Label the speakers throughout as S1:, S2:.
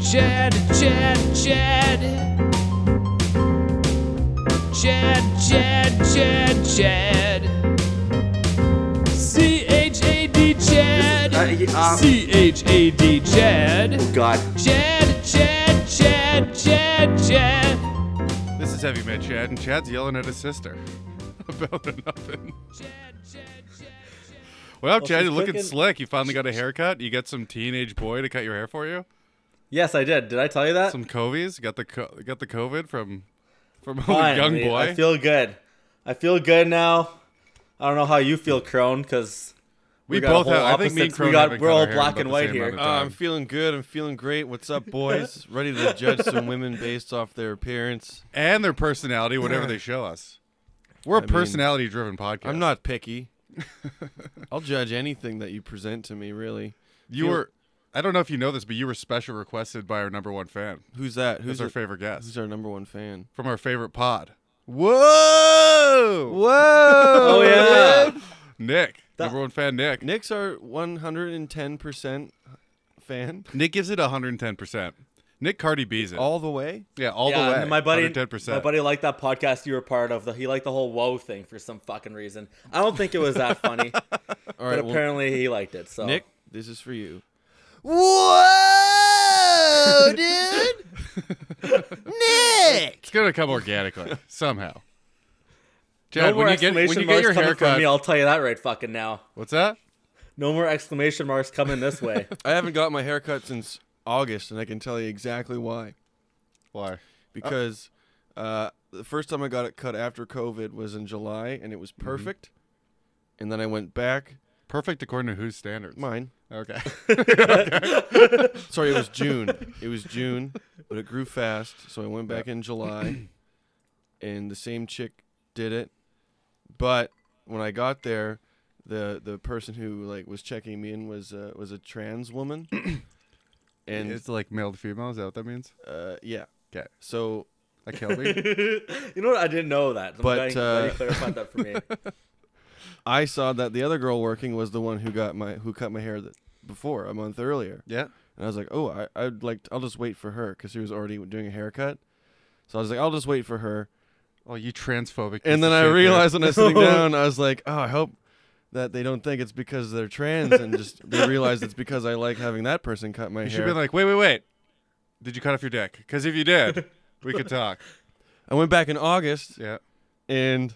S1: Chad, Chad, Chad. Chad, Chad, Chad, Chad. C H A D,
S2: This is- uh, yeah, uh,
S1: Chad. C H A D, Chad.
S2: Oh God.
S1: Chad, Chad, Chad, Chad, Chad.
S3: This is Heavy Met Chad, and Chad's yelling at his sister about nothing. Well, Chad,
S4: she's
S3: you're looking
S4: cooking-
S3: slick. You finally got a haircut. You got some teenage boy to cut your hair for you.
S4: Yes, I did. Did I tell you that?
S3: Some covies. Got the co- got the COVID from from a young
S4: Finally,
S3: boy.
S4: I feel good. I feel good now. I don't know how you feel, Crone, because
S3: we
S4: got a
S3: both
S4: whole
S3: have. I think me and
S4: opposites. We
S3: Cronin
S4: got-
S3: haven't
S4: we're
S3: cut
S4: all
S3: our hair in
S4: black
S3: about
S4: and
S3: the
S4: white
S3: same
S4: here. Um,
S3: amount of
S5: Uh, I'm
S3: time.
S5: feeling good. I'm feeling great. What's up, boys? Ready to judge some women based off their appearance.
S3: and their personality, whatever they show us. We're a
S5: I mean,
S3: personality-driven podcast.
S5: I'm not picky. I'll judge anything that you present to me, really.
S3: You
S5: feel-
S3: were. I don't know if you know this, but you were special requested by our number one fan.
S5: Who's that? Who's
S3: Who's our
S5: it-
S3: favorite guest
S5: Who's our number one fan?
S3: from our favorite pod? Whoa!
S5: Whoa!
S4: Oh yeah.
S3: Nick, number one fan. Nick. Nick,
S5: Nick's our 110% fan
S3: gives it 110. percent Nick Cardi B's it.
S5: all the way.
S3: yeah, all
S4: yeah,
S3: the way.
S4: and my buddy,
S3: 110%.
S4: my buddy liked that podcast you were part of. The, he liked the whole "whoa" thing for some fucking reason. I don't think it was that funny,
S5: All
S4: but
S5: right, well,
S4: apparently he liked it. So
S5: Nick, this is for you.
S3: Whoa, dude! Nick. It's gonna come organically somehow.
S4: no
S3: Chad,
S4: more
S3: when you get when
S4: exclamation
S3: you get
S4: marks
S3: your
S4: coming
S3: haircut,
S4: from me. I'll tell you that right fucking now.
S3: what's that?
S4: No more exclamation marks coming this way.
S5: I haven't got my haircut since August, and I can tell you exactly why.
S3: Why?
S5: because uh, the first time I got it cut after COVID was in July, and it was perfect. And then I went back.
S3: Perfect according to whose standards?
S5: Mine.
S3: Okay.
S5: Sorry, it was June. it was June, but it grew fast, so I went back in July, and the same chick did it. But when I got there, the the person who like was checking me in was uh, was a trans woman, and
S3: it's like male to female. Is that what that means?
S5: uh, yeah.
S3: 'Kay.
S5: So
S3: That killed me.
S4: you know what? I didn't know that. I'm
S5: But,
S4: glad you- glad you
S5: uh,
S4: clarified that for me.
S5: I saw that the other girl working was the one who got my who cut my hair that before a month earlier,
S3: yeah.
S5: and I was like, oh, I I'd like I'll just wait for her because she was already doing a haircut, so I was like, I'll just wait for her,
S3: Oh, you transphobic. piece
S5: and then
S3: of
S5: I
S3: shit, dude.
S5: realized when I was sitting down, I was like, oh, I hope that they don't think it's because they're trans and just they realize it's because I like having that person cut my
S3: you should
S5: hair.
S3: be like, wait, wait, wait. Did you cut off your dick? Because if you did, we could talk.
S5: I went back in August,
S3: Yeah.
S5: and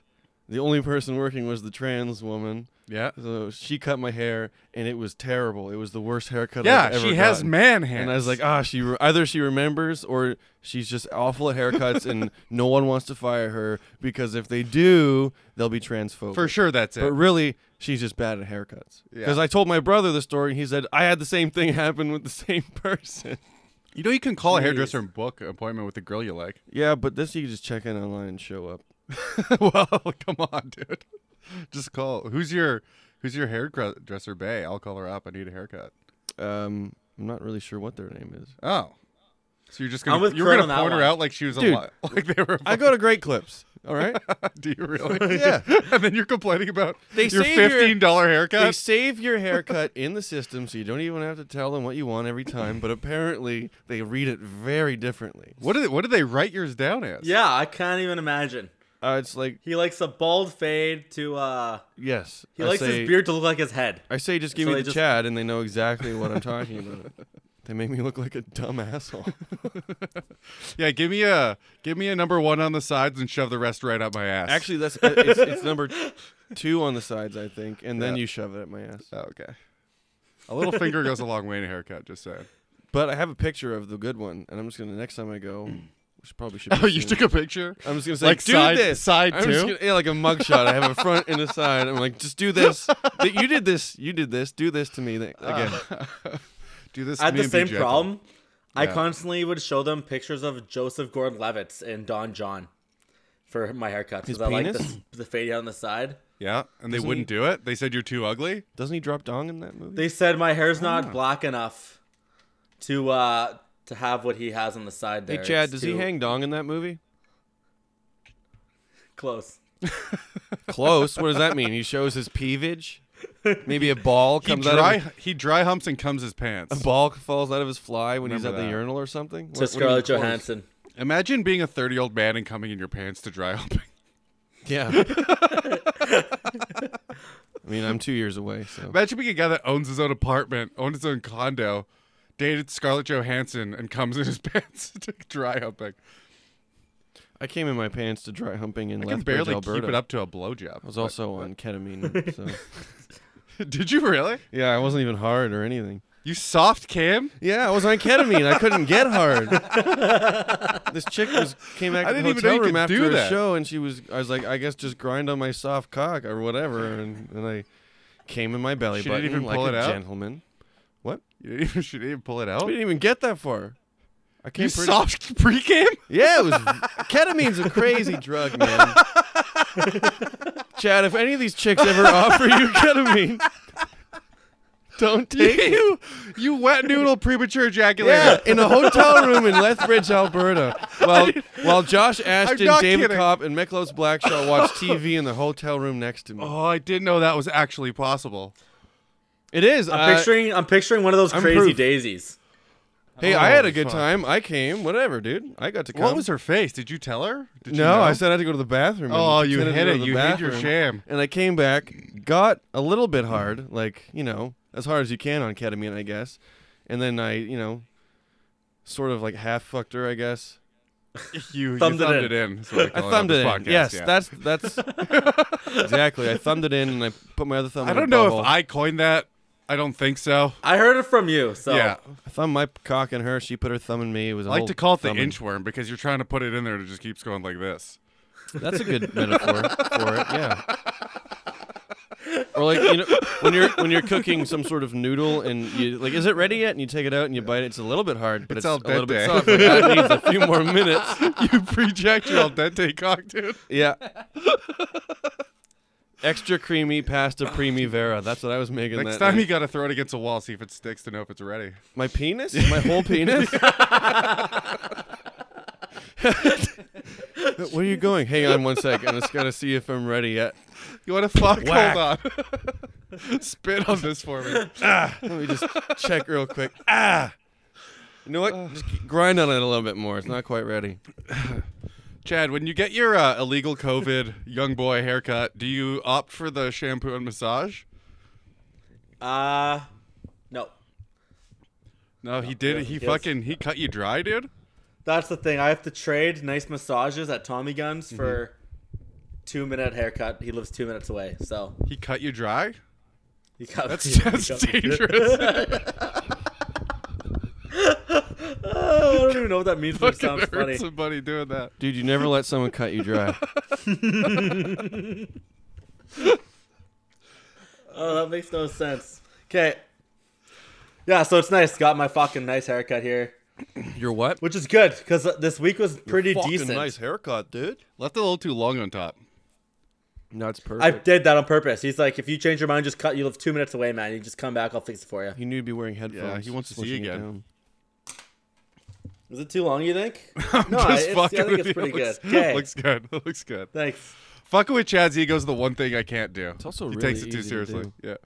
S5: the only person working was the trans woman,
S3: Yeah.
S5: so she cut my hair, and it was terrible. It was the worst haircut. I've
S3: Yeah.
S5: ever
S3: She has
S5: gotten.
S3: man hands.
S5: And I was like, ah, she re- either she remembers or she's just awful at haircuts, and no one wants to fire her because if they do, they'll be transphobic.
S3: for sure, that's it.
S5: But really, she's just bad at haircuts.
S3: Yeah.
S5: Because I told my brother the story, and he said I had the same thing happen with the same person.
S3: You know, you can call a hairdresser and book an appointment with the girl you like.
S5: yeah, but this you can just check in online and show up.
S3: well, come on, dude. Just call. Who's your Who's your hairdresser, Bay? I'll call her up. I need a haircut.
S5: Um, I'm not really sure what their name is.
S3: Oh, so you're just
S4: I'm
S3: gonna
S4: with
S3: you were
S4: Kurt on
S3: gonna
S4: that
S3: point her
S4: one.
S3: out like she was a
S5: Dude.
S3: li- like they were.
S5: I go to Great Clips. All right.
S3: Do you really?
S5: Yeah.
S3: and then you're complaining about
S5: They
S3: your
S5: save your-
S3: fifteen dollar
S5: They
S3: haircut.
S5: save your haircut in the system, so you don't even have to tell them what you want every time. But apparently, they read it very differently.
S3: what did What did they write yours down as?
S4: yeah, I can't even imagine.
S5: Uh, it's like
S4: He likes a bald fade to uh
S5: yes.
S4: he
S5: I
S4: likes
S5: say-
S4: his beard to look like his head.
S5: I say just give
S4: So
S5: me
S4: they
S5: the
S4: just-
S5: Chad, and they know exactly what I'm talking about. They make me look like a dumb asshole.
S3: yeah. Give me a Give me a number one on the sides and shove the rest right up my ass.
S5: Actually, that's it's, it's number two on the sides, I think, and then
S3: Yeah.
S5: you shove it at my ass.
S3: Oh, okay. A little finger goes a long way in a haircut. Just saying.
S5: But I have a picture of the good one, and I'm just gonna next time I go, which probably should. Be
S3: Oh, you
S5: soon.
S3: took a picture.
S5: I'm just gonna say,
S3: Like
S5: do
S3: side-
S5: this.
S3: side
S5: I'm just
S3: two?
S5: gonna- yeah, like a mugshot. I have a front and a side. I'm like, just do this. Th- you did this. You did this. Do this to me th- again.
S3: Do this. to
S4: I had
S3: me
S4: the
S3: and be
S4: same
S3: gentle.
S4: problem. I
S3: Yeah.
S4: constantly would show them pictures of Joseph Gordon-Levitt and Don John for my haircuts.
S5: His
S4: because I like
S5: penis?
S4: the, the fade out on the side.
S3: Yeah, and they
S5: Doesn't
S3: wouldn't
S5: he-
S3: do it. They said you're too ugly.
S5: Doesn't he drop dong in that movie?
S4: They said my hair's
S5: Ah.
S4: not black enough to uh to have what he has on the side there.
S5: hey, Chad,
S4: It's
S5: does he
S4: too
S5: hang dong in that movie?
S4: close?
S5: Close. What does that mean? He shows his peevage. Maybe a ball
S3: He
S5: comes out.
S3: dry,
S5: Of,
S3: he dry humps and comes his pants.
S5: a ball falls out of his fly when he's at
S3: Remember
S5: the
S3: that.
S5: urinal or something. What-
S4: to
S5: what do you mean
S4: Scarlett
S5: close?
S4: Johansson.
S3: Imagine being a 30 year old man and coming in your pants to dry humping.
S5: Yeah. I mean, I'm two years away, so
S3: Imagine being a guy that owns his own apartment, owns his own condo, dated Scarlett Johansson, and comes in his pants to dry humping.
S5: I came in my pants to dry humping in
S3: I can
S5: Lethbridge,
S3: barely
S5: Alberta.
S3: keep it up to a
S5: I
S3: blowjob.
S5: was also on ketamine. So.
S3: Did you really?
S5: yeah, I wasn't even hard or anything.
S3: You soft cam?
S5: Yeah, I was on ketamine. I couldn't get hard. this chick was came back
S3: I
S5: to the
S3: didn't even know
S5: hotel
S3: you
S5: room
S3: could
S5: after
S3: do
S5: her
S3: that.
S5: show, and she was. I was like, I guess just grind on my soft cock or whatever, and, and I came in my belly
S3: She
S5: button
S3: didn't even
S5: like
S3: pull
S5: a
S3: it out?
S5: gentleman.
S3: You didn't even, she didn't even pull it
S5: We
S3: out.
S5: didn't even get that far. I came
S3: Oh. You
S5: pretty-
S3: soft pre cam?
S5: Yeah, it was. ketamine's a crazy drug, man. Chad, if any of these chicks ever offer you ketamine, don't take it.
S3: you, you wet noodle premature
S5: Yeah,
S3: ejaculator.
S5: in a hotel room in Lethbridge, Alberta, while while Josh Ashton,
S3: not
S5: David
S3: kidding.
S5: Kopp, and Miklos Blackshaw watched TV in the hotel room next to me.
S3: Oh, I didn't know that was actually possible.
S5: It is.
S4: I'm
S5: uh,
S4: picturing I'm picturing one of those
S5: I'm
S4: crazy
S5: proof.
S4: daisies.
S5: hey, I had
S3: Oh,
S5: a good
S3: fuck.
S5: time. I came. Whatever, dude. I got to come.
S3: What was her face? Did you tell her? Did you
S5: no,
S3: know?
S5: I said I had to go to the bathroom. and
S3: Oh, you
S5: pretended to
S3: hid
S5: go to
S3: it.
S5: the
S3: You hid your
S5: bathroom.
S3: sham.
S5: And I came back, got a little bit hard, like, you know, as hard as you can on ketamine, I guess. And then I, you know, sort of like half fucked her, I guess.
S3: you
S4: Thumbed
S3: you
S4: it
S3: thumbed
S4: in.
S3: it in. is what they
S5: I
S3: call
S5: thumbed
S3: on this
S5: it in.
S3: podcast,
S5: yes,
S3: yeah.
S5: that's that's exactly. I thumbed it in and I put my other thumb
S3: I
S5: in a
S3: don't know
S5: bubble.
S3: if I coined that. I don't think so.
S4: I heard it from you, so
S3: Yeah,
S5: I thumbed my cock in her, she put her thumb in me. It was a
S3: I like
S5: whole
S3: to call it the
S5: Oh, thumbing.
S3: inchworm because you're trying to put it in there and it just keeps going like this.
S5: That's a good metaphor for it. Yeah. Or like you know when you're when you're cooking some sort of noodle and you like is it ready yet and you take it out and you bite it it's a little bit hard but
S3: It's
S5: it's,
S3: al
S5: a little bit
S3: dente.
S5: soft like, that needs a few more minutes
S3: you project your al dente cock, dude.
S5: yeah extra creamy pasta primavera that's what I was making
S3: Next
S5: that
S3: time
S5: night.
S3: you gotta throw it against a wall, see if it sticks to know if it's ready.
S5: my penis my whole penis where are you going hang on one sec I just gotta see if I'm ready yet
S3: You wanna fuck?
S5: Whack.
S3: Hold on. Spit on this for me.
S5: Let me just check real quick. Ah. You know what? just g- grind on it a little bit more. It's not quite ready.
S3: Chad, when you get your uh, illegal COVID young boy haircut, do you opt for the shampoo and massage?
S4: uh no.
S3: No, he did.
S4: yeah,
S3: he
S4: he does.
S3: fucking he cut you dry, dude.
S4: That's the thing. I have to trade nice massages at Tommy Guns for
S3: Mm-hmm.
S4: two minute haircut. He lives two minutes away, so
S3: He cut you dry.
S4: he got
S3: That's
S4: he
S3: that's
S4: got-
S3: dangerous.
S4: Oh, I don't even know what that means, but it
S3: fucking
S4: sounds
S3: hurt
S4: funny.
S3: somebody doing that.
S5: Dude, you never let someone cut you dry.
S4: Oh, that makes no sense. Okay. Yeah, so it's nice. Got my fucking nice haircut here,
S5: Your what?
S4: which is good because this week was pretty
S5: Fucking
S4: decent.
S5: nice haircut, dude.
S3: Left it a little too long on top.
S5: No, it's perfect.
S4: I did that on purpose. He's like, if you change your mind, just cut. You live two minutes away, man. You just come back. I'll fix it for you.
S5: he knew you'd be wearing headphones.
S3: he wants to see
S5: swishing
S3: you
S5: it
S3: again.
S5: down.
S4: Is it too long? You think?
S3: I'm
S4: no,
S3: just
S4: it's, I
S3: fucking
S4: think
S3: with
S4: it's
S3: you.
S4: pretty
S3: Looks-
S4: good. Okay.
S3: Looks good. It looks good.
S4: Thanks.
S3: Fucking with Chad's ego is the one thing I can't do. It's
S5: also
S3: he
S5: really
S3: takes it too
S5: easy to
S3: seriously.
S5: do.
S3: Yeah.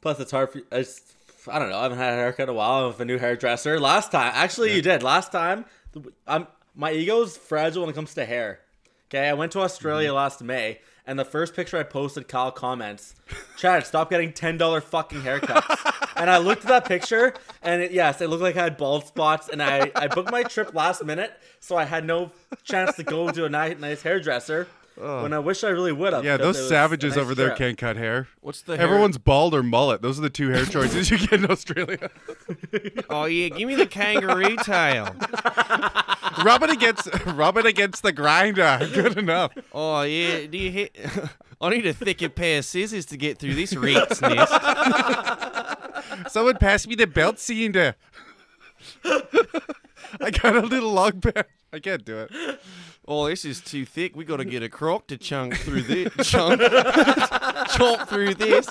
S4: Plus, it's hard for I, just, I don't know. I haven't had a haircut in a while. I'm with a new hairdresser. Last time, actually, you did. Last time, the- I'm my ego's fragile when it comes to hair. Okay, I went to Australia
S3: Mm-hmm.
S4: last May, and the first picture I posted, Kyle comments, "Chad, stop getting ten dollar fucking haircuts." and I looked at that picture, and it, yes, it looked like I had bald spots. And I I booked my trip last minute, so I had no chance to go to a nice, nice hairdresser. When I wish I really would have.
S3: Oh. Yeah,
S4: 'cause it
S3: those
S4: was a
S3: savages
S4: nice
S3: over there
S4: trip.
S3: can't cut hair.
S5: What's the
S3: Everyone's bald or mullet. Those are the two hair choices you get in Australia.
S5: Oh yeah, give me the kangaroo tail.
S3: rub it against rub it against the grinder. Good enough.
S5: Oh yeah, do you hit? I need a thicker pair of scissors to get through this rat's nest.
S3: Someone pass me the belt cylinder. I got a little log belt. I can't do it.
S5: Oh, this is too thick. We got to get a croc to chunk through this. Chunk. chomp through this.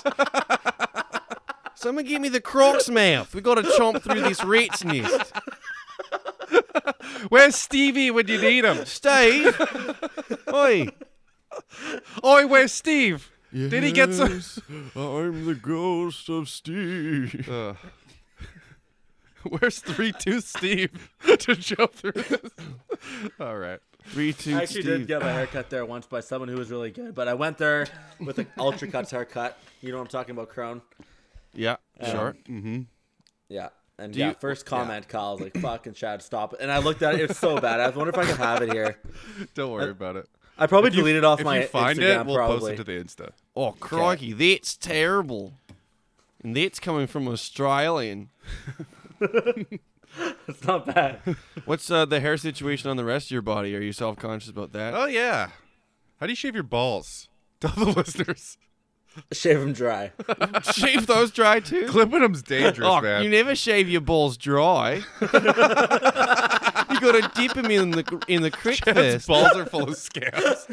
S5: Someone give me the croc's mouth. We got to chomp through this rat's nest.
S3: Where's Stevie when you need him?
S5: Steve. Oi.
S3: Oi, where's Steve?
S5: Did
S3: he get some-
S5: I'm the ghost of Steve.
S3: Ugh. Where's three two Steve to jump through this? All right.
S5: Three two.
S4: I actually
S5: Steve.
S4: did get my haircut there once by someone who was really good, but I went there with an ultra cuts haircut. You know what I'm talking about, Crone?
S5: Yeah, sure.
S4: Yeah. And
S5: Do
S4: yeah,
S5: you-
S4: first comment, Kyle was like, "Fucking Chad, stop!" it." And I looked at it; it's so bad. I wonder if I can have it here.
S3: Don't worry about it.
S4: I probably deleted off
S3: If
S4: my
S3: you find
S4: Instagram.
S3: it, we'll
S4: probably.
S3: post it to the Insta.
S5: Oh crikey, that's terrible. And that's coming from Australian.
S4: It's not bad.
S5: What's uh, the hair situation on the rest of your body? Are you self conscious about that?
S3: Oh yeah. How do you shave your balls? Tell the listeners.
S4: Shave them dry.
S5: shave those dry too.
S3: Clipping them's dangerous,
S5: Oh,
S3: man.
S5: you never shave your balls dry. you gotta dip them in the in the creek
S3: His
S5: first.
S3: balls are full of scabs.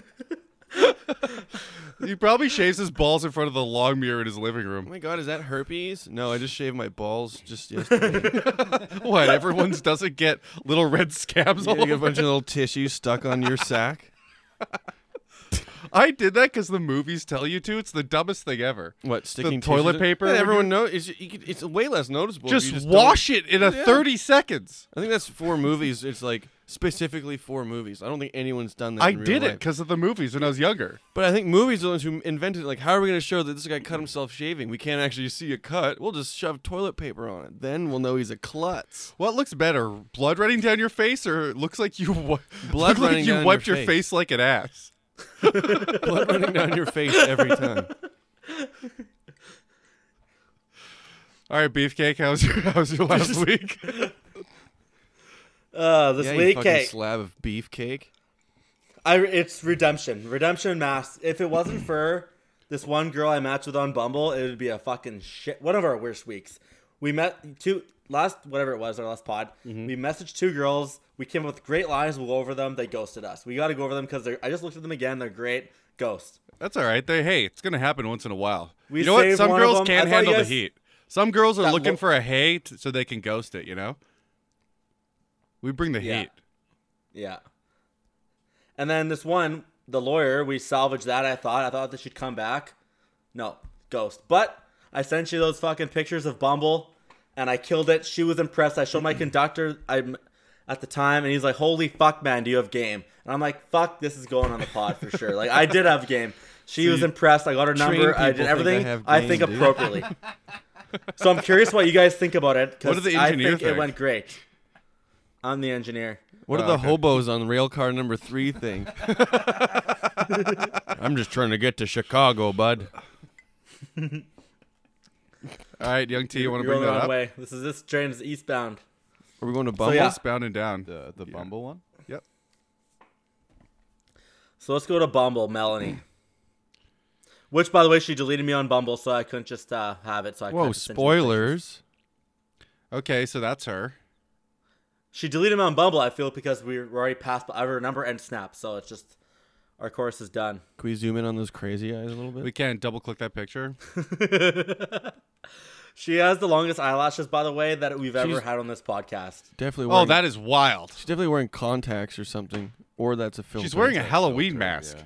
S3: he probably shaves his balls in front of the long mirror in his living
S5: Oh
S3: room.
S5: my god, is that herpes? No, I just shaved my balls just yesterday.
S3: What? Everyone's doesn't get little red scabs
S5: you
S3: all
S5: get a
S3: over.
S5: bunch of little tissues stuck on your sack.
S3: I did that because the movies tell you to. It's the dumbest thing ever.
S5: What sticking tissues
S3: toilet
S5: in-
S3: paper
S5: Yeah,
S3: would
S5: everyone knows it's, you could, it's way less noticeable. if
S3: Just,
S5: you don't-
S3: wash it in a
S5: Yeah.
S3: 30 seconds.
S5: I think that's for movies. It's like specifically for movies. I don't think anyone's done that.
S3: I
S5: in real
S3: did it
S5: life.
S3: because of the movies when I was younger.
S5: but I think movies are the ones who invented. Like, how are we going to show that this guy cut himself shaving? We can't actually see a cut. We'll just shove toilet paper on it. Then we'll know he's a klutz.
S3: What looks better, blood running down your face, or it looks like you wi- look
S5: Blood
S3: like
S5: running
S3: you
S5: down
S3: wiped
S5: your
S3: your,
S5: face.
S3: face. like an ass?
S5: Blood running down your face every time.
S3: All right, beefcake, how's your how's your last week?
S4: Uh, this
S5: yeah, you
S4: week,
S5: fucking
S4: cake.
S5: slab of beefcake.
S4: I it's redemption, redemption mass. If it wasn't for this one girl I matched with on Bumble, it would be a fucking shit. One of our worst weeks. We met two last whatever it was our last pod. We messaged two girls. We came up with great lines. We'll go over them. They ghosted us. We got to go over them because I just looked at them again. They're great. Ghost.
S3: That's all right. They hey, it's gonna happen once in a while.
S4: We
S3: you know what?
S4: saved
S3: Some
S4: one of
S3: girls
S4: them.
S3: can't
S4: I thought you
S3: handle
S4: guys-
S3: the heat. Some girls are
S4: That
S3: looking
S4: lo-
S3: for a hate so they can ghost it. You know. We bring the
S4: Yeah.
S3: heat.
S4: Yeah. And then this one, the lawyer, we salvaged that. I thought I thought that she'd come back. No, ghost. But I sent you those fucking pictures of Bumble, and I killed it. She was impressed. I showed my conductor I'm at the time, and he's like, "Holy fuck, man, do you have game?" And I'm like, "Fuck, this is going on the pod for sure." Like I did have game. She was impressed. I got her
S5: trained
S4: number. I
S5: people
S4: did
S5: think I
S4: everything.
S5: have
S4: I
S5: game,
S4: think
S5: dude.
S4: appropriately. so I'm curious what you guys think about it.
S3: What did the
S4: I
S3: engineer
S4: think it
S3: think?
S4: went great. I'm the engineer.
S5: What are
S3: Oh,
S5: the
S3: okay.
S5: hobos on rail car number three thing? I'm just trying to get to Chicago, bud.
S3: All right, young T, you want to
S4: You're
S3: bring
S4: on the wrong
S3: that up?
S4: way. This is this train is eastbound.
S5: Are we going to Bumble?
S4: yeah.
S3: It's bound and down.
S2: The the
S3: Yeah.
S2: Bumble one?
S3: Yep.
S4: So let's go to Bumble, Melanie. Which, by the way, she deleted me on Bumble, so I couldn't just uh, have it. So I
S5: Whoa,
S4: couldn't send you the pictures.
S5: spoilers.
S3: Okay, so that's her.
S4: She deleted me on Bumble. I feel because we were already past our number and Snap, so it's just our course is done.
S5: Can we zoom in on those crazy eyes a little bit?
S3: We can double click that picture.
S4: She has the longest eyelashes, by the way, that we've ever
S5: She's-
S4: had on this podcast.
S5: definitely.
S3: Oh,
S5: Wearing,
S3: that is wild.
S5: She's definitely wearing contacts or something, or that's a filter.
S3: She's wearing a Halloween
S2: Filter,
S3: mask.
S2: yeah.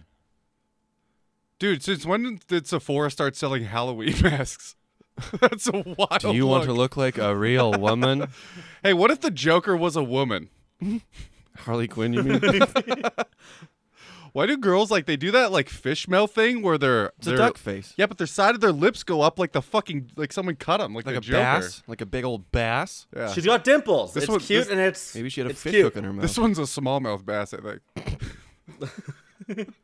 S3: Dude, since when did Sephora start selling Halloween masks? That's a wild.
S5: Do you want to look like a real woman,
S3: Hey, what if the Joker was a woman?
S5: Harley Quinn? You mean?
S3: Why do girls like they do that like fishmail thing where they're
S5: It's a duck face.
S3: Yeah, but their side of their lips go up like the fucking like someone cut them like,
S5: like
S3: the
S5: a
S3: Joker.
S5: bass, like a big old bass.
S3: Yeah.
S4: She's got dimples.
S3: This
S4: it's
S3: one-
S4: cute
S3: this-
S4: and it's
S5: Maybe she had a
S4: it's
S5: fish
S4: cute.
S5: hook in her mouth.
S3: this one's a smallmouth bass, I think.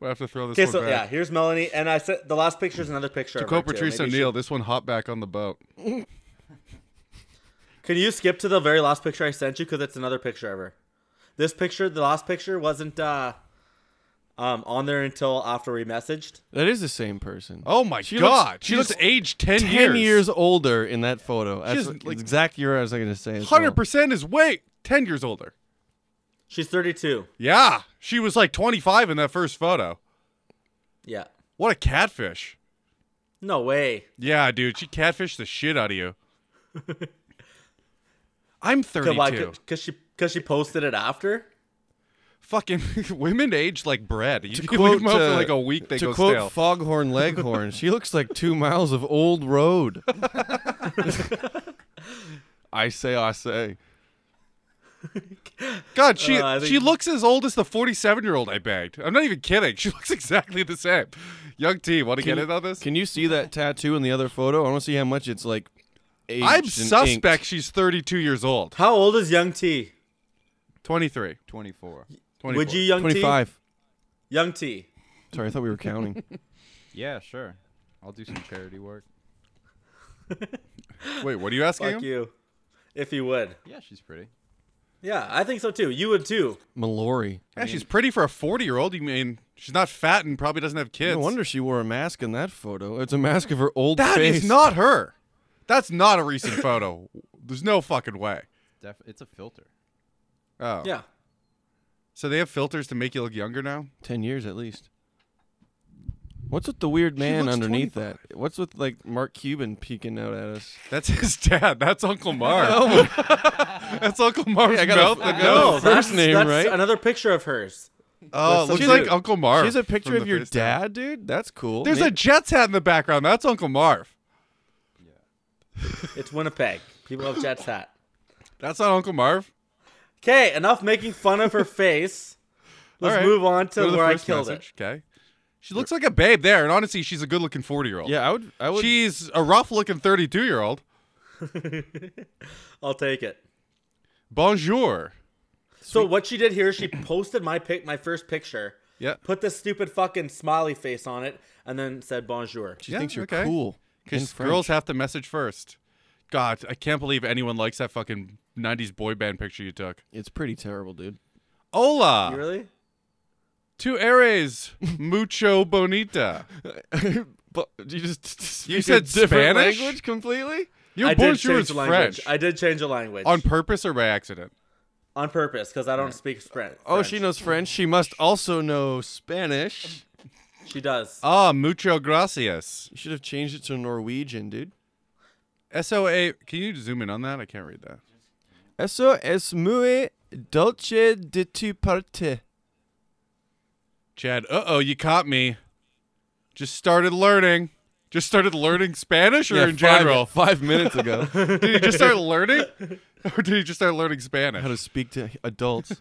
S3: we have to throw this
S4: Okay,
S3: one
S4: so yeah,
S3: back.
S4: here's Melanie, and I said the last picture is another picture.
S3: Jacob
S4: of her, too.
S3: Patrice
S4: Maybe she-
S3: O'Neill, this one hopped back on the boat.
S4: Can you skip to the very last picture I sent you? Because it's another picture of her. This picture, the last picture, wasn't uh, um, on there until after we messaged.
S5: That is the same person.
S3: Oh my
S5: She looks-
S3: god,
S5: she
S3: she looks
S5: looks
S3: aged ten,
S5: ten years older in that photo. That's
S3: is,
S5: what-
S3: like-
S5: exact year I was going to say. as well.
S3: Hundred percent is way ten years older.
S4: She's 32.
S3: Yeah, she was like twenty five in that first photo.
S4: Yeah.
S3: What a catfish!
S4: No way.
S3: Yeah, dude, she catfished the shit out of you. I'm 32.
S4: Because she, cause she posted it after?
S3: fucking women age like bread. You
S5: To
S3: leave
S5: quote,
S3: them out for
S5: uh,
S3: like a week, they
S5: to
S3: go
S5: quote
S3: stale.
S5: Foghorn Leghorn, she looks like two miles of old road.
S3: I say, I say. God, she
S4: Uh, I think-
S3: she looks as old as the forty-seven-year-old I banged. I'm not even kidding. She looks exactly the same. Young T, want to get in on this?
S5: Can you see that tattoo in the other photo? I want to see how much it's like. Aged
S3: I'm
S5: and
S3: suspect
S5: inked.
S3: she's 32 years old.
S4: How old is Young T?
S3: 23.
S2: 24.
S3: 24.
S4: Would you Young T?
S5: 25.
S4: Young T.
S5: Sorry, I thought we were counting.
S2: Yeah, sure. I'll do some charity work.
S3: Wait, what are you asking?
S4: Fuck
S3: him?
S4: you. If you would.
S2: Yeah, she's pretty.
S4: Yeah, I think so too. You would too.
S5: Mallory.
S3: Yeah, she's pretty for a 40-year-old. You mean she's not fat and probably doesn't have kids?
S5: No wonder she wore a mask in that photo. It's a mask of her old
S3: That
S5: face.
S3: is not her. That's not a recent photo. There's no fucking way.
S2: Def- it's a filter.
S3: Oh.
S4: Yeah.
S3: So they have filters to make you look younger now?
S5: ten years at least. What's with the weird man
S3: looks
S5: underneath that? What's with like Mark Cuban peeking out at us?
S3: That's his dad. That's Uncle Marv. that's Uncle Marv's
S5: I got a-
S3: mouth.
S5: I
S3: that
S5: got a-
S3: goes-
S5: No, first name,
S4: that's
S5: right?
S4: Another picture of hers.
S3: Oh, looks
S5: she's
S3: like
S5: a-
S3: Uncle Marv.
S5: She's a picture
S3: from
S5: of
S3: the
S5: your
S3: face down.
S5: dad, dude. That's cool.
S3: There's
S5: Ma-
S3: a Jets hat in the background. That's Uncle Marv.
S4: It's Winnipeg. People love Jets hat.
S3: That's not Uncle Marv.
S4: Okay, enough making fun of her face. Let's
S3: All right.
S4: move on to
S3: Go the
S4: where I
S3: first
S4: killed
S3: message, Okay. She looks like a babe there, and honestly, she's a good-looking forty-year-old.
S5: yeah, I would. I would.
S3: she's a rough-looking thirty-two-year-old.
S4: it. I'll take it.
S3: Bonjour.
S4: So what she did here, she posted my pic, my first picture,
S3: Yeah,
S4: put this stupid fucking smiley face on it, and then said bonjour.
S5: she
S3: yeah,
S5: thinks you're
S3: okay.
S5: cool. in
S3: because
S5: French.
S3: girls have to message first. God, I can't believe anyone likes that fucking '90s boy band picture you took.
S5: It's pretty terrible, dude.
S3: Hola,
S4: You really?
S3: tu eres mucho bonita.
S5: but you just
S3: You
S5: speak
S3: said
S5: a different
S3: Spanish?
S5: language completely.
S3: Your
S4: I did
S3: bonjour
S4: change
S3: is
S4: the language.
S3: French
S4: I did change the language
S3: on purpose or by accident.
S4: on purpose because I don't speak French.
S5: Oh, she knows French. She must also know Spanish.
S4: She does.
S3: Ah, mucho gracias.
S5: You should have changed it to Norwegian, dude.
S3: S O A. Can you zoom in on that? I can't read that.
S5: Eso es muy dulce de tu parte.
S3: Chad, uh oh, you caught me. Just started learning. Just started learning Spanish or in general?
S5: five minutes ago.
S3: Did you just start learning? Or did you just start learning Spanish?
S5: How to speak to adults.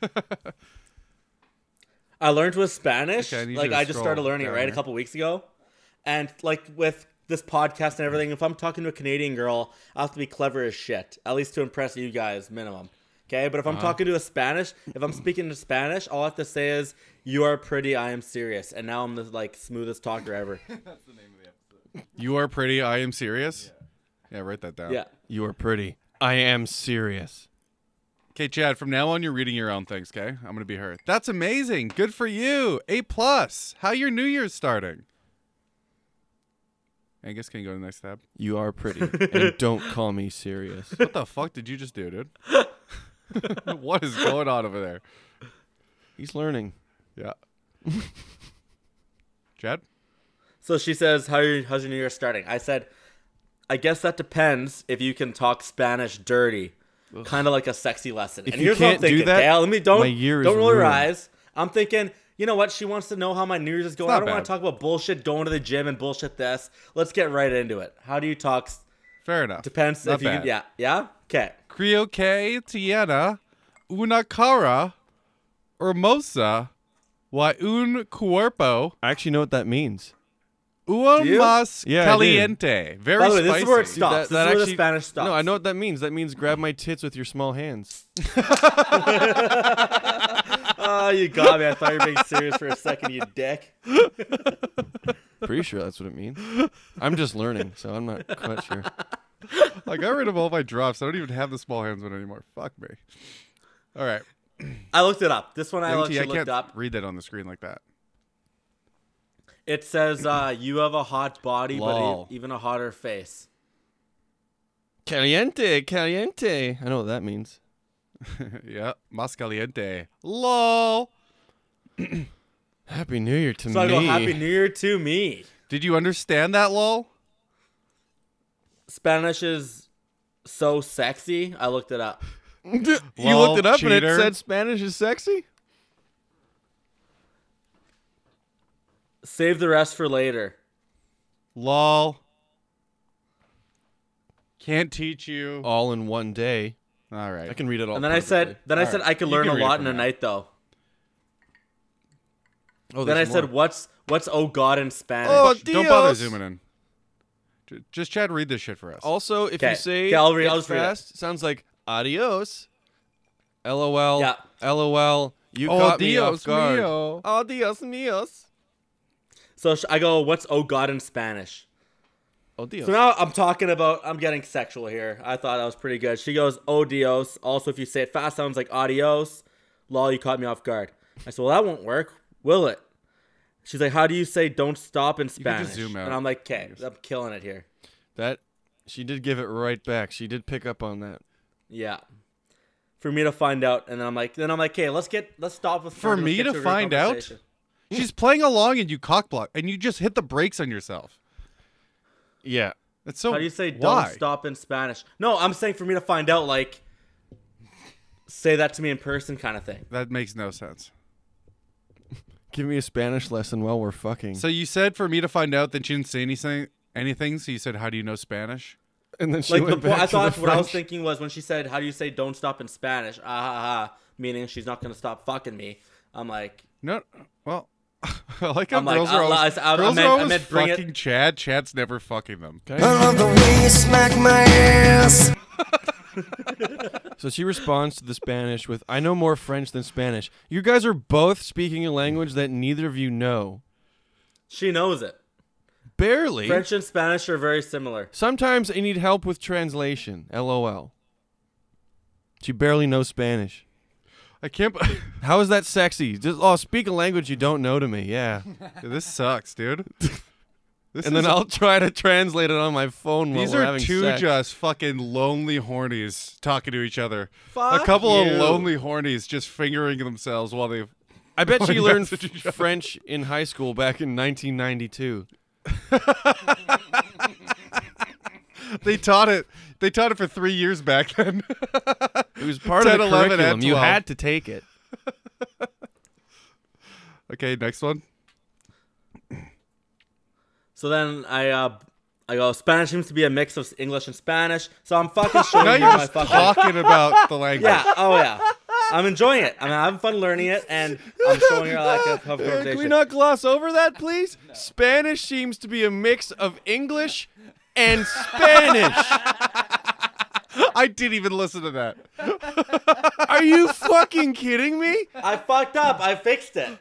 S4: I learned with Spanish.
S3: Okay, I need you
S4: like
S3: to
S4: I just
S3: scroll
S4: started learning it
S3: down
S4: right
S3: here.
S4: a couple weeks ago, and like with this podcast and everything, if I'm talking to a Canadian girl, I have to be clever as shit, at least to impress you guys, minimum. Okay, but if
S3: Uh-huh.
S4: I'm talking to a Spanish, if I'm speaking to Spanish, all I have to say is "You are pretty, I am serious," and now I'm the like smoothest talker ever.
S3: You are pretty. I am serious. Yeah, write that down.
S4: yeah,
S5: you are pretty. I am serious.
S3: Okay, Chad. From now on, you're reading your own things. Okay, I'm gonna be her. That's amazing. Good for you. A plus. How your New Year's starting? Angus, can you go to the next tab?
S5: You are pretty. and don't call me serious.
S3: What the fuck did you just do, dude? what is going on over there?
S5: He's learning.
S3: Yeah. Chad.
S4: So she says, "How your how's your New Year starting?" I said, "I guess that depends if you can talk Spanish dirty, kind of like a sexy lesson."
S5: If
S4: and
S5: you
S4: here's what I'm
S5: can't do
S4: thinking,
S5: that,
S4: Dale. Let me don't
S5: my year is
S4: don't roll your
S5: ruined.
S4: eyes. I'm thinking, you know what? She wants to know how my New Year's is going.
S3: not
S4: I don't want
S3: bad.
S4: to talk about bullshit going to the gym and bullshit this. Let's get right into it. How do you talk? s-
S3: Fair enough.
S4: Depends
S3: Not
S4: if you
S3: bad.
S4: can, yeah yeah okay.
S3: Creo que tiene una cara hermosa y un cuerpo
S5: I actually know what that means.
S3: un
S4: Do you?
S3: más
S5: Yeah, I do.
S3: caliente. Very
S4: By the way, this is where it
S3: spicy.
S4: stops. This is where the Spanish stops.
S5: No, I know what that means. That means grab my tits with your small hands.
S4: Oh, you got me. I thought you were being serious for a second. You dick.
S5: Pretty sure that's what it means. I'm just learning, so I'm not quite sure.
S3: I got rid of all my drops. I don't even have the small hands one anymore. Fuck me. All right.
S4: I looked it up. This one I
S3: MT,
S4: actually
S3: I
S4: looked
S3: can't
S4: up.
S3: read that on the screen like that.
S4: It says, uh, "You have a hot body,
S3: Lol.
S4: but e- even a hotter face."
S5: Caliente, caliente. I know what that means.
S3: yeah. Más caliente. Lol.
S5: Happy New Year to
S4: So I
S5: me.
S4: go, Happy New Year to me.
S3: Did you understand that, lol?
S4: Spanish is so sexy. I looked it up.
S5: you
S3: Lol,
S5: looked it up and
S3: cheater.
S5: it said Spanish is sexy?
S4: Save the rest for later.
S3: Lol. Can't teach you.
S5: all in one day.
S3: Oh. All right.
S5: I can read it all.
S4: And then I said, then I said I could
S3: You
S4: learn
S3: can
S4: a
S3: read it
S4: lot in
S3: from
S4: a
S3: that.
S4: night though.
S5: Oh,
S4: Then I
S5: there's
S4: said,
S5: more.
S4: what's what's oh god in Spanish?
S5: Oh,
S3: Don't bother
S5: Dios.
S3: zooming in. J- Just Chad, read this shit for us.
S4: Oh,
S5: Also, if
S4: Okay.
S5: you say
S4: Okay, I'll read-
S5: it
S4: I'll just read it.
S5: fast, sounds like adios. LOL.
S4: Yeah.
S5: LOL. You
S3: Oh,
S5: caught me
S3: Dios
S5: off guard.
S3: mio.
S5: Oh, Adios mios.
S4: so sh- I go, what's oh god in Spanish?
S5: Oh, Dios.
S4: So now I'm talking about I'm getting sexual here. I thought that was pretty good. She goes, "Oh dios." Also, if you say it fast, sounds like adios. Lol, you caught me off guard. I said, "Well, that won't work, will it?" She's like, "How do you say don't stop in
S3: can
S4: Spanish?"
S3: just zoom out.
S4: And I'm like, "Okay, I'm killing it here."
S5: that she did give it right back. She did pick up on that.
S4: Yeah. For me to find out, and then I'm like, then I'm like, okay, let's get, let's stop with.
S3: For
S4: Let's
S3: me
S4: get
S3: to
S4: a real
S3: find out?
S4: conversation."
S3: She's playing along and you cockblock and you just hit the brakes on yourself.
S5: Yeah.
S3: That's so.
S4: How do you say
S3: why?
S4: "don't stop" in Spanish? No, I'm saying for me to find out, like, say that to me in person, kind of thing.
S3: That makes no sense.
S5: Give me a Spanish lesson while we're fucking.
S3: So you said for me to find out that she didn't say anything. Anything. So you said, "How do you know Spanish?"
S5: and then she
S4: like
S5: went
S4: the
S5: back
S4: point, I
S5: to
S4: thought
S5: the
S4: what I was
S5: French.
S4: thinking was when she said, "How do you say don't stop in Spanish?" Ah, ah, ah meaning she's not gonna stop fucking me. I'm like,
S3: No. Well, I like how
S4: I'm like,
S3: girls
S4: I
S3: are
S4: li-
S3: always,
S4: I- I
S3: girls
S4: meant-
S3: are
S4: I
S3: always
S4: meant bring it-
S3: fucking Chad. Chad's never fucking them.
S5: Okay.
S6: love the way you smack my ass.
S5: So she responds to the Spanish with, I know more French than Spanish. You guys are both speaking a language that neither of you know.
S4: she knows it.
S5: Barely.
S4: French and Spanish are very similar.
S5: Sometimes I need help with translation. LOL. She barely knows Spanish.
S3: I can't. b-
S5: How is that sexy? Just oh, speak a language you don't know to me. Yeah,
S3: this sucks, dude. This
S5: and then
S3: is-
S5: I'll try to translate it on my phone. While
S3: These
S5: we're
S3: are
S5: having
S3: two
S5: sex.
S3: just fucking lonely hornies talking to each other.
S4: Fuck
S3: a couple
S4: you.
S3: of lonely hornies just fingering themselves while they.
S5: I bet she
S3: Like,
S5: learned
S3: Oh, that's what you-
S5: French in high school back in 1992.
S3: They taught it. They taught it for three years back then.
S5: It was part of
S3: 10,
S5: the
S3: 11, and
S5: curriculum. You
S3: 12.
S5: had to take it.
S3: okay, next one.
S4: So then I, uh, I go. Spanish seems to be a mix of English and Spanish. So I'm fucking showing
S3: Now
S4: you
S3: you're
S4: my
S3: just
S4: fucking.
S3: talking about the language.
S4: Yeah. Oh yeah. I'm enjoying it. I'm having fun learning it, and I'm showing her like a tough
S5: Can we
S4: conversation.
S5: not gloss over that, please? Spanish seems to be a mix of English and Spanish.
S3: I didn't even listen to that.
S5: Are you fucking kidding me?
S4: I fucked up. I fixed it.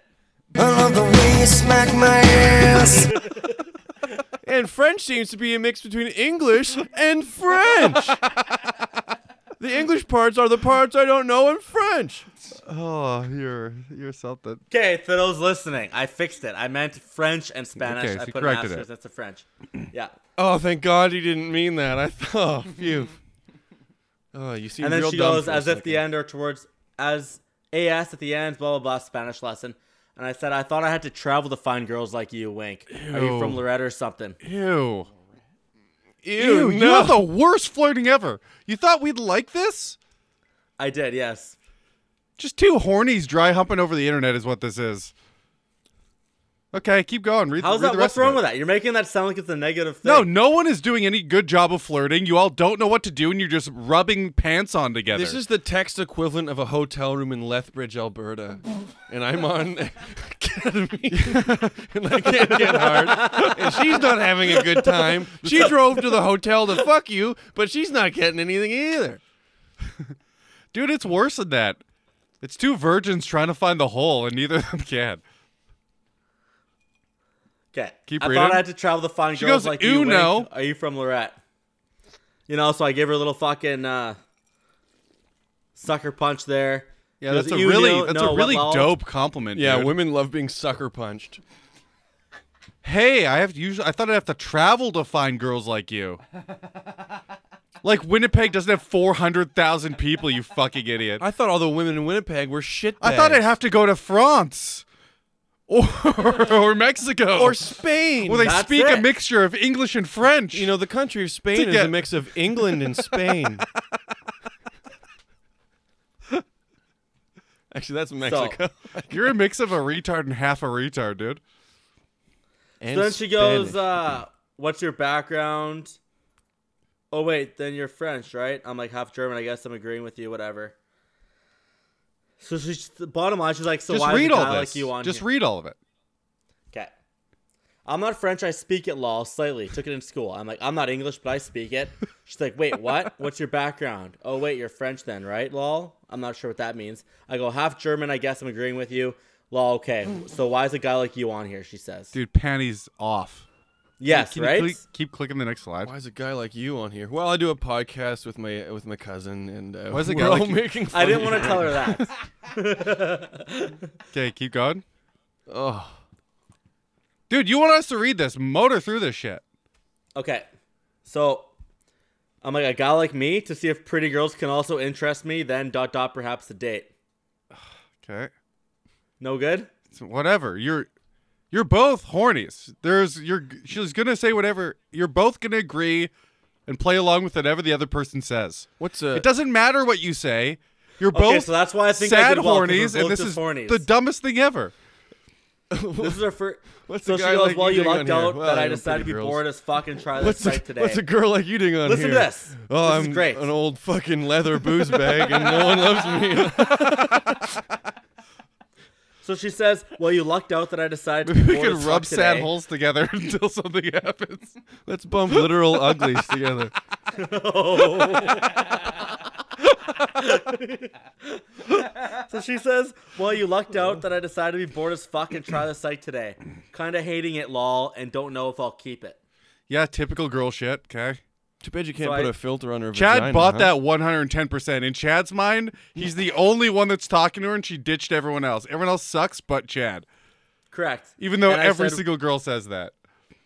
S6: I love the way you smack my ass.
S5: And French seems to be a mix between English and French. the English parts are the parts I don't know in French.
S3: Oh, you're you're something.
S4: Okay, for those listening, I fixed it. I meant French and Spanish.
S3: Okay, so
S4: I
S3: you
S4: put an
S3: corrected it.
S4: asterisk next to French. Yeah.
S5: Oh, thank God you didn't mean that. I thought, oh, phew. Oh, you seem
S4: And then
S5: real
S4: she
S5: dumb
S4: goes
S5: for a
S4: as if the
S5: second.
S4: end or towards as AS at the end, blah blah blah, Spanish lesson. And I said, I thought I had to travel to find girls like you, wink. Are you from
S3: Ew.
S4: Loretta or something?
S3: Ew.
S5: Ew,
S3: you
S5: no.
S3: have the worst flirting ever. You thought we'd like this?
S4: I did, yes.
S3: Just two hornies dry humping over the internet is what this is. Okay, keep going. Read,
S4: How's
S3: read
S4: that?
S3: the
S4: What's
S3: rest of
S4: wrong
S3: it.
S4: with that? You're making that sound like it's a negative thing.
S3: No, no one is doing any good job of flirting. You all don't know what to do, and you're just rubbing pants on together.
S5: This is the text equivalent of a hotel room in Lethbridge, Alberta. and I'm on Academy. and I can't get hard. And she's not having a good time. She drove to the hotel to fuck you, but she's not getting anything either.
S3: dude. It's worse than that. It's two virgins trying to find the hole, and neither of them can.
S4: Okay.
S3: Keep
S4: I
S3: reading.
S4: thought I had to travel to find
S3: She
S4: girls
S3: goes,
S4: like you. Wink.
S3: "Uno."
S4: Are you from Lorette? You know, so I gave her a little fucking uh, sucker punch there.
S3: Yeah,
S4: She
S3: that's
S4: goes,
S3: a
S4: "Uno."
S3: really that's
S4: No,
S3: a
S4: what
S3: really
S4: lol?
S3: dope compliment.
S5: Yeah,
S3: dude.
S5: women love being sucker punched.
S3: Hey, I have to usually. I thought I'd have to travel to find girls like you. like Winnipeg doesn't have four hundred thousand people. You fucking idiot.
S5: I thought all the women in Winnipeg were shit.
S3: I thought I'd have to go to France or or Mexico
S5: or Spain.
S3: Well, they
S4: That's
S3: speak a
S4: it.
S3: mixture of English and French.
S5: you know, the country of Spain
S3: To
S5: is a
S3: get-
S5: mix of England and Spain. Actually, that's Mexico.
S3: you're a mix of a retard and half a retard, dude.
S5: And
S4: So then she goes,
S5: Spanish.
S4: uh, "What's your background?" Oh wait, then you're French, right? I'm like half German. I guess I'm agreeing with you. Whatever. So she's the bottom line. She's like, "So
S3: Just
S4: why
S3: read
S4: is
S3: all
S4: guy
S3: this.
S4: like you on
S3: Just
S4: here?
S3: read all of it.
S4: Okay. I'm not French. I speak it, lol, slightly. Took it in school. I'm like, I'm not English, but I speak it. She's like, wait, what? What's your background? Oh, wait, you're French then, right, lol? I'm not sure what that means. I go, half German. I guess I'm agreeing with you. Lol, okay. So why is a guy like you on here? She says.
S3: Dude, panties off.
S4: yes,
S3: Can
S4: right?
S3: You click, keep clicking the next slide.
S5: Why is a guy like you on here? Well, I do a podcast with my with my cousin, and uh,
S3: Why is a
S5: we're
S3: guy
S5: all
S3: like you-
S5: making. Fun
S4: I didn't
S5: of
S4: want to
S5: each
S4: tell her that.
S3: Okay, keep going.
S5: other. Oh,
S3: Dude, you want us to read this? Motor through this shit.
S4: Okay. So I'm like, a guy like me to see if pretty girls can also interest me, then dot dot perhaps a date.
S3: Okay.
S4: No good?
S3: So whatever. You're you're both hornies. There's you're she's gonna say whatever. You're both gonna agree and play along with whatever the other person says.
S5: what's a?
S3: It doesn't matter what you say. You're
S4: Okay,
S3: both
S4: so that's why I think I
S3: sad
S4: did well, 'cause we're
S3: hornies,
S4: both
S3: and this
S4: just
S3: is
S4: hornies.
S3: the dumbest thing ever.
S4: This is her first.
S5: What's
S4: so
S5: a
S4: she
S5: guy
S4: goes,
S5: like
S4: "Well,
S5: you
S4: you
S5: doing
S4: lucked
S5: on here?
S4: out
S5: Well,
S4: that I
S5: I'm
S4: decided to be
S5: pretty girls."
S4: bored as fuck and try
S5: What's
S4: this
S5: a,
S4: site today."
S5: what's a girl like you doing on
S4: Listen to
S5: here?
S4: this.
S5: Oh,
S4: This
S5: I'm
S4: is great.
S5: an old fucking leather booze bag, and no one loves me.
S4: so she says, "Well, you lucked out that I decided to be
S3: We
S4: bored
S3: can
S4: as
S3: rub
S4: fuck
S3: sad
S4: today."
S3: holes together until something happens.
S5: Let's bump literal uglies together.
S4: So she says, "Well, you lucked out that I decided to be bored as fuck and try this site today. Kind of hating it, lol, and don't know if I'll keep it."
S3: Yeah, typical girl shit. Okay.
S5: Too bad you can't
S4: So
S5: put
S4: I-
S5: a filter on her
S3: Chad
S5: vagina,
S3: bought
S5: huh?
S3: that 110%. In Chad's mind, he's the only one that's talking to her, and she ditched everyone else. Everyone else sucks, but Chad.
S4: Correct.
S3: Even though
S4: And I
S3: every
S4: said,
S3: single girl says that.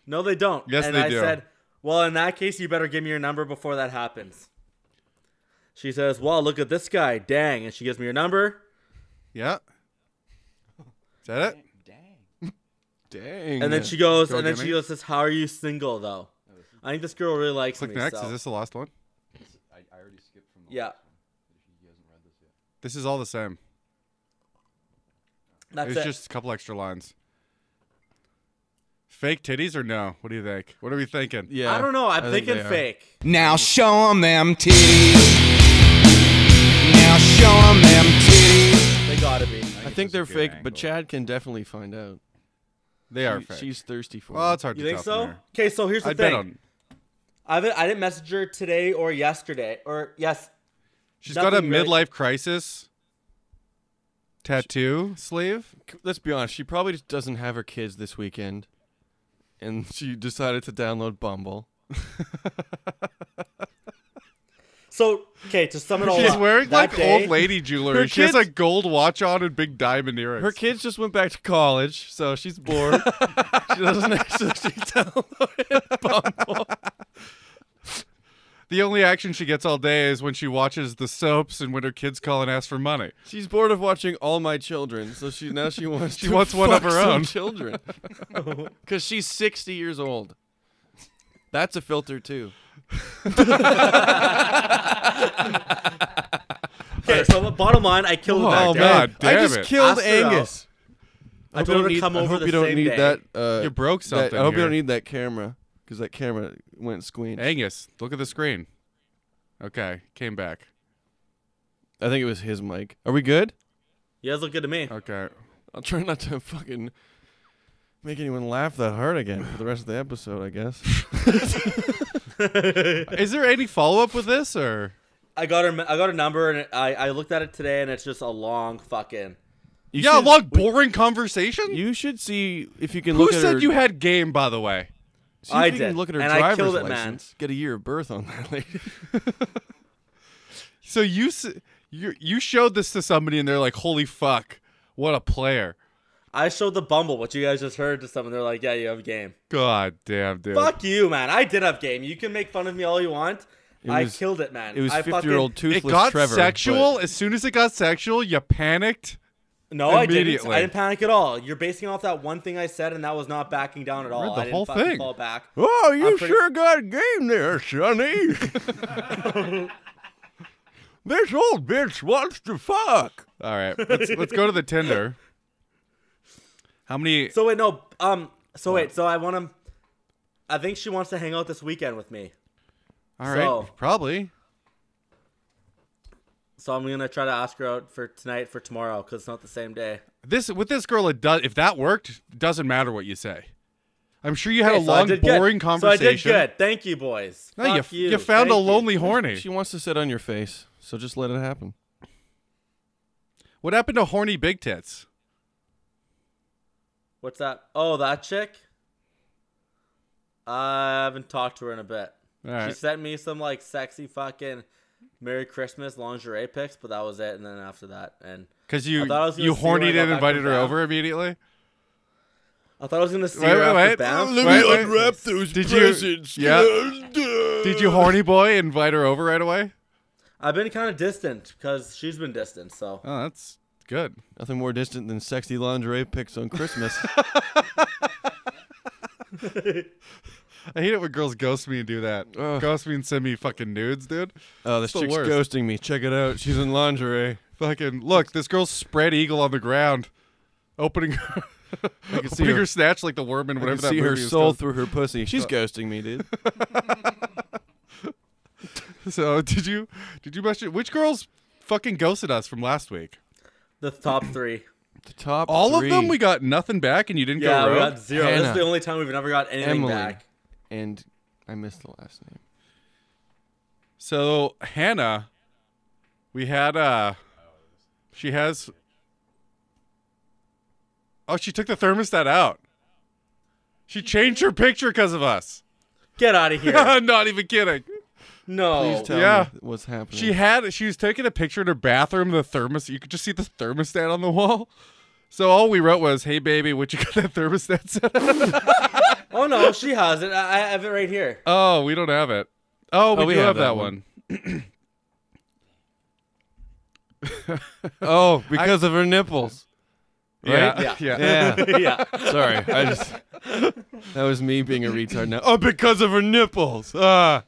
S4: No, they don't.
S3: Yes,
S4: and
S3: they
S4: I
S3: do.
S4: said, Well, in that case, you better give me your number before that happens. She says, Well, look at this guy. Dang. And she gives me your number.
S3: Yeah. Is that it?
S5: Dang.
S4: And then she goes,
S3: Girl
S4: and then
S3: give
S4: she
S3: me?
S4: goes, says, How are you single, though? I think this girl really likes
S3: Click
S4: me.
S3: next.
S4: so-
S3: Is this the last one?
S2: I, I already skipped from the
S4: Yeah.
S3: This is all the same.
S4: That's
S3: It's
S4: it.
S3: just a couple extra lines. Fake titties or no? What do you think? What are we thinking?
S5: Yeah.
S4: I don't know. I'm
S5: I think
S4: thinking
S5: they are.
S4: fake.
S7: Now show 'em them titties. Now show 'em them titties.
S4: They gotta be.
S5: I think they're
S2: good
S5: fake,
S2: angle.
S5: but Chad can definitely find out.
S3: They are
S5: She-
S3: fake.
S5: She's thirsty for
S3: well,
S5: it.
S3: it's hard
S4: You
S3: to
S4: think
S3: tell.
S4: so?
S3: from here.
S4: Okay, so here's the
S3: I'd
S4: thing.
S3: bet on.
S4: I haven't- I didn't message her today or yesterday or yes.
S3: She's got a
S4: Nothing really-
S3: midlife crisis tattoo sleeve.
S5: C- Let's be honest. She probably just doesn't have her kids this weekend, and she decided to download Bumble.
S4: So okay, to sum it all up,
S3: She's wearing
S4: that
S3: like
S4: day-
S3: old lady jewelry.
S5: Her
S3: she has a
S5: kids-
S3: gold watch on and big diamond earrings.
S5: Her kids just went back to college, so she's bored. she doesn't actually she downloaded Bumble.
S3: the only action she gets all day is when she watches the soaps and when her kids call and ask for money.
S5: She's bored of watching all my children, so she now she wants she
S3: wants one of her own.
S5: children. Because she's sixty years old. That's a filter too.
S4: Okay, so bottom line, I killed it that
S3: Oh,
S4: day.
S3: man. God
S5: I
S3: damn
S5: just
S3: it.
S5: killed
S4: Ask her out.
S5: Angus.
S4: I told
S5: hope
S4: her
S5: you
S4: to
S5: don't
S4: come
S5: need- I
S4: over
S5: hope
S4: the
S5: you don't
S4: same
S5: need
S4: day.
S5: that. Uh,
S3: You broke
S5: that-
S3: something
S5: I hope you
S3: here.
S5: don't need that camera because that camera went squinch.
S3: Angus, look at the screen. Okay, came back.
S5: I think it was his mic. Are we good?
S4: You guys look good to me.
S3: Okay.
S5: I'll try not to fucking make anyone laugh that hard again for the rest of the episode. I guess.
S3: Is there any follow up with this or
S4: I got her. I got her number, and I I looked at it today, and it's just a long fucking.
S5: You
S3: Yeah,
S5: should-
S3: long boring conversation?
S5: You should see if you can
S3: Who
S5: look at
S3: said
S5: her.
S3: you had game by the way?
S5: See if
S4: I
S5: you
S4: did,
S5: can look at her
S4: and I
S5: driver's
S4: killed it, man.
S5: license. Get a year of birth on that lady.
S3: So you s- you you showed this to somebody and they're like, "Holy fuck, what a player."
S4: I showed the Bumble, what you guys just heard to someone. They're like, "Yeah, you have game."
S3: God damn, dude.
S4: Fuck you, man. I did have game. You can make fun of me all you want. I
S5: was-
S4: killed it, man.
S5: It was
S4: I
S5: fifty-year-old
S4: fucking-
S5: toothless
S3: It got
S5: Trevor. but-
S3: sexual. As soon as it got sexual, you panicked.
S4: No, I didn't.
S3: Immediately.
S4: I didn't panic at all. You're basing off that one thing I said, and that was not backing down at all.
S3: Read the
S4: I didn't
S3: whole
S4: fucking
S3: thing.
S4: fall back.
S5: Oh, you
S4: I'm pretty-
S5: sure got game there, Sonny. this old bitch wants to fuck.
S3: All right, let's let's go to the Tinder. How many?
S4: So wait, no. Um, So wait, so I want to. I think she wants to hang out this weekend with me.
S3: All right,
S4: So-
S3: probably.
S4: So I'm gonna try to ask her out for tonight for tomorrow because it's not the same day.
S3: This with this girl, it does. If that worked, it doesn't matter what you say. I'm sure you had
S4: Hey,
S3: a
S4: so I
S3: long,
S4: did good.
S3: boring conversation.
S4: So I did good. Thank you, boys.
S3: No, you,
S4: Fuck you.
S3: you found a
S4: Thank you.
S3: lonely horny.
S5: She wants to sit on your face, so just let it happen.
S3: What happened to horny big tits?
S4: What's that? Oh, that chick. I haven't talked to her in a bit.
S3: All
S4: She
S3: right.
S4: sent me some like sexy fucking Merry Christmas lingerie pics, but that was it. And then after that, and
S3: Because you
S4: I thought I was gonna
S3: you
S4: see when I
S3: hornied
S4: got
S3: and
S4: back
S3: invited
S4: from
S3: her
S4: Banff.
S3: over immediately.
S4: I thought I was gonna see
S3: Wait,
S4: her
S3: wait,
S4: after
S3: wait.
S4: Banff.
S3: Let me Wait, wait. unwrap
S5: those
S3: Did you- presents. yeah. Did you horny boy invite her over right away?
S4: I've been kind of distant because she's been distant. So
S3: Oh, that's good.
S5: Nothing more distant than sexy lingerie pics on Christmas.
S3: I hate it when girls ghost me and do that.
S5: Ugh.
S3: Ghost me and send me fucking nudes, dude.
S5: Oh, this
S3: It's the
S5: chick's
S3: worst.
S5: ghosting me. Check it out. She's in lingerie.
S3: Fucking look, this girl's spread eagle on the ground, opening,
S5: I can see
S3: opening her,
S5: her.
S3: snatch like the worm in
S5: I
S3: whatever
S5: can
S3: that
S5: see
S3: movie
S5: her
S3: was
S5: soul
S3: called.
S5: through her pussy. She's ghosting me, dude.
S3: So did you did you mention which girls fucking ghosted us from last week?
S4: the top three.
S5: The top.
S3: All
S5: three.
S3: of them, we got nothing back, and you didn't
S4: Yeah,
S3: go
S4: we
S3: rogue.
S4: got zero. This is the
S5: Hannah.
S4: only time we've never got anything
S5: Emily.
S4: back.
S5: And I missed the last name.
S3: So Hannah, we had uh, she has. Oh, she took the thermostat out. She changed her picture because of us.
S4: Get out of here.
S3: I'm not even kidding.
S4: no. Oh,
S5: Please tell
S3: yeah.
S5: me what's happening.
S3: She had she was taking a picture in her bathroom. The thermostat you could just see the thermostat on the wall. So all we wrote was, "Hey baby, would you get that thermostat set up?"
S4: oh, no, she has it. I, I have it right here.
S3: Oh, we don't have it. Oh, we,
S5: we
S3: do
S5: have
S3: have,
S5: that
S3: that one.
S5: one. oh, because of her nipples.
S3: Yeah,
S4: Yeah.
S3: yeah.
S5: Yeah.
S4: yeah.
S5: Sorry, I just that was me being a retard now. Oh, because of her nipples. Ah.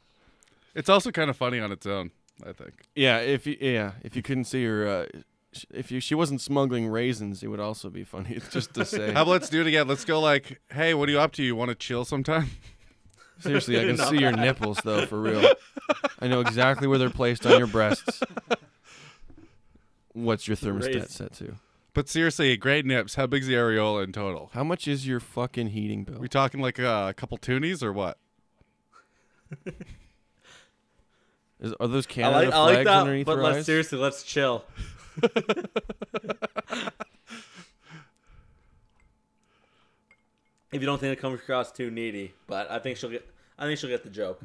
S3: It's also kind of funny on its own. I think.
S5: Yeah, if you yeah, if you couldn't see her, uh, sh- if you she wasn't smuggling raisins, it would also be funny just to say.
S3: How about let's do it again? Let's go like, hey, what are you up to? You want to chill sometime?
S5: Seriously, I can see your nipples though, for real. I know exactly where they're placed on your breasts. What's your thermostat
S4: Raisin.
S5: set to?
S3: But seriously, great nips. How big's the areola in total?
S5: How much is your fucking heating bill?
S3: We talking like uh, a couple toonies or what?
S5: Is, are those
S4: I
S5: Canada
S4: like, I
S5: flags
S4: like that,
S5: underneath
S4: but
S5: her
S4: let's
S5: eyes?
S4: seriously, let's chill. if you don't think it comes across too needy, but I think she'll get, I think she'll get the joke.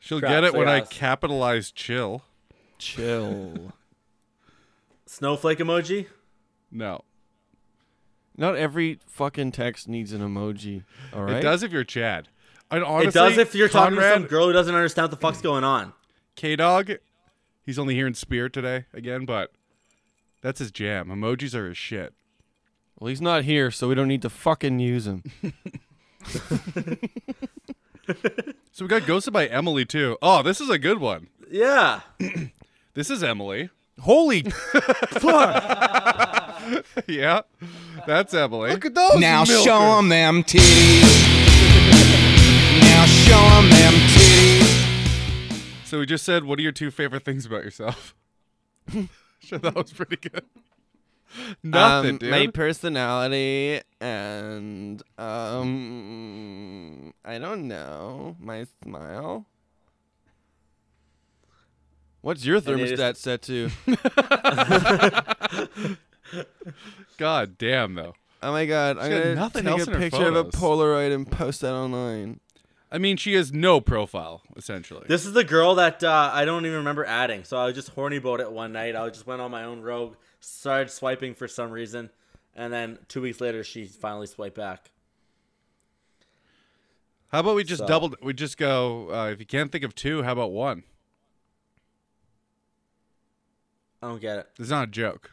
S3: She'll
S4: Crap,
S3: get it
S4: so
S3: when I
S4: yes.
S3: capitalize chill.
S5: Chill.
S4: Snowflake emoji.
S3: No,
S5: Not every fucking text needs an emoji. All right.
S3: it does if you're Chad. And honestly,
S4: it does if you're talking to some
S3: Conrad,
S4: girl who doesn't understand what the fuck's going on.
S3: K Dog, he's only here in spirit today again, but that's his jam. Emojis are his shit.
S5: Well, he's not here, so we don't need to fucking use him.
S3: So we got ghosted by Emily too. Oh, this is a good one.
S4: Yeah.
S3: This is Emily.
S5: Holy
S3: yeah, that's Emily.
S5: look at those!
S7: Now show 'em them titties. now show 'em them titties.
S3: So we just said, what are your two favorite things about yourself? sure, that was pretty good. Nothing, dude.
S5: Um, My personality and um, I don't know. My smile. What's your
S4: it is-
S5: thermostat set to?
S3: God damn, though.
S5: Oh my god! I'm
S3: got
S5: gonna
S3: nothing
S5: take
S3: else
S5: a
S3: in her
S5: picture of a
S3: photos.
S5: Polaroid and post that online.
S3: I mean, she has no profile, essentially.
S4: This is the girl that uh, I don't even remember adding. So I was just horny about it one night. I just went on my own rogue, started swiping for some reason, and then two weeks later she finally swiped back.
S3: how about we just
S4: So-
S3: double? We just go. Uh, if you can't think of two, how about one?
S4: I don't get it.
S3: It's not a joke.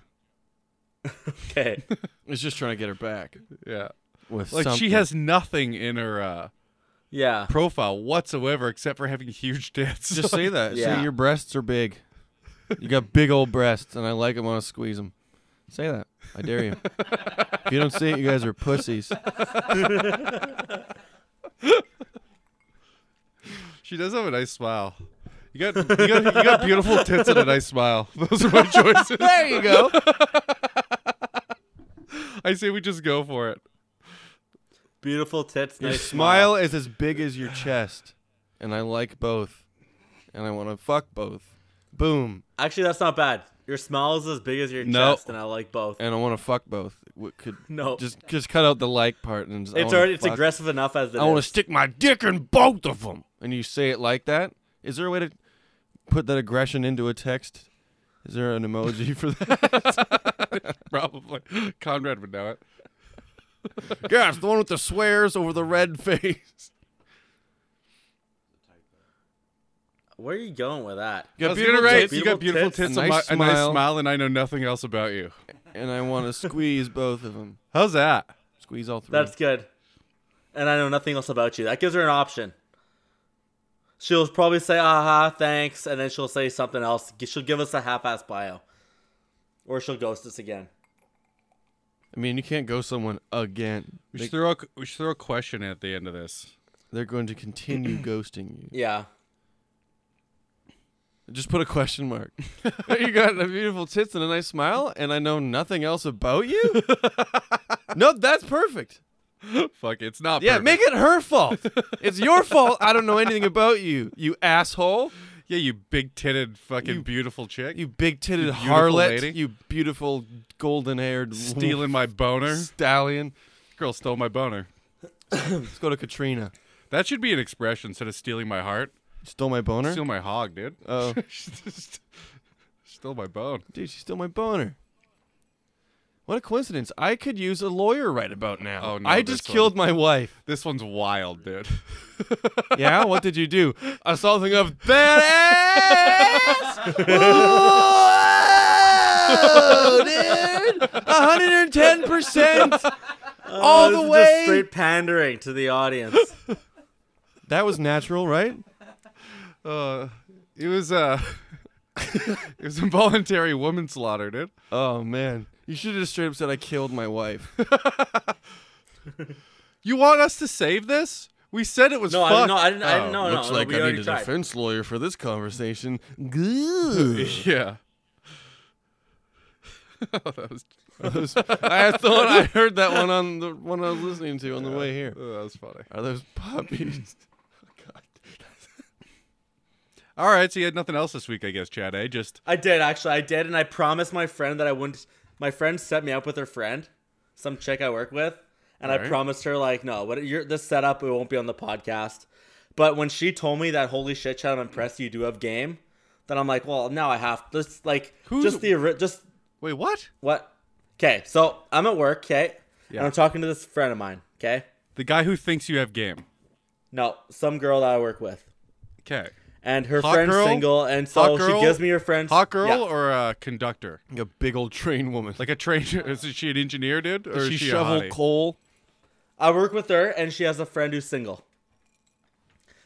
S4: Okay.
S5: It's just trying to get her back
S3: Yeah,
S5: with
S3: like she
S5: something.
S3: has nothing in her uh,
S4: Yeah.
S3: profile whatsoever, except for having huge tits.
S5: Just say that.
S4: Yeah.
S5: Say your breasts are big. You got big old breasts, and I like them. Want to squeeze them. Say that. I dare you. if you don't see it, you guys are pussies.
S3: She does have a nice smile. You got you got, you got beautiful tits and a nice smile. Those are my choices.
S5: There you go.
S3: I say we just go for it.
S4: Beautiful tits,
S5: Your
S4: nice
S5: smile is as big as your chest, and I like both, and I want to fuck both. Boom,
S4: Actually, that's not bad. Your smile is as big as your
S3: No.
S4: chest, and I like both.
S5: and I want to fuck both. What could
S4: No.
S5: just just cut out the like part and just, I
S4: It's
S5: wanna
S4: already it's
S5: fuck.
S4: aggressive enough as it
S5: I want to
S4: is.
S5: stick my dick in both of them. And you say it like that. Is there a way to put that aggression into a text? Is there an emoji for that?
S3: Probably. Conrad would know it.
S5: yeah, it's the one with the swears over the red face.
S4: Where are you going with that?
S5: You
S3: I
S5: got
S3: was gonna
S5: beautiful
S3: write,
S5: tits,
S3: you got beautiful tits,
S5: a
S3: a,
S5: nice
S3: mi- a nice
S5: smile.
S3: smile, and I know nothing else about you.
S5: and I want to squeeze both of them.
S3: How's that?
S5: Squeeze all three.
S4: That's good. And I know nothing else about you. That gives her an option. She'll probably say, aha, thanks, and then she'll say something else. She'll give us a half ass bio. Or she'll ghost us again.
S5: I mean, you can't go someone again.
S3: We
S5: They,
S3: should, throw a, we should throw a question at the end of this.
S5: they're going to continue ghosting you.
S4: Yeah.
S5: Just put a question mark. you got a beautiful tits and a nice smile, and I know nothing else about you. no, that's perfect.
S3: Fuck, it's not.
S5: Yeah,
S3: perfect.
S5: make it her fault. It's your fault. I don't know anything about you, you asshole.
S3: Yeah, you big titted, fucking
S5: You-
S3: beautiful chick.
S5: You big titted
S3: You beautiful
S5: harlot.
S3: lady.
S5: You beautiful golden haired
S3: stealing my boner.
S5: stallion.
S3: Girl stole my boner.
S5: Let's go to Katrina.
S3: That should be an expression instead of stealing my heart.
S5: Stole my boner.
S3: Steal my hog, dude.
S5: oh,
S3: Stole my bone.
S5: dude, she stole my boner. What a coincidence! I could use a lawyer right about now.
S3: Oh, no,
S5: I just
S3: this
S5: killed my wife.
S3: This one's wild, dude.
S5: Yeah, what did you do? Assaulting of that ass! Whoa, dude! 110%
S3: Oh,
S5: all the
S4: Just
S5: way!
S4: straight pandering to the audience.
S5: That was natural, right?
S3: Uh, it was uh, it was involuntary woman slaughter, dude.
S5: Oh, man. You should have just straight up said, I killed my wife.
S3: You want us to save this? We said it was
S4: No, I
S3: fuck.
S4: didn't, no, I didn't, I didn't, no, no,
S5: Oh, looks
S4: no,
S5: like
S4: we
S5: I
S4: already
S5: need a
S4: tried.
S5: defense lawyer for this conversation. Good.
S3: Yeah. oh, that was
S5: That was- That's the one I heard that one on the one I was listening to on the way here.
S3: oh, that was funny.
S5: Are those puppies?
S3: All right, so you had nothing else this week, I guess, Chad. eh? just
S4: I did, actually. I did, and I promised my friend that I wouldn't. My friend set me up with her friend, some chick I work with, and I
S3: Alright.
S4: promised her, like, no, what you're, this setup, it won't be on the podcast. But when she told me that, holy shit, Chad, I'm impressed you do have game, then I'm like, well, now I have. Just, like,
S3: Who's-
S4: just the. ori- Just
S3: wait, what?
S4: what? Okay, so I'm at work, okay?
S3: Yeah.
S4: And I'm talking to this friend of mine, okay?
S3: The guy who thinks you have game.
S4: No, some girl that I work with.
S3: Okay,
S4: And her
S3: Hot
S4: friend's
S3: girl?
S4: single, and
S3: Hot
S4: so
S3: girl?
S4: she gives me her friend's.
S3: hot girl
S4: Yeah.
S3: or a conductor?
S5: Like a big old train woman.
S3: Like a train? Is she an engineer, dude? Or
S5: Does
S3: is
S5: she
S3: she a
S5: shovel
S3: hottie?
S5: coal?
S4: I work with her, and she has a friend who's single.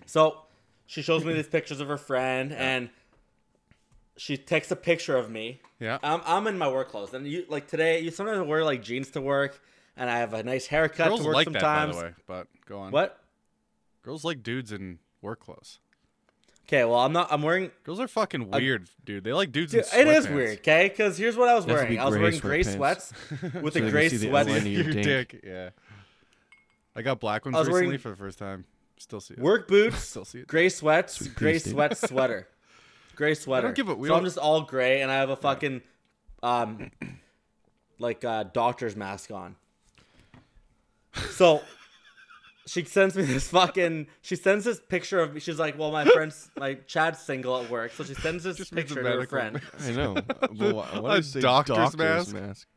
S4: So she shows me these pictures of her friend, and she takes a picture of me.
S3: Yeah.
S4: I'm, I'm in my work clothes, and you like today. You sometimes wear like jeans to work, and I have a nice haircut
S3: Girls
S4: to work
S3: like
S4: sometimes.
S3: that, by the way. But go on.
S4: What?
S3: Girls like dudes in work clothes.
S4: Okay, well I'm not. I'm wearing.
S3: Girls are fucking weird, dude. They like dudes
S4: Dude, it
S3: in
S4: is
S3: sweatpants.
S4: weird, okay? Because here's what I was
S5: They have to
S4: wearing.
S5: be
S4: I was
S5: gray
S4: wearing gray
S5: sweatpants.
S4: sweats with
S5: they
S4: a
S5: can
S4: gray
S5: see the
S4: sweat.
S5: outline of your
S3: Your
S5: dink.
S3: dick. Yeah. I got black ones
S4: I was
S3: recently
S4: wearing-
S3: for the first time. Still see it.
S4: Work boots,
S3: Still see it.
S4: gray sweats, gray
S5: penis, dude.
S4: sweat sweater, gray sweater.
S3: give a- we
S4: so I'm
S3: don't-
S4: just all gray, and I have a fucking, um, like uh, doctor's mask on. So, she sends me this fucking. She sends this picture of. She's like, "Well, my friend's like Chad's single at work," so she sends this
S3: Just needs a
S4: picture to her
S3: medical
S4: friend.
S5: I know. But why- why
S3: a
S5: do you say
S3: doctor's mask?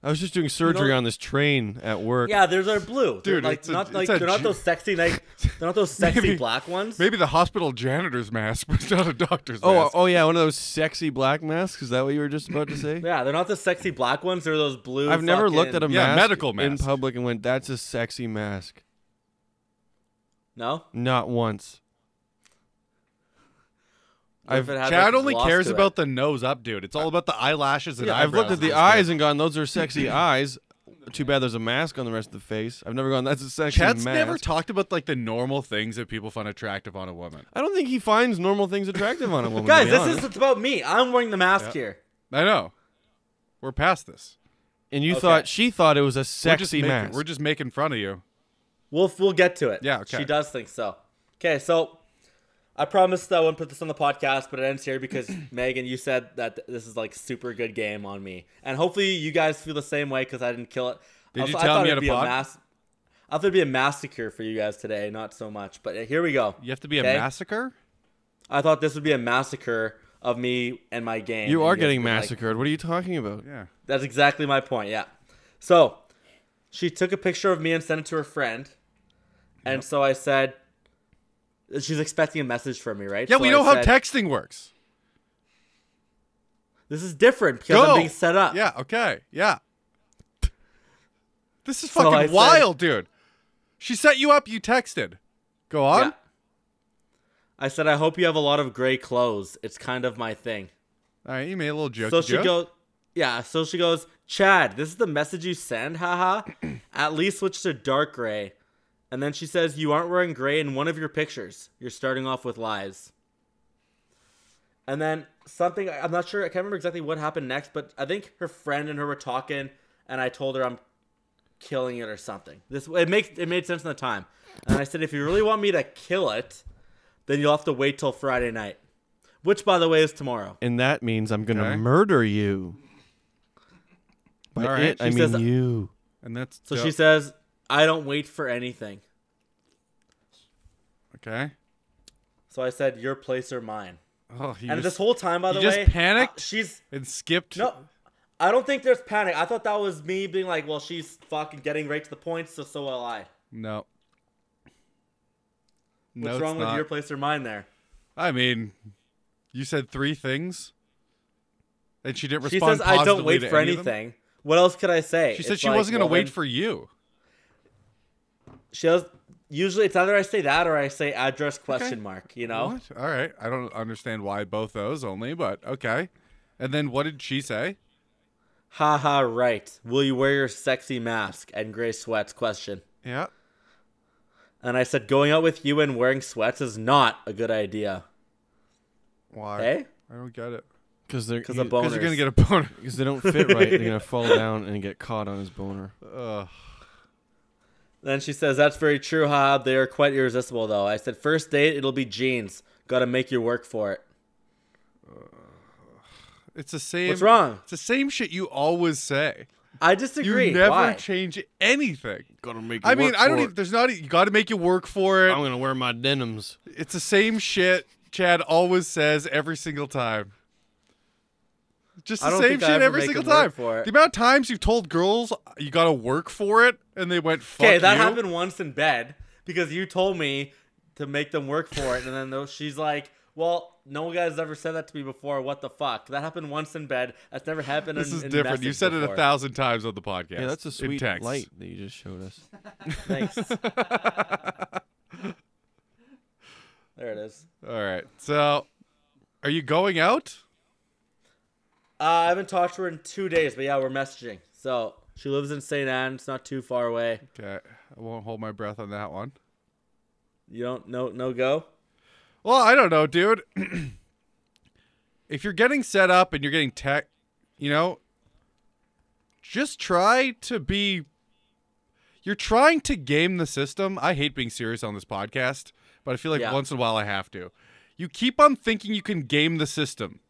S5: I was just doing surgery
S4: know-
S5: on this train at work.
S4: Yeah, they're, they're blue. They're
S3: Dude,
S4: like
S3: it's a-
S4: not
S3: it's
S4: like
S3: a
S4: they're not
S3: ju-
S4: those sexy like they're not those sexy
S3: Maybe-
S4: black ones.
S3: Maybe the hospital janitor's mask, but it's not a doctor's
S5: Oh,
S3: mask.
S5: oh yeah, one of those sexy black masks. Is that what you were just about to say?
S4: Yeah, they're not the sexy black ones. They're those blue.
S5: I've never looked at a
S4: fucking-
S3: Yeah,
S5: mask
S3: medical
S5: in
S3: mask.
S5: public and went, "That's a sexy mask."
S4: No.
S5: Not once. I've-
S4: if it had,
S3: Chad
S4: like,
S3: only
S4: gloss
S3: cares
S4: to it.
S3: about the nose up, dude. It's all about the eyelashes and
S5: Yeah, I've looked at the
S3: eyebrows.
S5: eyes and gone, those are sexy eyes. Too bad there's a mask on the rest of the face. I've never gone, that's a sexy
S3: Chad's
S5: mask.
S3: never talked about like the normal things that people find attractive on a woman.
S5: I don't think he finds normal things attractive on a woman. to
S4: Guys,
S5: be
S4: this
S5: honest.
S4: is it's about me. I'm wearing the mask here.
S3: I know. We're past this.
S5: And you thought she thought it was a
S3: we're just
S5: sexy
S3: making,
S5: mask.
S3: We're just making fun of you.
S4: We'll we'll get to it.
S3: Yeah, okay.
S4: She does think so. Okay, so I promised I wouldn't put this on the podcast, but it ends here because Megan, you said that th- this is like super good game on me, and hopefully you guys feel the same way because I didn't kill it.
S3: Did
S4: Also,
S3: you
S4: I
S3: tell
S4: thought
S3: him you
S4: it'd
S3: had a
S4: be
S3: pod?
S4: mass- I thought it'd be a massacre for you guys today, not so much. But uh, here we go.
S3: You have to be a
S4: Okay?
S3: massacre?
S4: I thought this would be a massacre of me and my game.
S5: you
S4: and
S5: are
S4: guys
S5: getting
S4: would, like,
S5: massacred. what are you talking about?
S3: Yeah.
S4: That's exactly my point. Yeah. So she took a picture of me and sent it to her friend. And so I said, she's expecting a message from me, right?
S3: Yeah,
S4: So
S3: we
S4: I
S3: know how
S4: said,
S3: texting works.
S4: This is different because
S3: Go.
S4: I'm being set up.
S3: Yeah, okay. Yeah. This is
S4: So I
S3: fucking
S4: said-
S3: wild, dude. She set you up, you texted. Go on.
S4: Yeah. I said, I hope you have a lot of gray clothes. It's kind of my thing.
S3: All right, you made a little joke.
S4: so she goes, yeah. So she goes, Chad, this is the message you send, haha. At least switch to dark gray. And then she says, you aren't wearing gray in one of your pictures. You're starting off with lies. And then something I'm not sure. I can't remember exactly what happened next, but I think her friend and her were talking, and I told her I'm killing it or something. This it makes it made sense in the time. And I said, if you really want me to kill it, then you'll have to wait till Friday night, which by the way is tomorrow.
S5: And that means I'm going to
S3: Okay.
S5: murder you. By
S3: All right,
S5: it, I
S4: she
S5: mean
S4: says-
S5: you.
S3: and that's
S4: So she says, I don't wait for anything.
S3: Okay.
S4: So I said, Your place or mine.
S3: Oh, he
S4: and
S3: just,
S4: this whole time, by the
S3: you just
S4: way,
S3: panicked?
S4: I- she's
S3: and skipped.
S4: no, I don't think there's panic. I thought that was me being like, Well, she's fucking getting right to the point, so so will I.
S3: No. No,
S4: What's
S3: it's
S4: wrong with
S3: not.
S4: your place or mine there?
S3: I mean, you said three things, and she didn't
S4: She
S3: respond.
S4: says, I don't
S3: positively
S4: wait
S3: to
S4: for
S3: any of them?
S4: anything. What else could I say?
S3: She said
S4: It's
S3: she
S4: like,
S3: wasn't going to
S4: well,
S3: wait
S4: then-
S3: for you.
S4: She does. Usually, it's either I say that or I say address question mark. You know,
S3: What? All right, I don't understand why both those only, but okay. And then what did she say?
S4: haha, right? Will you wear your sexy mask and gray sweats? Question.
S3: Yeah.
S4: And I said, going out with you and wearing sweats is not a good idea.
S3: Why?
S4: Hey?
S3: I don't get it.
S5: Because they're
S4: 'Cause the
S5: you-
S4: bone-
S3: Because you're going to get a boner.
S5: 'cause they don't fit right. They're going to fall down and get caught on his boner.
S4: Then she says, that's very true, ha. They are quite irresistible, though. I said, first date, it'll be jeans. Gotta make your work for it.
S3: It's the same.
S4: What's wrong?
S3: It's the same shit you always say.
S4: I disagree.
S3: You never
S4: Why?
S3: change anything.
S5: Gotta make
S3: I mean, I don't even. There's not. a- You got to make you work for it.
S5: I'm going to wear my denims.
S3: It's the same shit Chad always says every single time. Just
S4: I
S3: the
S4: don't
S3: same
S4: think I
S3: shit
S4: ever
S3: every
S4: make
S3: single
S4: them work
S3: time.
S4: for it.
S3: The amount of times you've told girls you gotta work for it and they went fuck
S4: Okay, that
S3: you.
S4: happened once in bed because you told me to make them work for it. And then though she's like, well, no guy's ever said that to me before. What the fuck? That happened once in bed. That's never happened
S3: This
S4: in
S3: is
S4: in
S3: different. You
S4: message
S3: said it
S4: before.
S3: a thousand times on the podcast.
S5: Yeah, that's a
S3: in
S5: sweet
S3: text.
S5: light that you just showed us.
S4: Thanks. there it is.
S3: All right. So, are you going out?
S4: Uh, I haven't talked to her in two days, but yeah, we're messaging. So she lives in St. Anne. It's not too far away.
S3: Okay. I won't hold my breath on that one.
S4: You don't no no go.
S3: Well, I don't know, dude. if you're getting set up and you're getting tech, you know, just try to be. You're trying to game the system. I hate being serious on this podcast, but I feel like
S4: Yeah.
S3: once in a while I have to. You keep on thinking you can game the system.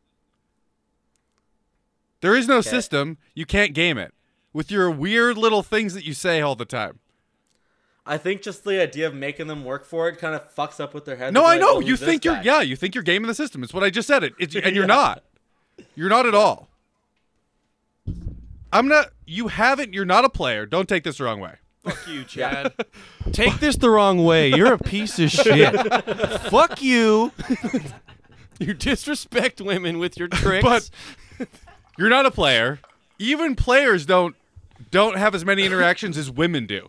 S3: There is no system. You can't game it with your weird little things that you say all the time.
S4: I think just the idea of making them work for it kind of fucks up with their head.
S3: No,
S4: They're
S3: I
S4: like,
S3: know.
S4: "Well,
S3: you
S4: who's this
S3: think you're
S4: guy?"
S3: yeah, you think you're gaming the system. It's what I just said. It, it's, and you're
S4: Yeah.
S3: not. You're not at all. I'm not. You haven't. You're not a player. Don't take this the wrong way.
S5: you, Chad. Take this the wrong way. You're a piece of shit. Fuck you. you disrespect women with your tricks.
S3: But you're not a player. Even players don't don't have as many interactions as women do.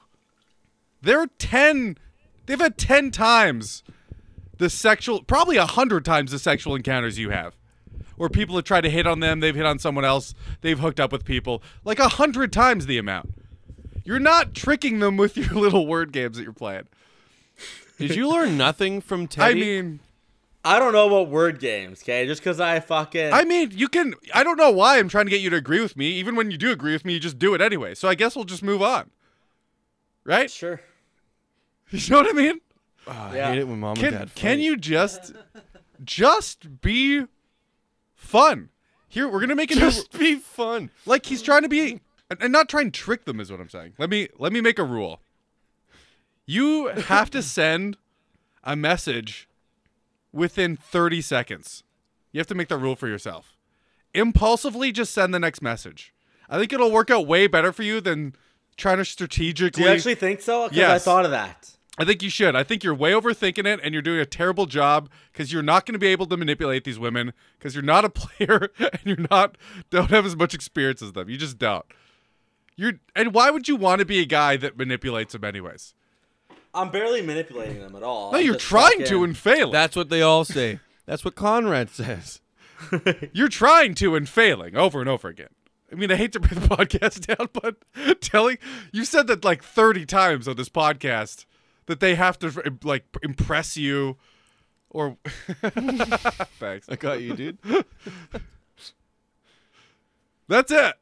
S3: They're ten. They've had ten times the sexual, probably a hundred times the sexual encounters you have, where people have tried to hit on them, they've hit on someone else, they've hooked up with people, like a hundred times the amount. You're not tricking them with your little word games that you're playing.
S5: Did you learn nothing from Teddy?
S3: I mean,
S4: I don't know what word games, okay? Just because I fucking.
S3: I mean, you can. I don't know why I'm trying to get you to agree with me. Even when you do agree with me, you just do it anyway. So I guess we'll just move on, right?
S4: sure.
S3: You know what I mean?
S5: Ah,
S4: Yeah.
S5: I hate it when mom and
S3: Can
S5: dad.
S3: can
S5: fight.
S3: you just just be fun? Here we're gonna make a new,
S5: just be fun?
S3: like he's trying to be and, and not trying to trick them is what I'm saying. Let me let me make a rule. You have to send a message within 30 seconds. You have to make that rule for yourself. Impulsively just send the next message. I think it'll work out way better for you than trying to strategically
S4: Do you actually think so? Because I
S3: Yes.
S4: thought of that.
S3: I think you should. I think you're way overthinking it and you're doing a terrible job because you're not going to be able to manipulate these women because you're not a player and you're not don't have as much experience as them. You just don't. You're and why would you want to be a guy that manipulates them anyways?
S4: I'm barely manipulating them at all.
S3: No,
S4: I'm
S3: you're
S4: just
S3: trying to
S4: fucking-
S3: and failing.
S5: That's what they all say. That's what Conrad says.
S3: you're trying to and failing over and over again. I mean, I hate to bring the podcast down, but telling you said that like 30 times on this podcast that they have to like impress you or thanks.
S5: I got you, dude. Oh,
S3: That's it.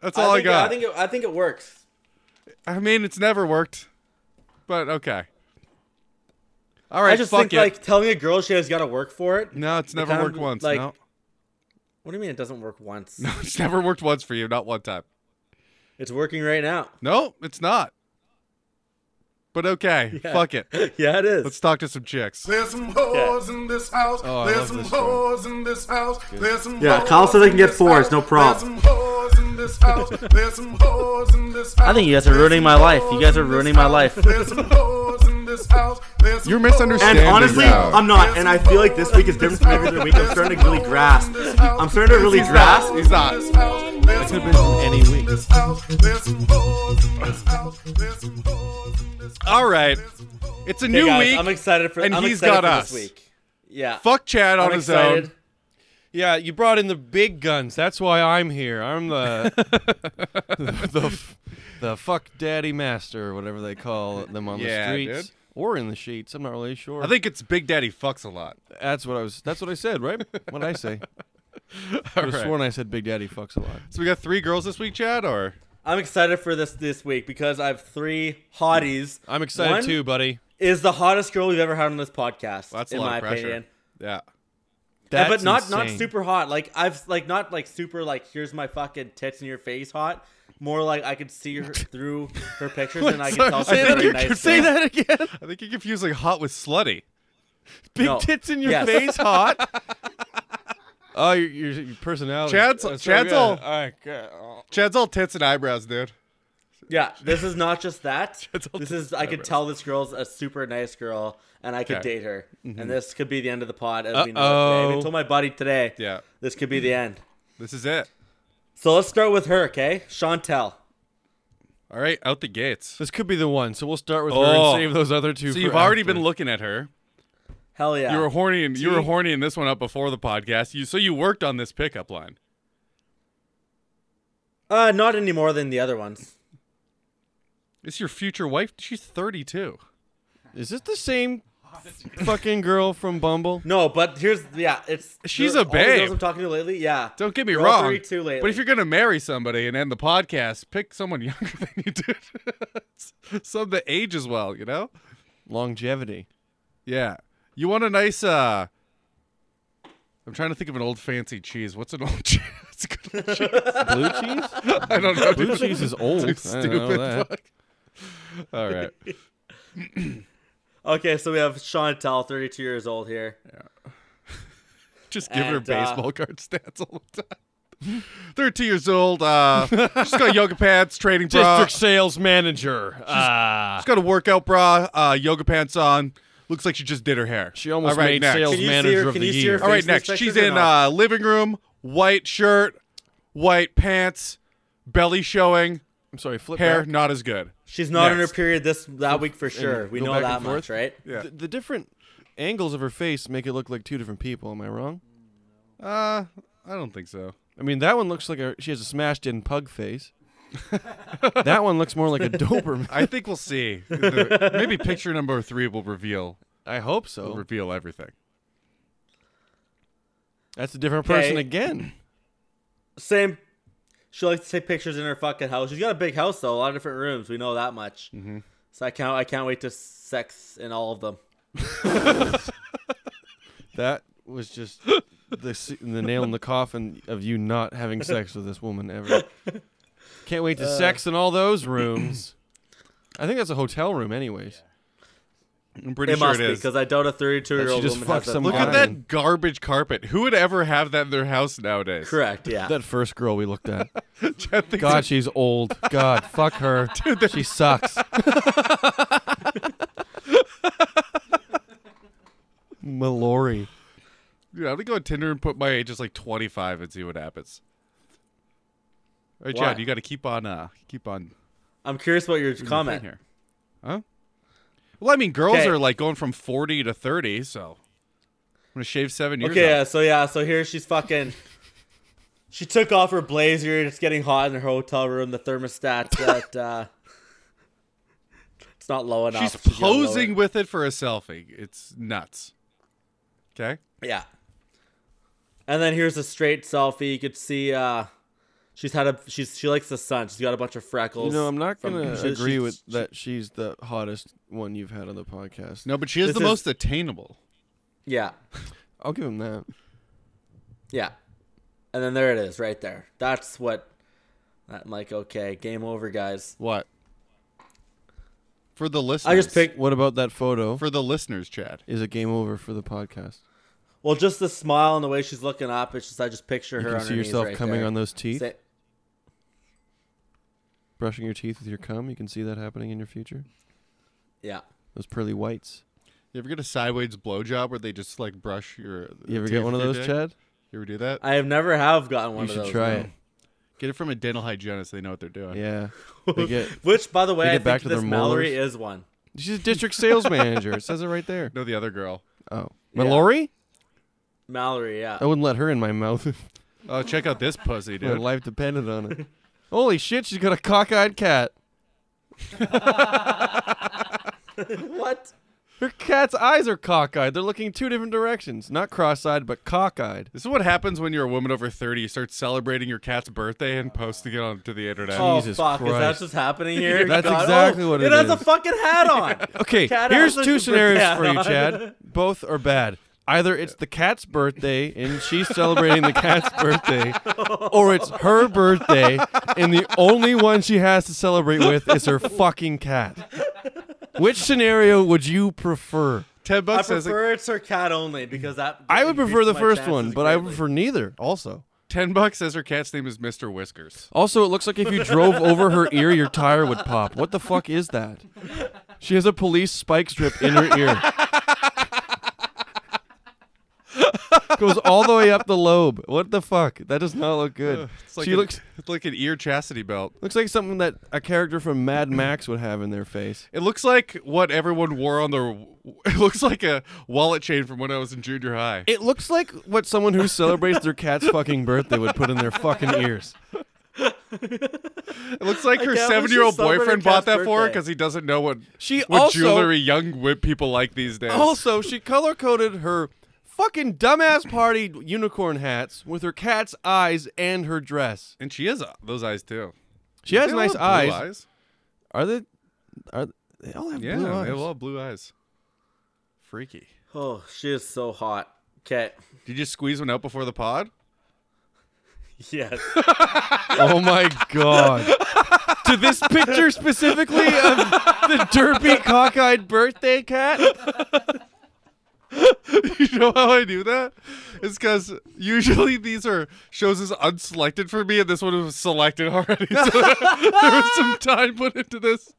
S3: That's all I,
S4: think, uh,
S3: got.
S4: I think it, I think it works.
S3: I mean, it's never worked, but okay. All right,
S4: I just
S3: fuck
S4: think
S3: it.
S4: like telling a girl she has got to work for it.
S3: no, it's never
S4: kinda,
S3: worked once.
S4: like-
S3: no,
S4: What do you mean it doesn't work once?
S3: it's never worked once for you. Not one time.
S4: It's working right now.
S3: No, it's not. But okay,
S4: Yeah.
S3: fuck it.
S4: Yeah, it is.
S3: Let's talk to some chicks.
S8: There's some hoes in this house.
S5: Oh, I love
S8: There's some
S5: this one.
S8: hoes in this house. There's some
S4: Yeah,
S8: hoes
S4: Kyle said they can
S8: in
S4: get
S8: this
S4: fours,
S8: house.
S4: no problem.
S8: There's some hoes in this house. There's some hoes in this house.
S4: I think you guys are
S8: There's
S4: ruining
S8: some
S4: my life. You
S8: hoes
S4: guys are
S8: in this
S4: ruining my
S8: house.
S4: life.
S8: There's some hoes in this house. There's some
S3: You're
S8: hoes in
S3: misunderstanding.
S8: this
S9: And honestly,
S3: now.
S9: I'm not. And I feel like this week is different from every other week. I'm starting to really grasp. I'm starting to really
S3: He's
S9: grasp.
S3: not. He's not.
S8: house. There's some
S5: could've been
S8: hoes
S5: any
S8: in
S5: week.
S8: this house. There's some hoes in this house. There's some hoes in this house.
S3: All right, it's a
S4: Okay,
S3: new
S4: guys,
S3: week.
S4: I'm excited for.
S3: and
S4: I'm
S3: he's
S4: excited
S3: got
S4: for
S3: us.
S4: this week. Yeah.
S3: fuck Chad on
S4: I'm
S3: his
S4: excited.
S3: own.
S5: Yeah, you brought in the big guns. That's why I'm here. I'm the the, f- the fuck daddy master or whatever they call them on
S3: Yeah,
S5: the streets
S3: dude.
S5: or in the sheets. I'm not really sure.
S3: I think it's Big Daddy fucks a lot.
S5: that's what I was. That's what I said, right? What I say? I
S3: All
S5: was
S3: right.
S5: sworn I said big daddy fucks a lot.
S3: So we got three girls this week, Chad, or
S4: I'm excited for this this week because I have three hotties.
S5: I'm excited
S4: One
S5: too, buddy.
S4: Is the hottest girl we've ever had on this podcast.
S3: Well, that's a
S4: in
S3: lot of
S4: my
S3: pressure.
S4: opinion.
S3: yeah.
S4: Yeah,
S5: That's
S4: but not not
S5: insane.
S4: super hot. Like I've like not like super like here's my fucking tits in your face hot. More like I could see her through her pictures and I could
S5: Sorry,
S4: tell she's
S5: say
S4: a
S5: that
S4: really
S5: again.
S4: nice.
S5: say
S4: girl.
S5: that again.
S3: I think you're confusing hot with slutty.
S5: Big
S4: No.
S5: tits in your
S4: Yes.
S5: face, hot. oh, your, your, your personality.
S3: Chad's-
S5: That's so
S3: Chad's
S5: good.
S3: all-
S5: All right, good. Oh.
S3: Chad's all tits and eyebrows, dude.
S4: Yeah, this is not just that.
S3: That's all
S4: this
S3: just
S4: is I could
S3: eyebrows.
S4: tell this girl's a super nice girl and I could
S3: Okay.
S4: date her. And this could be the end of the pod as we know it today. I
S5: Uh-oh.
S4: even told my buddy today.
S3: Yeah.
S4: This could be the end.
S3: This is it.
S4: So let's start with her, okay? Chantel.
S3: All right, out the gates.
S5: This could be the one. So we'll start with her
S3: Oh.
S5: and save those other two.
S3: So
S5: for
S3: you've already
S5: after.
S3: been looking at her.
S4: Hell yeah.
S3: You were horny and you
S4: See?
S3: were horny in this one up before the podcast. You so you worked on this pickup line.
S4: uh not any more than the other ones.
S3: It's your future wife. She's 32.
S5: Is this the same fucking girl from Bumble?
S4: No, but here's yeah, it's
S3: She's
S4: the-
S3: a
S4: all the girls
S3: babe.
S4: I'm talking to lately, yeah.
S3: Don't get me
S4: We're all
S3: wrong.
S4: 32 lately.
S3: But if you're gonna marry somebody and end the podcast, pick someone younger than you did. Some that age as well, you know.
S5: Longevity.
S3: Yeah. You want a nice uh I'm trying to think of an old fancy cheese. What's an old cheese? It's a good old cheese.
S5: Blue cheese?
S3: I don't know.
S5: Blue cheese is old. I
S3: Too
S5: don't know
S3: stupid.
S5: that.
S3: Fuck. All right.
S4: Okay, so we have Chantel, 32 years old here.
S3: Just give her
S4: And, uh,
S3: baseball card stats all the time. 32 years old. Uh, she's got yoga pants, training bra.
S5: District sales manager. Ah.
S3: She's got a workout bra, uh, yoga pants on. Looks like she just did her hair.
S5: she almost
S3: all right,
S5: made
S3: next.
S5: sales
S4: Can you see
S5: manager
S4: her-
S5: of
S4: can
S5: the
S4: you see
S5: year.
S4: her
S3: All right,
S4: Face in this
S3: next. She's
S4: picture or
S3: in
S4: not?
S3: uh, living room, white shirt, white pants, belly showing,
S5: I'm sorry, flip
S3: hair
S5: back.
S3: not as good.
S4: She's not on her
S3: Next.
S4: period this that week for sure. We
S5: go
S4: know
S5: back
S4: that
S5: and forth.
S4: much, right?
S3: Yeah.
S5: The, the different angles of her face make it look like two different people. Am I wrong?
S3: Uh, I don't think so.
S5: I mean, that one looks like a, she has a smashed-in pug face. that one looks more like a Doberman.
S3: I think we'll see. The- Maybe picture number three will reveal
S5: I hope
S3: will
S5: so.
S3: reveal everything.
S5: That's a different person
S4: Okay.
S5: again.
S4: Same. She likes to take pictures in her fucking house. She's got a big house though, a lot of different rooms. We know that much. Mm-hmm. So I can't. I can't wait to sex in all of them.
S5: That was just the s- the nail in the coffin of you not having sex with this woman ever. Can't wait to sex in all those rooms. I think that's a hotel room, anyways.
S3: I'm pretty
S4: it
S3: sure
S4: must
S3: it
S4: be
S3: is.
S4: because I doubt a thirty-two-year-old
S5: just
S4: woman
S5: fucked
S4: has that.
S5: some
S3: Look
S4: Look
S5: guy.
S3: at
S5: Fine.
S3: that garbage carpet. Who would ever have that in their house nowadays?
S4: Correct. Yeah.
S5: That first girl we looked at.
S3: Chad thinks
S5: God, she's old. God, fuck her. she sucks. Mallory.
S3: Dude, I'm gonna go on Tinder and put my age as like 25 and see what happens. All right,
S4: Why?
S3: Chad, you got to keep on, uh, keep on
S4: I'm curious about your
S3: doing your
S4: comment.
S3: thing here, huh? Well, I mean, girls
S4: Okay.
S3: are like going from 40 to 30, so I'm gonna shave seven years.
S4: Okay,
S3: off.
S4: yeah, so yeah, so here she's fucking. She took off her blazer. It's getting hot in her hotel room. The thermostat at uh, it's not low enough.
S3: she's
S4: She's gotta lower it.
S3: posing with it for a selfie. It's nuts. Okay,
S4: Yeah. And then here's a straight selfie. You could see uh, she's had a she's she likes the sun. She's got a bunch of freckles.
S5: You know, I'm not
S4: from-
S5: gonna
S4: she-
S5: agree
S4: she-
S5: with
S4: she-
S5: that. She's the hottest one you've had on the podcast.
S3: no, but she is
S4: This
S3: the
S4: is-
S3: most attainable.
S4: Yeah,
S5: I'll give him that.
S4: yeah. And then there it is, right there. That's what. I'm like, okay, game over, guys.
S3: What? For the listeners,
S4: I just picked
S5: What about that photo?
S3: for the listeners, Chad.
S5: Is it game over for the podcast?
S4: Well, just the smile and the way she's looking up, it's just I just picture
S5: You
S4: her. on
S5: can see
S4: her
S5: yourself
S4: knees right
S5: coming
S4: there.
S5: on those teeth,
S4: Say-
S5: brushing your teeth with your cum. You can see that happening in your future.
S4: yeah.
S5: Those pearly whites.
S3: You ever get a sideways blowjob where they just like brush your? uh,
S5: You ever
S3: teeth
S5: get one of
S3: with your dick?
S5: those, Chad?
S3: You ever do that?
S4: I have never have gotten one
S5: You
S4: of
S5: should
S4: those,
S5: try
S4: no.
S5: it.
S3: Get it from a dental hygienist. They know what they're doing.
S5: Yeah. They get,
S4: Which, by the way,
S5: They
S4: I
S5: get
S4: think
S5: back to
S4: this
S5: their
S4: Mallory is one.
S5: she's a district sales manager. It says it right there.
S3: No, the other girl.
S5: Oh,
S4: Yeah.
S5: Mallory?
S4: Mallory, yeah.
S5: I wouldn't let her in my mouth if
S3: Oh, check out this pussy,
S5: my
S3: dude.
S5: life depended on it. Holy shit, she's got a cockeyed cat.
S4: What?
S5: Her cat's eyes are cockeyed. They're looking two different directions. Not cross-eyed, but cockeyed.
S3: This is what happens when you're a woman over 30. You start celebrating your cat's birthday and posting it onto the internet.
S4: oh
S5: Jesus
S4: fuck! Is that
S5: Christ.
S4: just happening here?
S5: That's exactly
S4: oh,
S5: what
S4: it
S5: it
S4: has a
S5: is.
S4: fucking hat on.
S5: Okay,
S4: Cat
S5: here's
S4: eyes
S5: two
S4: are
S5: scenarios
S4: cat
S5: for you,
S4: on.
S5: Chad. Both are bad. Either it's the cat's birthday and she's celebrating the cat's birthday, or it's her birthday and the only one she has to celebrate with is her fucking cat. Which scenario would you prefer?
S3: 10
S4: I
S3: bucks says like,
S4: prefer it's her cat only because that.
S5: I would prefer
S4: increases
S5: the
S4: my
S5: first
S4: chances
S5: one, but I would
S4: greatly.
S5: prefer neither also.
S3: 10 bucks says her cat's name is Mr. Whiskers.
S5: Also, it looks like if you drove over her ear, your tire would pop. What the fuck is that? She has a police spike strip in her ear. Goes all the way up the lobe. What the fuck? That does not look good.
S3: It's like
S5: she
S3: an-
S5: looks
S3: it's like an ear chastity belt.
S5: looks like something that a character from Mad Max would have in their face.
S3: It looks like what everyone wore on their. It looks like a wallet chain from when I was in junior high.
S5: It looks like what someone who celebrates their cat's fucking birthday would put in their fucking ears.
S3: It looks like
S4: I
S3: her
S4: can't believe
S3: seven year old
S4: she's celebrating her
S3: boyfriend
S4: cat's
S3: bought that for her
S4: birthday.
S3: because he doesn't know what,
S5: She
S3: what
S5: also
S3: jewelry young wi- people like these days.
S5: Also, she color coded her fucking dumbass party unicorn hats with her cat's eyes and her dress.
S3: and she has uh, those eyes too.
S5: She has
S3: They all
S5: nice
S3: have blue
S5: eyes. Are they? Are they all have
S3: Yeah,
S5: blue
S3: they all
S5: eyes?
S3: have blue eyes. Freaky.
S4: Oh, she is so hot. Okay.
S3: Did you squeeze one out before the pod?
S4: Yes.
S5: Oh my god! to this picture specifically of the derpy cockeyed birthday cat.
S3: you know how I knew that? It's because usually these are shows is unselected for me, and this one was selected already. So there was some time put into this.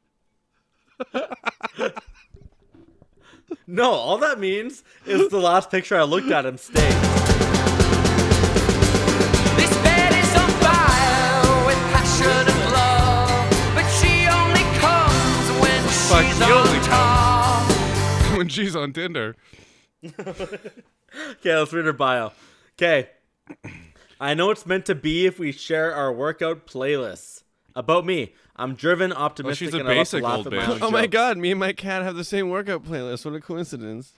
S4: No, all that means is the last picture I looked at him stayed.
S1: This bed is on fire with passion and love, but she only comes when
S3: Fuck,
S1: she's
S3: you
S1: on
S3: only
S1: top.
S3: when she's on Tinder.
S4: Okay, let's read her bio. Okay. I know it's meant to be if we share our workout playlists. About me, I'm driven, optimistic,
S3: Oh, she's a
S4: and I love to
S3: basic
S4: laugh
S3: old
S4: at my
S3: bitch.
S4: own
S5: Oh my
S4: jokes.
S5: god, me and my cat have the same workout playlist. What a coincidence.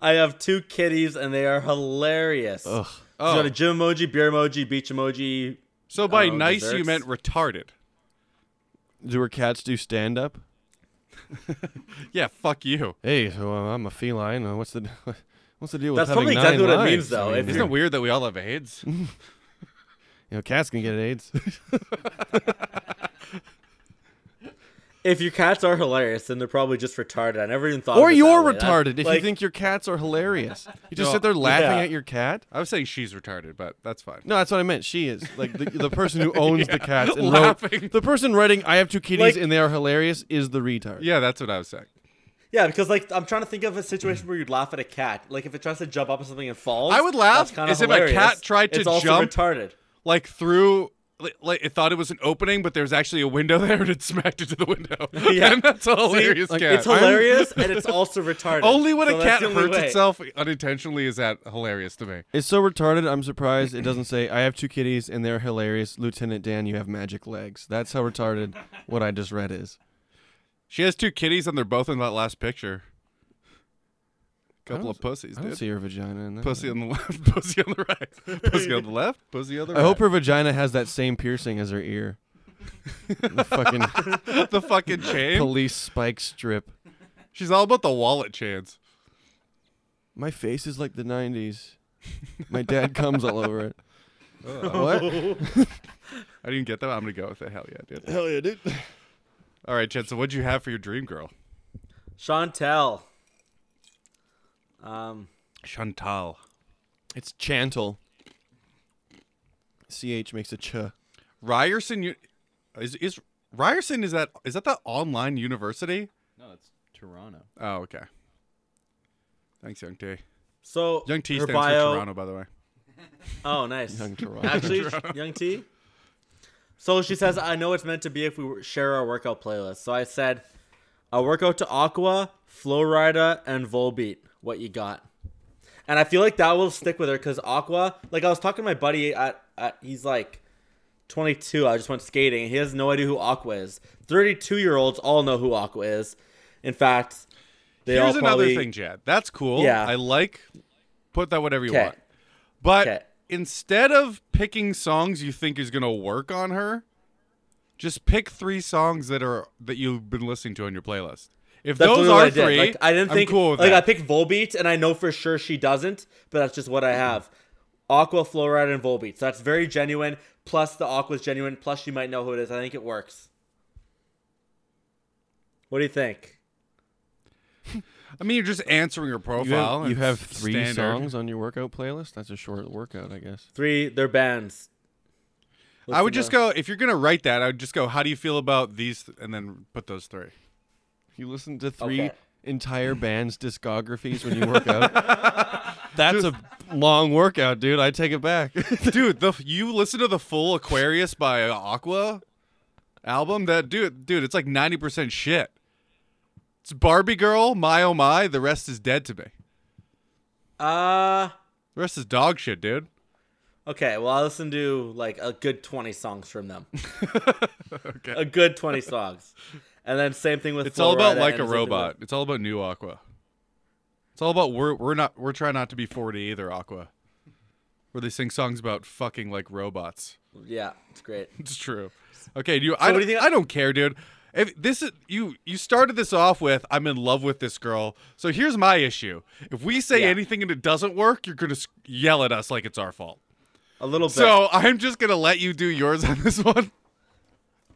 S4: I have two kitties, and they are hilarious. Ugh.
S3: Oh.
S4: got a gym emoji, beer emoji, beach emoji.
S3: So by
S4: Oh,
S3: nice you
S4: desserts.
S3: meant retarded.
S5: Do her cats do stand up?
S3: Yeah, fuck you.
S5: Hey, so uh, I'm a feline. Uh, what's the what's the deal
S4: That's
S5: with having
S4: probably
S5: nine
S4: exactly what it
S5: lives?
S4: means, though.
S5: I mean,
S4: If
S3: Isn't it weird that we all have AIDS?
S5: you know, cats can get AIDS.
S4: If your cats are hilarious, then they're probably just retarded. I never even thought.
S5: or
S4: of it
S5: you're
S4: that way. That-
S5: retarded if you
S4: like,
S5: think your cats are hilarious. You just
S3: No,
S5: sit there laughing
S4: yeah.
S5: at your cat.
S3: I was saying she's retarded, but that's fine.
S5: No, that's what I meant. She is like the, the person who owns the cats and
S3: laughing.
S5: wrote, the person writing "I have two kitties
S4: Like-
S5: and they are hilarious" is the retard.
S3: Yeah, that's what I was saying.
S4: Yeah, because like I'm trying to think of a situation where you'd laugh at a cat. Like if it tries to jump up on something and falls,
S3: I would laugh
S4: that's kinda
S3: as if a cat
S4: hilarious.
S3: tried to
S4: it's also
S3: jump.
S4: Retarded.
S3: Like through, li- like it thought it was an opening, but there was actually a window there, and it smacked into the window.
S4: Yeah.
S3: and that's a hilarious
S5: like,
S3: cat.
S4: It's hilarious and it's also retarded.
S3: Only when
S4: So
S3: a
S4: that's
S3: cat
S4: the only
S3: hurts
S4: way.
S3: itself unintentionally is that hilarious to me.
S5: It's so retarded. I'm surprised it doesn't say "I have two kitties and they're hilarious." Lieutenant Dan, you have magic legs. That's how retarded what I just read is.
S3: She has two kitties, and they're both in that last picture. Couple of pussies,
S5: I don't
S3: dude.
S5: see her vagina in that.
S3: Pussy on the left, pussy on the right, pussy on the left, pussy on the
S5: I
S3: right.
S5: hope her vagina has that same piercing as her ear. the fucking
S3: the fucking chain.
S5: police spike strip.
S3: She's all about the wallet chains.
S5: My face is like the '90s. My dad comes all over it. What?
S3: I didn't get that. I'm gonna go with it. Hell yeah, dude.
S5: Hell yeah, dude.
S3: All right, Jen. So what'd you have for your dream girl?
S4: Chantel. Um,
S3: Chantal.
S5: It's Chantel. CH makes a ch.
S3: Ryerson. U- Is is Ryerson? Is that is that the online university?
S2: No, it's Toronto.
S3: Oh, okay. Thanks, Young T.
S4: so
S3: Young T
S4: her
S3: stands
S4: bio-
S3: for Toronto, by the way.
S4: Oh, nice.
S5: Young Toronto.
S4: Actually, Young T. So she says, "I know it's meant to be if we share our workout playlist." So I said, "I work out to Aqua, Flow Rida, and Volbeat. What you got?" And I feel like that will stick with her because Aqua. Like I was talking to my buddy at, at he's like. 22. I just went skating. He has no idea who Aqua is. 32 year olds all know who Aqua is. In fact, they all
S3: Here's another
S4: probably-
S3: thing, Chad. That's cool.
S4: Yeah.
S3: I like. Put that whatever you
S4: 'Kay.
S3: want. But
S4: 'Kay.
S3: instead of picking songs you think is gonna work on her, just pick three songs that are that you've been listening to on your playlist. If
S4: That's literally
S3: those
S4: what
S3: are
S4: I did.
S3: three,
S4: Like, I didn't
S3: I'm
S4: think.
S3: cool with
S4: like
S3: that.
S4: I picked Volbeat, and I know for sure she doesn't. But that's just what I have. Aqua, Fluoride, and Volbeat. So that's very genuine. Plus the Aqua's genuine. Plus you might know who it is. I think it works. What do you think?
S3: I mean, you're just answering her profile.
S5: You have, you
S3: It's
S5: have three
S3: standard.
S5: songs on your workout playlist. That's a short workout, I guess.
S4: Three. They're bands.
S3: I would just go if you're gonna write that. I would just go. How do you feel about these? th- And then put those three.
S5: You listen to three
S4: Okay.
S5: entire bands' discographies when you work out. That's a long workout, dude. I take it back.
S3: dude, the you listen to the full Aquarius by Aqua album. That dude, dude, it's like ninety percent shit. It's Barbie Girl, My Oh My. The rest is dead to me.
S4: Uh.
S3: The rest is dog shit, dude.
S4: Okay. Well, I listened to like a good twenty songs from them. okay. A good twenty songs. And then same thing with.
S3: It's all about
S4: Fluorida
S3: like
S4: and
S3: a
S4: same thing with-
S3: robot. It's all about new Aqua. It's all about we're we're not we're trying not to be forty either Aqua. Where they sing songs about fucking like robots.
S4: Yeah, it's great.
S3: It's true. Okay, do you, I,
S4: what
S3: don't,
S4: do you think-
S3: I don't care, dude. If this is you you started this off with I'm in love with this girl. So here's my issue. If we say
S4: Yeah.
S3: anything and it doesn't work, you're going to yell at us like it's our fault.
S4: A little bit.
S3: So I'm just going to let you do yours on this one.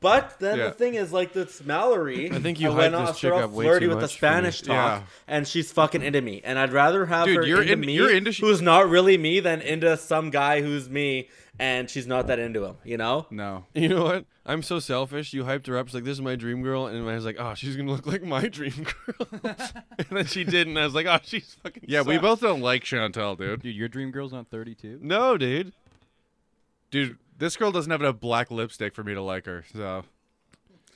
S4: But then
S3: Yeah.
S4: the thing is, like, this Mallory. I
S5: think you
S4: went
S5: hyped
S4: off-
S5: this
S4: started
S5: chick
S4: off
S5: up way
S4: flirty
S5: too
S4: with the
S5: much for me.
S4: Spanish talk,
S3: Yeah.
S4: and she's fucking into me. And I'd rather have
S3: Dude,
S4: her
S3: you're
S4: into
S3: in-
S4: me,
S3: you're into-
S4: who's not really me, than into some guy who's me, and she's not that into him. You know?
S3: No.
S5: you know what? I'm so selfish. You hyped her up. She's like, this is my dream girl. And I was like, oh, she's going to look like my dream girl. and then she didn't. I was like, oh, she's fucking.
S3: Yeah, we
S5: sucks."
S3: both don't like Chantel, dude.
S2: Dude, your dream girl's not 32.
S5: No, dude.
S3: Dude, this girl doesn't have enough black lipstick for me to like her. So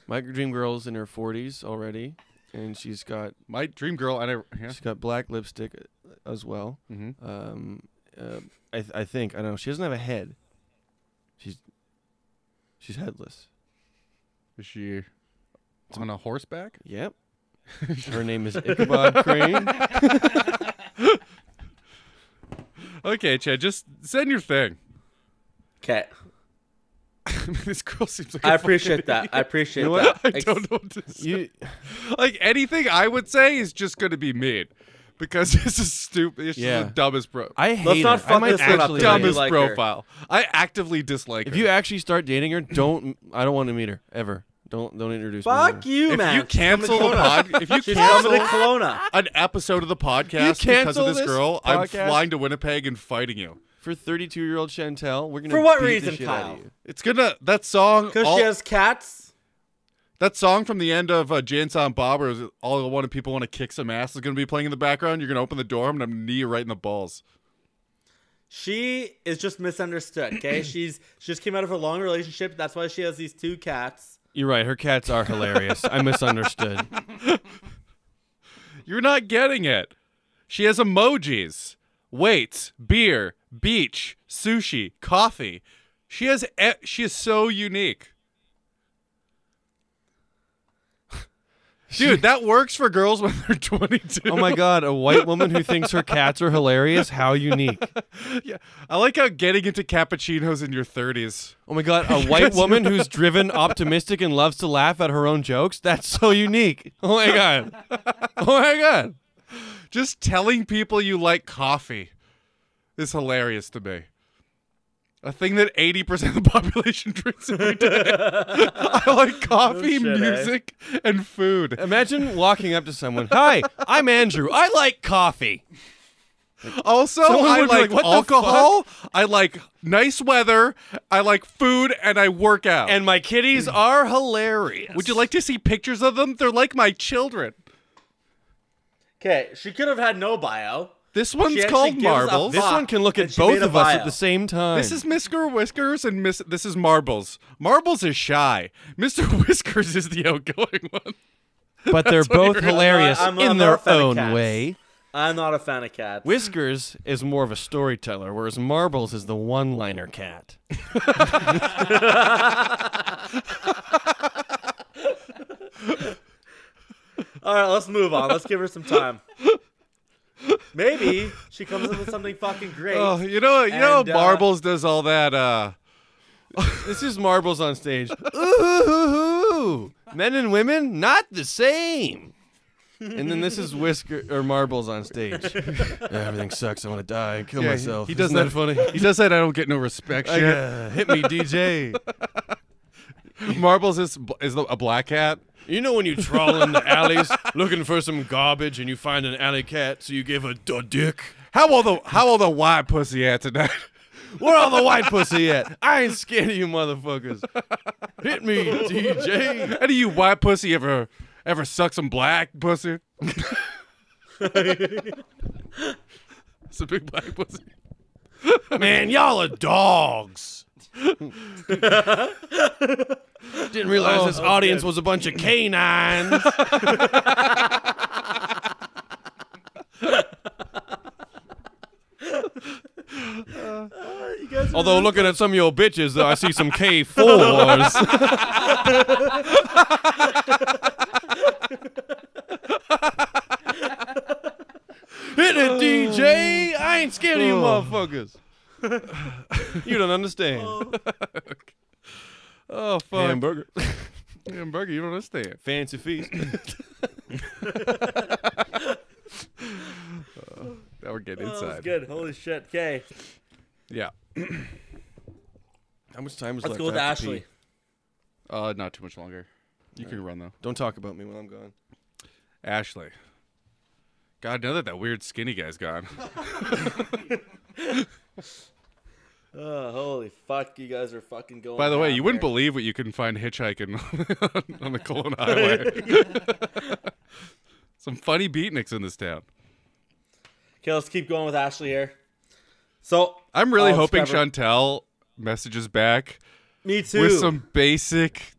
S5: My dream girl's in her 40s already. and she's got
S3: My dream girl. I never. Yeah.
S5: she's got black lipstick uh, as well.
S3: Mm-hmm.
S5: Um, uh, I th- I think I don't know. She doesn't have a head. She's she's headless.
S3: Is she on a horseback?
S5: Yep. Her name is Ichabod Crane.
S3: Okay, Chad. Just send your thing.
S4: Okay.
S3: this girl seems like. a
S4: I
S3: fucking
S4: appreciate that. I appreciate
S5: You know what?
S4: that.
S3: I don't know what to say.
S5: You
S3: Like anything I would say is just going to be mean, because this is stupid. It's
S5: Yeah.
S3: just the dumbest bro.
S5: I hate
S4: Let's
S5: her.
S4: not
S5: I
S4: fuck
S5: might
S4: this one up
S5: actually
S4: today.
S5: hate her.
S3: dumbest
S4: like her.
S3: profile. I actively dislike
S5: If
S3: her.
S5: you actually start dating her, don't. I don't want to meet her ever. Don't don't introduce me.
S4: Fuck
S5: to her.
S4: you,
S3: If
S4: man.
S3: you cancel
S4: She's
S3: a
S4: coming to
S3: pod, if you
S4: Kelowna. She's coming to
S3: cancel
S4: Kelowna.
S3: an episode of the podcast
S5: You
S3: because
S5: cancel
S3: of this,
S5: this
S3: girl, I'm
S5: podcast?
S3: flying to Winnipeg and fighting you.
S5: For 32 year old Chantel, we're gonna
S4: For what
S5: beat the
S4: reason,
S5: shit out of
S4: Kyle?
S5: you.
S3: It's gonna that song.
S4: Because
S3: all-
S4: she has cats.
S3: that song from the end of uh, Jane Silent Bob, where it was all I wanted people want to kick some ass, is gonna be playing in the background. You're gonna open the door and I'm gonna knee you right in the balls.
S4: She is just misunderstood. Okay, she's she just came out of a long relationship. That's why she has these two cats.
S5: You're right. Her cats are hilarious. I misunderstood.
S3: You're not getting it. She has emojis, weights, beer, beach, sushi, coffee. She has. E- she is so unique. Dude, that works for girls when they're 22.
S5: Oh my god, a white woman who thinks her cats are hilarious. How unique.
S3: Yeah, I like how getting into cappuccinos in your 30s.
S5: Oh my god, a white woman who's driven, optimistic, and loves to laugh at her own jokes. That's so unique. Oh my god. Oh my god.
S3: Just telling people you like coffee is hilarious to me. A thing that 80% of the population drinks every day. I like coffee,
S4: shit, eh?
S3: music, and food.
S5: Imagine walking up to someone. Hi, I'm Andrew. I like coffee.
S3: Also,
S5: Someone
S3: I
S5: would be
S3: like,
S5: like, "What the
S3: alcohol, I like nice weather, I like food, and I work out.
S5: And my kitties are hilarious.
S3: would you like to see pictures of them? They're like my children.
S4: Okay, she could have had no bio.
S3: This one's
S4: actually
S3: called
S4: gives a
S3: Marbles.
S5: this
S4: fuck.
S5: one can look
S4: And
S5: at
S4: she made
S5: both
S4: a
S5: of us at
S4: bio.
S5: the same time.
S3: This is Mr. Whiskers and Miss. This is Marbles. Marbles is shy. Mr. Whiskers is the outgoing one.
S5: but they're both hilarious
S4: I'm-
S5: in
S4: I'm
S5: their
S4: not a fan of
S5: own
S4: cats.
S5: way.
S4: I'm not a fan of cats.
S5: Whiskers is more of a storyteller, whereas Marbles is the one-liner cat.
S4: All right, let's move on. Let's give her some time. Maybe she comes up with something fucking great.
S3: Oh, you know, you know,
S4: And, uh,
S3: Marbles does all that. Uh,
S5: This is marbles on stage. Ooh, men and women not the same. And then this is whisker or marbles on stage. Yeah, everything sucks. I want to die and kill
S3: yeah, he-
S5: myself.
S3: He does
S5: Isn't
S3: that,
S5: that funny.
S3: He does that. I don't get no respect.
S5: Like,
S3: Shit.
S5: uh, hit me, DJ.
S3: Marbles is is the, a black cat.
S5: You know when you trawl in the alleys looking for some garbage and you find an alley cat, so you give a d- dick.
S3: How all the how all the white pussy at tonight?
S5: Where all the white pussy at? I ain't scared of you, motherfuckers. Hit me, DJ.
S3: Any you white pussy ever ever suck some black pussy? it's a big black pussy.
S5: Man, y'all are dogs. Didn't realize
S3: Oh,
S5: this audience was a bunch of canines. Although looking at some of your bitches, though, I see some K fours. Hit it, DJ! I ain't scared of you, motherfuckers. You don't understand.
S3: Oh fuck,
S5: Hamburger,
S3: hamburger! You don't understand.
S5: fancy feast.
S3: Now we're getting
S4: Oh, that was
S3: inside.
S4: good. Holy shit. Okay,
S3: Yeah.
S5: How much time is
S4: let's
S5: left?
S4: go with
S5: I have to
S4: Ashley.
S5: pee.
S3: Uh, not too much longer. You can run though.
S5: Don't talk about me when I'm gone.
S3: Ashley. God, now that that weird skinny guy's gone.
S4: Oh, holy fuck! You guys are fucking going.
S3: By the way, you wouldn't
S4: believe.
S3: believe what you can find hitchhiking on the Kelowna Highway. Some funny beatniks in this town.
S4: Okay, let's keep going with Ashley here. So
S3: I'm really
S4: Oh,
S3: hoping
S4: Trevor.
S3: Chantel messages back
S4: me too.
S3: with some basic.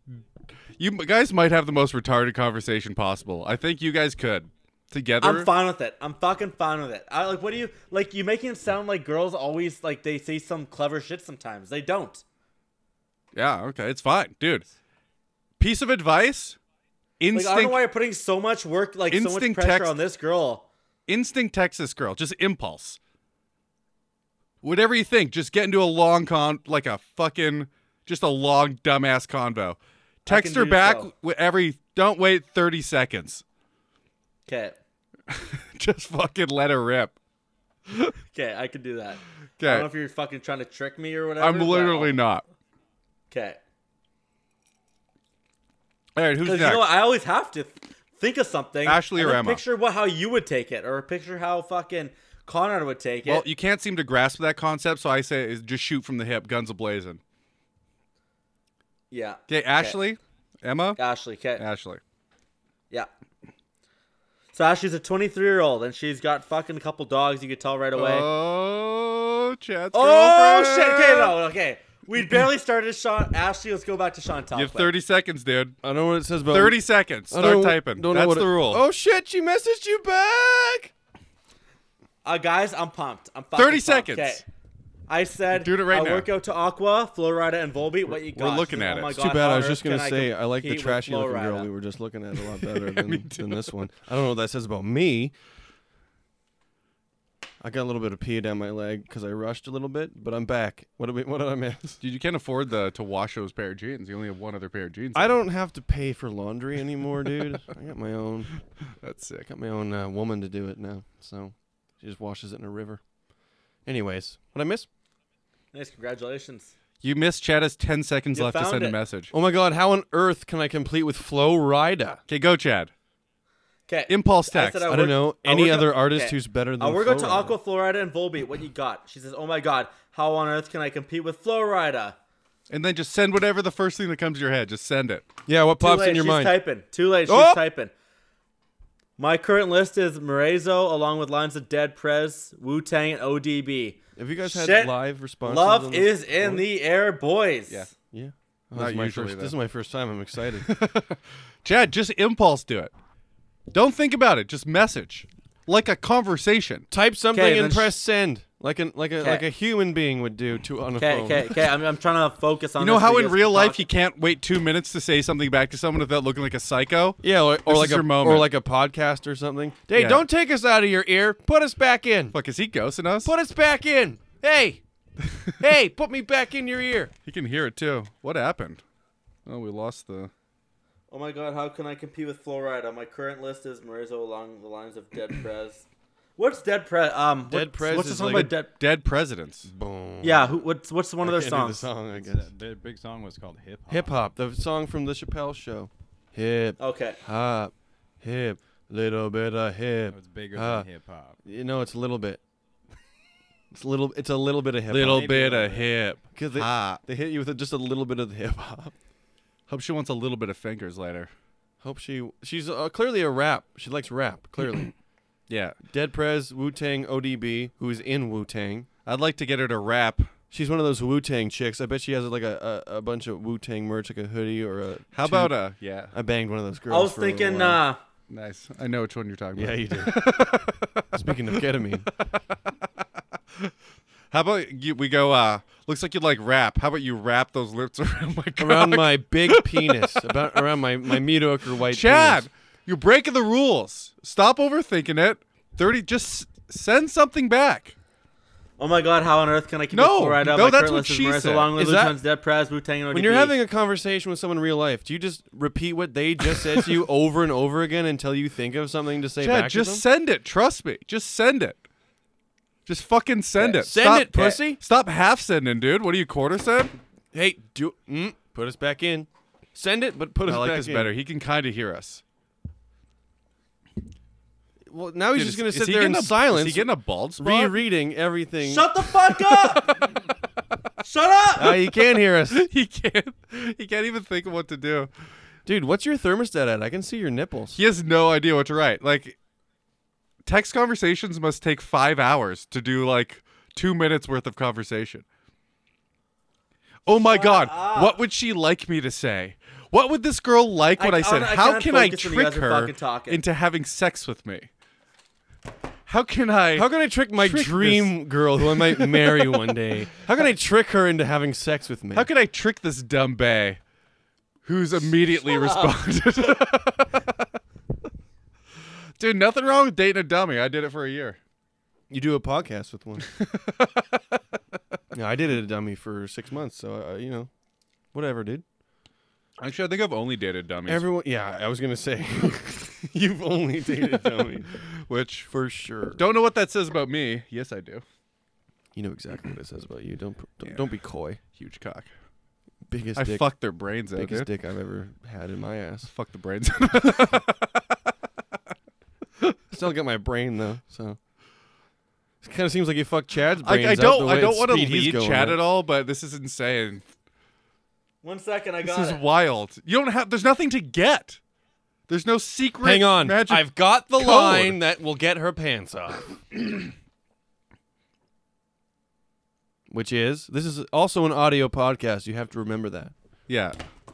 S3: You m- guys might have the most retarded conversation possible. I think you guys could together.
S4: I'm fine with it. I'm fucking fine with it. I like what do you like you making it sound like girls always like they say some clever shit sometimes. They don't.
S3: Yeah, okay, it's fine, dude. Piece of advice:
S4: Like I don't know
S3: instinct,
S4: why you're putting so much work like so much
S3: Instinct
S4: pressure
S3: text-
S4: on this girl.
S3: instinct Texas girl, just impulse. Whatever you think, just get into a long con, like a fucking, just a long dumbass convo. Text her
S4: do
S3: back
S4: so.
S3: with every. Don't wait thirty seconds.
S4: Okay.
S3: Just fucking let her rip.
S4: Okay, I can do that. I don't know if
S3: Okay,
S4: you're fucking trying to trick me or whatever.
S3: I'm literally not.
S4: Okay.
S3: All right, who's
S4: Because
S3: next?
S4: you know what? I always have to th- think of something.
S3: Ashley
S4: and
S3: or
S4: then
S3: Emma?
S4: Picture what how you would take it, or picture how fucking Connor would take it.
S3: Well, you can't seem to grasp that concept, so I say is just shoot from the hip, guns ablazing.
S4: yeah.
S3: Okay, Ashley, Emma,
S4: Ashley. Okay.
S3: Ashley.
S4: Yeah. So Ashley's a 23 year old and she's got fucking a couple dogs. You could tell right away.
S3: Oh, Chad's
S4: oh shit!
S3: girlfriend.
S4: Okay, no, okay. We barely started Sean. Ashley, let's go back to Sean. Top.
S3: You have 30 seconds, dude.
S5: I know what it says about
S3: 30 seconds.
S5: I don't
S3: Start
S5: know-
S3: typing.
S5: don't know
S3: That's
S5: what
S3: the
S5: it-
S3: rule.
S5: Oh shit! She messaged you back.
S4: Uh, guys, I'm pumped. I'm fucking
S3: 30
S4: pumped.
S3: seconds.
S4: Okay. I said,
S3: Doing it right
S4: I
S3: now.
S4: work out to Aqua, Florida, and Volbeat. What you got?
S3: we're looking
S4: She's like,
S3: at it.
S4: "Oh my
S3: It's
S5: It's
S4: God,
S5: too bad.
S4: how
S5: I was
S4: on
S5: just
S4: earth
S5: gonna
S4: can I
S5: say I like the
S4: compete with
S5: trashy looking girl
S4: Florida?
S5: we were just looking at a lot better than, than this one. I don't know what that says about me. I got a little bit of pee down my leg because I rushed a little bit, but I'm back. What did we? What did I miss?
S3: Dude, you can't afford the to wash those pair of jeans. You only have one other pair of jeans.
S5: I don't have to pay for laundry anymore, dude. I got my own.
S3: That's sick.
S5: Got my own uh, woman to do it now, so she just washes it in a river. Anyways, what I miss?
S4: Nice, congratulations.
S3: You missed Chad has 10 seconds
S4: You
S3: left to
S4: found
S3: send a
S4: it.
S3: message.
S5: Oh my God! How on earth can I complete with Flo Rida?
S3: Okay, go, Chad.
S4: Okay.
S3: Impulse
S4: I
S3: text.
S4: said
S5: I
S4: work-
S5: don't know
S4: I
S5: any
S4: work
S5: other
S4: out-
S5: artist
S4: okay.
S5: who's better than.
S4: I work
S5: Flo
S4: out to
S5: Rida.
S4: Aqua, Florida, and Volbeat. What you got? She says, "Oh my God, how on earth can I compete with Florida?"
S3: And then just send whatever the first thing that comes to your head. Just send it.
S5: Yeah, what
S4: Too
S5: pops
S4: late.
S5: in your
S4: She's
S5: mind?
S4: typing. Too late. She's
S5: Oh!
S4: typing. My current list is Morezo along with lines of Dead Prez, Wu Tang, and ODB.
S5: Have you guys had
S4: Shit.
S5: live responses? on
S4: Love
S5: this?
S4: is in the air, boys.
S3: Yeah.
S5: Yeah. Oh,
S3: Not
S5: this, is my
S3: usually,
S5: first,
S3: though.
S5: this is my first time. I'm excited.
S3: Chad, just impulse do it. Don't think about it. Just message. Like a conversation.
S5: Type
S4: Okay,
S5: something
S4: then
S5: and
S4: sh-
S5: press send, like an like a like
S4: Okay.
S5: a human being would do to on a
S4: Okay,
S5: phone.
S4: okay, okay. I'm, I'm trying to focus on.
S3: You know
S4: this
S3: how
S4: so
S3: in
S4: guys
S3: real
S4: can
S3: life
S4: talk.
S3: you can't wait two minutes to say something back to someone without looking like a psycho?
S5: Yeah, or, or
S3: This
S5: like
S3: is
S5: a
S3: your moment.
S5: or like a podcast or something. Hey,
S3: Yeah.
S5: don't take us out of your ear. Put us back in.
S3: Fuck, is he ghosting us?
S5: Put us back in. Hey, hey, put me back in your ear.
S3: He can hear it too. What happened? Oh, we lost the.
S4: Oh my god, how can I compete with Florida? My current list is Morezo along the lines of Dead Prez. What's Dead Prez? Um, what-
S5: Dead Prez
S4: what's the
S5: is
S4: song
S5: like-
S4: by Dead?
S3: Dead presidents.
S5: Boom.
S4: Yeah, who, what's what's one of their
S5: Can't do the
S4: songs?
S5: song, I guess.
S2: That, their big song was called Hip Hop.
S5: Hip hop, the song from the Chappelle Show. Hip
S4: Okay.
S5: hop, hip, little bit of hip.
S2: It was bigger
S5: Uh,
S2: than hip hop.
S5: You know, it's a little bit. It's a little. It's a little bit of hip.
S3: Little
S2: Maybe
S3: bit
S2: a
S3: of
S2: little
S3: hip.
S5: Because they,
S3: hop.
S5: they hit you with just a little bit of the hip hop.
S3: Hope she wants a little bit of fingers later.
S5: Hope she she's uh, clearly a rap. She likes rap. Clearly,
S3: Yeah,
S5: Dead Prez, Wu Tang, ODB, who is in Wu Tang.
S3: I'd like to get her to rap.
S5: She's one of those Wu Tang chicks. I bet she has like a, a, a bunch of Wu Tang merch, like a hoodie or a.
S3: How
S5: toque.
S3: about uh? Yeah,
S5: I banged one of those girls.
S4: I was
S5: for a little
S4: thinking.
S5: while.
S4: uh
S3: nice. I know which one you're talking
S5: Yeah,
S3: about.
S5: you did.
S4: uh,
S5: Speaking of ketamine,
S3: How about you, we go? uh Looks like you like rap. How about you wrap those lips around my cock?
S5: around my big penis, about around my my mediocre white.
S3: Chad,
S5: penis.
S3: you're breaking the rules. Stop overthinking it. Thirty. Just s- send something back.
S4: Oh my god, how on earth can I compete
S3: No,
S4: with Florida?
S3: no,
S4: My
S3: that's
S4: current
S3: what
S4: list is
S3: she
S4: Morezo
S3: said.
S4: along with
S5: Is that-
S4: Luton's Dead Prez, Wu Tang, and
S5: When
S4: ODB.
S5: you're having a conversation with someone in real life, do you just repeat what they just said to you over and over again until you think of something to say
S3: Chad,
S5: back
S3: just
S5: to them?
S3: send it. Trust me. Just send it. Just fucking send it.
S5: Send
S3: Stop- eh,
S5: it, pussy.
S3: Stop half sending, dude. What are you quarter send?
S5: Hey, do mm, put us back in. Send it, but put us
S3: I like
S5: back
S3: this
S5: in.
S3: better. He can kind of hear us.
S5: Well, now he's
S3: Dude,
S5: just
S3: is-
S5: gonna
S3: is
S5: sit
S3: he
S5: there in
S3: getting a-
S5: silence,
S3: Is he getting a bald spot?
S5: rereading everything.
S4: Shut the fuck up! Shut up!
S5: Ah, you can't hear us,
S3: he can't. He can't even think of what to do.
S5: dude. What's your thermostat at? I can see your nipples.
S3: He has no idea what to write. Like, text conversations must take five hours to do like two minutes worth of conversation. Oh my god, what would she like me to say? What would this girl like
S4: I-
S3: when I,
S4: I
S3: said,
S4: don't- I
S3: How
S4: can't
S3: can I
S4: focus when you guys
S3: trick
S4: are
S3: her
S4: fucking talking."
S3: into having sex with me? How can I?
S5: How can I trick my
S3: Trick this-
S5: dream girl who I might marry one day? How can I trick her into having sex with me?
S3: How can I trick this dumb bay who's immediately responded? Dude, nothing wrong with dating a dummy. I did it for a year.
S5: you do a podcast with one? no, I did it a dummy for six months, so uh, you know, whatever, dude.
S3: Actually, I think I've only dated dummies,
S5: Everyone, yeah, I was gonna say, you've only dated a dummy
S3: which
S5: for sure.
S3: don't know what that says about me. Yes, I do.
S5: you know exactly what it says about you? Don't pr- don't, don't be coy.
S3: Huge cock.
S5: Biggest
S3: I
S5: dick,
S3: fucked their brains out,
S5: biggest
S3: dude.
S5: dick I've ever had in my ass.
S3: Fuck the brains.
S5: Still got my brain though, so. It kind of seems like you fucked Chad's brains.
S3: I, I
S5: out the
S3: don't. I
S5: way
S3: don't
S5: and
S3: want to
S5: speed he's
S3: lead
S5: going
S3: Chad
S5: at.
S3: at all, but this is insane.
S4: One second, I
S3: This
S4: got
S3: is
S4: it.
S3: wild. You don't have. There's nothing to get. There's no secret.
S5: Hang on.
S3: Magic.
S5: I've got the
S3: code.
S5: line that will get her pants off. Which is this is also an audio podcast. You have to remember that.
S3: yeah,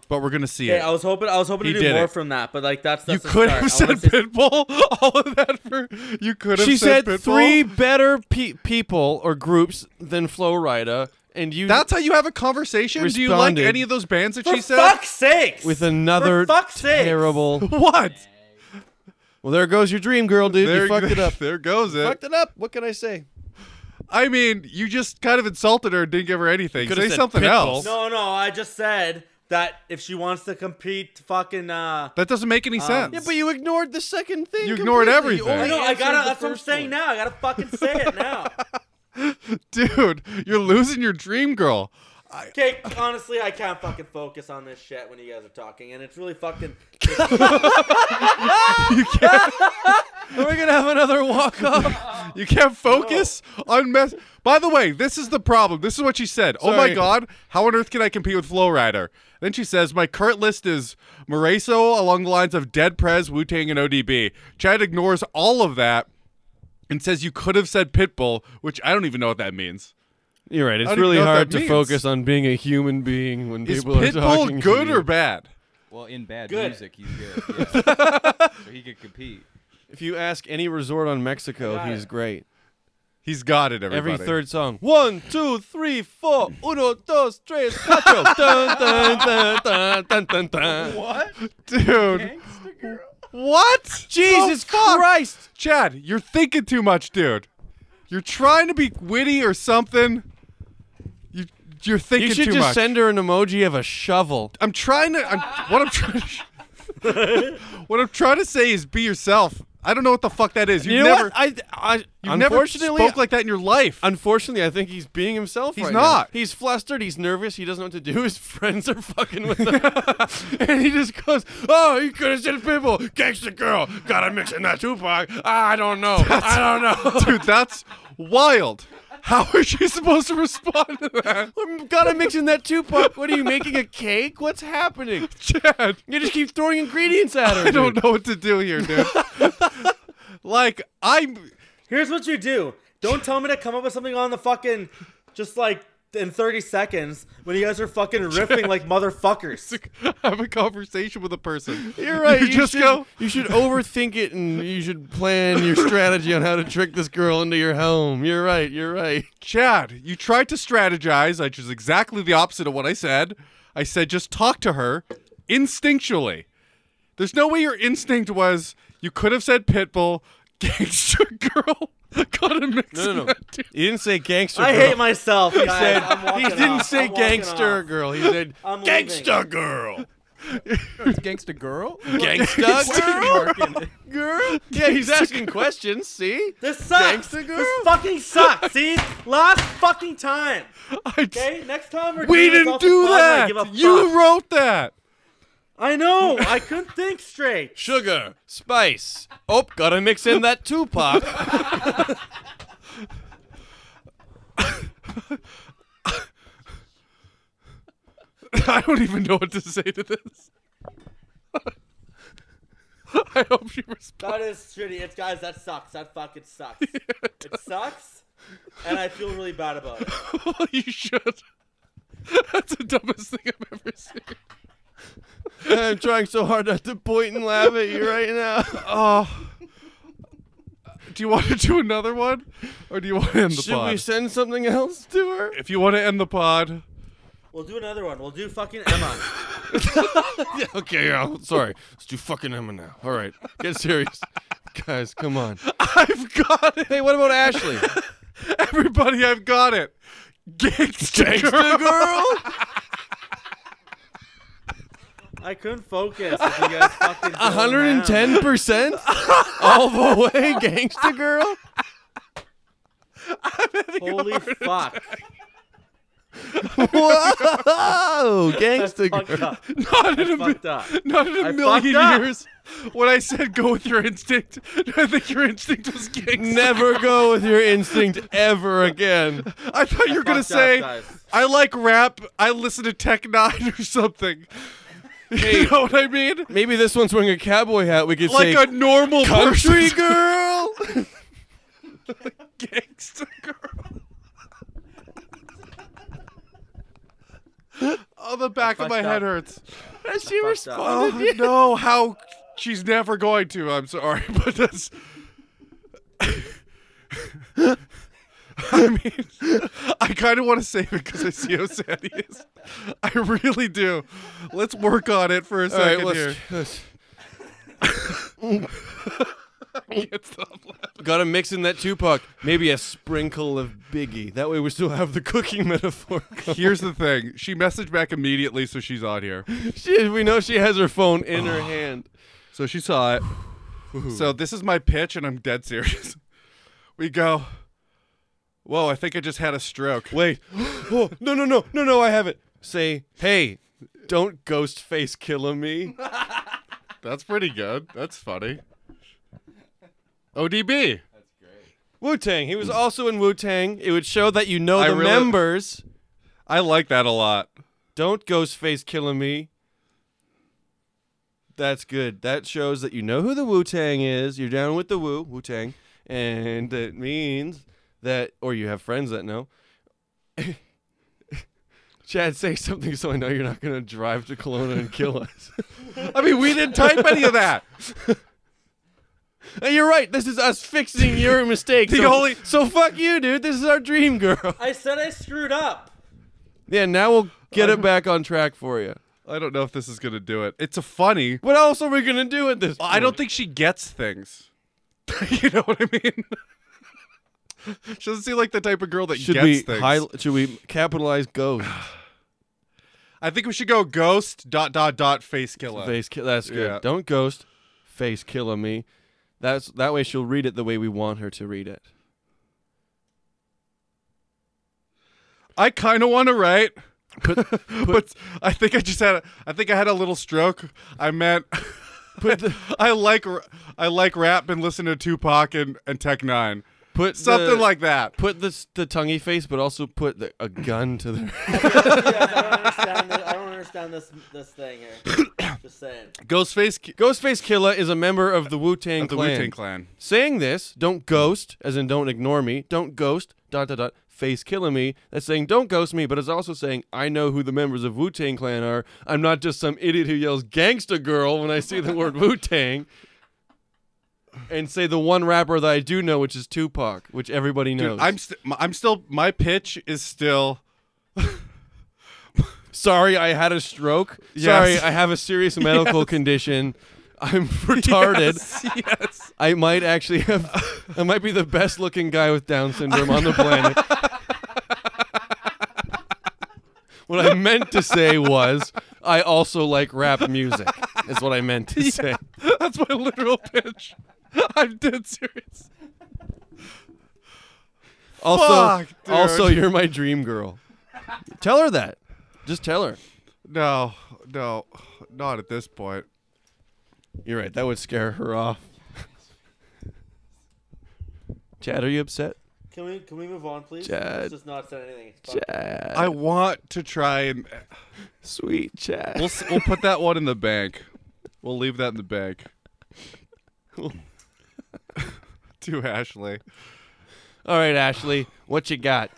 S3: but we're gonna see
S4: Okay,
S3: it.
S4: I was hoping I was hoping
S3: He
S4: to do
S3: did
S4: more
S3: it.
S4: from that, but like that's,
S3: you
S4: that's the
S3: could
S4: start.
S3: have
S4: I wanna
S3: said
S4: say-
S3: Pitbull. All of that for you could have.
S5: She said
S3: Pitbull.
S5: three better pe- people or groups than Flo Rida, and you
S3: That's how you have a conversation. Do you like
S5: Responded.
S3: any of those bands that
S4: For
S3: she said?
S4: fuck's sakes!
S5: with another
S4: For fuck's sakes!
S5: terrible.
S3: What?
S5: Well, there goes your dream girl, dude. you fucked it up.
S3: There goes it.
S5: fucked it up. What can I say?
S3: I mean, you just kind of insulted her and didn't give her anything.
S5: could've
S3: Say
S5: said
S3: something
S5: Pitbull.
S3: else.
S4: No, no, I just said that if she wants to compete, fucking uh.
S3: That doesn't make any sense.
S5: Yeah, but you ignored the second thing.
S3: You ignored
S5: completely.
S3: everything.
S5: only
S4: I know. I
S5: answered
S4: gotta.
S5: the
S4: That's what I'm
S5: first
S4: saying
S5: one.
S4: now. I gotta fucking say it now.
S3: dude, you're losing your dream girl.
S4: Okay, honestly, I can't fucking focus on this shit when you guys are talking, and it's really fucking.
S5: Are we gonna have another walk off?
S3: You can't focus on mess. By the way, this is the problem. This is what she said. Oh my
S5: Sorry.
S3: god, how on earth can I compete with Flow Rider? Then she says, my current list is Moreso along the lines of Dead Prez, Wu Tang, and ODB. Chad ignores all of that and says you could have said Pitbull, which I don't even know what that means.
S5: You're right. It's
S3: I don't even
S5: really
S3: know what
S5: hard
S3: that
S5: to
S3: means.
S5: focus on being a human being when
S3: Is
S5: people are talking.
S3: Pitbull
S5: to
S3: good
S5: you.
S3: or bad?
S2: Well, in bad
S4: Good.
S2: music, he's good. Yeah. so he could compete.
S5: If you ask any resort on Mexico,
S4: Got
S5: he's
S4: it.
S5: great.
S3: He's got it, everybody.
S5: Every third song. One, two, three, four. Uno, dos, tres, cuatro. dun, dun, dun, dun, dun, dun, dun.
S2: What?
S3: dude. What?
S5: Jesus
S3: Oh, fuck.
S5: Christ!
S3: Chad, you're thinking too much, dude. You're trying to be witty or something. You you're thinking
S5: You should
S3: too
S5: just
S3: much.
S5: send her an emoji of a shovel.
S3: I'm trying to. I'm, what I'm trying. To, what I'm trying to say is be yourself. I don't know what the fuck that is. You've
S5: You know
S3: never.
S5: what? I, I,
S3: You've never
S5: unfortunately,
S3: spoke like that in your life.
S5: Unfortunately, I think he's being himself.
S3: He's
S5: right now.
S3: not.
S5: He's flustered. He's nervous. He doesn't know what to do. His friends are fucking with him, and he just goes, "Oh, you could have said people, gangsta girl, gotta mix in that Tupac. I don't know. I don't know.
S3: dude, that's wild. How is she supposed to respond to that,
S5: I'm gotta mix in that Tupac. What are you making a cake? What's happening?
S3: Chad?
S5: You just keep throwing ingredients at her.
S3: I don't
S5: dude.
S3: know what to do here, dude. like I'm.
S4: Here's what you do. Don't tell me to come up with something on the fucking, just like in 30 seconds when you guys are fucking riffing like motherfuckers.
S3: have a conversation with a person.
S5: You're right.
S3: You, just
S5: should,
S3: go.
S5: You should overthink it, and you should plan your strategy on how to trick this girl into your home. You're right. You're right.
S3: Chad, you tried to strategize, which is exactly the opposite of what I said. I said just talk to her instinctually. There's no way your instinct was you could have said pitbull, gangster girl, got a mix.
S5: No, no,
S3: of
S5: no.
S3: it, dude.
S5: He didn't say gangster.
S4: I
S5: girl.
S4: hate myself. He said
S5: He didn't say gangster girl. He said
S4: I'm leaving.
S5: gangster girl.
S2: It's gangsta girl.
S5: Gangster girl.
S2: Fucking-
S5: girl. Yeah, he's asking questions. See,
S4: This sucks.
S5: Gangsta girl?
S4: This fucking sucks. See, last fucking time.
S3: I just-
S4: Okay, next time we're
S3: we
S4: doing this
S3: didn't
S4: off the
S3: do
S4: pod and I give a
S3: that. You
S4: fuck.
S3: wrote that.
S4: I know. I couldn't think straight.
S5: sugar, spice. Oh, gotta mix in that Tupac.
S3: I don't even know what to say to this. I hope she responds.
S4: That is shitty. It's guys. That sucks. That fucking sucks. it sucks, and I feel really bad about it.
S3: Oh, you should. That's the dumbest thing I've ever seen.
S5: I'm trying so hard not to point and laugh at you right now.
S3: Oh. Do you want to do another one, or do you want to end the
S5: Should
S3: pod?
S5: we send something else to her?
S3: if you want to end the pod,
S4: We'll do another one. We'll do fucking Emma.
S5: Okay, i sorry. Let's do fucking Emma now. All right, get serious, guys. Come on.
S3: I've got it.
S5: Hey, what about Ashley?
S3: Everybody, I've got it. Gangsta, girl.
S4: I couldn't focus. If you guys fucking don't have-
S5: 110 percent all the way, gangsta girl.
S4: Holy fuck!
S5: Whoa, gangsta
S4: Fucked
S5: girl.
S4: up.
S3: Not in a mi-
S4: Fucked up.
S3: not in a
S4: I fucked
S3: million
S4: up.
S3: years. When I said go with your instinct, I think your instinct was gangsta.
S5: Never go with your instinct ever again.
S3: I thought you were gonna
S4: fucked up,
S3: say
S4: guys.
S3: I like rap. I listen to Tech Nine or something. you know what I mean?
S5: Maybe this one's wearing a cowboy hat. We could
S3: Like
S5: say
S3: a normal
S5: country
S3: person.
S5: girl.
S3: gangsta girl. oh, the back of
S4: Fucked
S3: my head
S4: up.
S3: hurts.
S5: she
S4: Fucked up.
S3: Oh no, how she's never going to. I'm sorry, but that's. I mean, I kind of want to save it because I see how sad he is. I really do. Let's work on it for a
S5: All right,
S3: second here.
S5: let's, let's- Gotta mix in that Tupac. Maybe a sprinkle of Biggie. That way we still have the cooking metaphor. going.
S3: Here's the thing. She messaged back immediately, so she's on here.
S5: She, we know she has her phone in her hand.
S3: So she saw it. so this is my pitch, and I'm dead serious. We go. Whoa! I think I just had a stroke.
S5: Wait. Oh, no, no, no, no, no, I have it. Say, hey, don't ghost face killing me.
S3: That's pretty good. That's funny. ODB.
S5: Wu Tang. He was also in Wu Tang. It would show that you know
S3: I
S5: the
S3: really-
S5: members.
S3: I like that a lot.
S5: Don't ghost face killing me. That's good. That shows that you know who the Wu Tang is. You're down with the Wu Wu Tang, and it means that, or you have friends that know. Chad, say something so I know you're not gonna drive to Kelowna and kill us.
S3: I mean, we didn't type any of that.
S5: Hey, you're right. This is us fixing your mistakes.
S3: The
S5: so,
S3: only-
S5: so fuck you, dude. This is our dream girl.
S4: I said I screwed up.
S5: Yeah, now we'll get it back on track for you.
S3: I don't know if this is gonna do it. It's a funny.
S5: What else are we gonna do at this?
S3: I don't
S5: point?
S3: think she gets things. you know what I mean? she doesn't seem like the type of girl that
S5: Should
S3: gets
S5: we
S3: things.
S5: high, should we capitalize ghost?
S3: I think we should go ghost dot dot dot face killer.
S5: face kill. That's good.
S3: yeah.
S5: Don't ghost. Face killing me. That's that way she'll read it the way we want her to read it.
S3: I kind of want to write,
S5: Put
S3: but I think I just had. A, I think I had a little stroke. I meant.
S5: put the,
S3: I like r- I like rap and listen to Tupac and, and Tech Nine.
S5: put
S3: Something
S5: the-
S3: like that.
S5: put the the tonguey face, but also put the, a gun to their.
S4: Guys, I don't understand this. I don't understand this this thing here. Just saying.
S3: Ghostface ki-
S5: Ghostface Killer is a member of the Wu Tang
S3: of the
S5: Clan.
S3: Wu Tang Clan.
S5: Saying this, don't ghost, as in don't ignore me, don't ghost, dot dot dot, face killing me. That's saying don't ghost me, but it's also saying I know who the members of Wu Tang Clan are. I'm not just some idiot who yells gangsta girl when I see the word Wu Tang. And say the one rapper that I do know, which is Tupac, which everybody knows.
S3: Dude, I'm st- m- I'm still my pitch is still
S5: sorry I had a stroke. Sorry,
S3: Yes.
S5: I have a serious medical condition. I'm retarded.
S3: yes.
S5: I might actually have. I might be the best looking guy with Down syndrome on the planet. what I meant to say was, I also like rap music. Is what I meant to say.
S3: That's my literal pitch. I'm dead serious.
S5: Also,
S3: Fuck, dude.
S5: also, you're my dream girl. Tell her that. Just tell her.
S3: No, no, not at this point.
S5: You're right. That would scare her off. Chad, are you upset?
S4: Can we can we move on, please?
S5: Chad.
S4: Let's just not say anything. It's fine.
S5: Chad,
S3: I want to try and uh,
S5: sweet Chad.
S3: we'll s- we'll put that one in the bank. We'll leave that in the bank. to Ashley.
S5: All right, Ashley, what you got?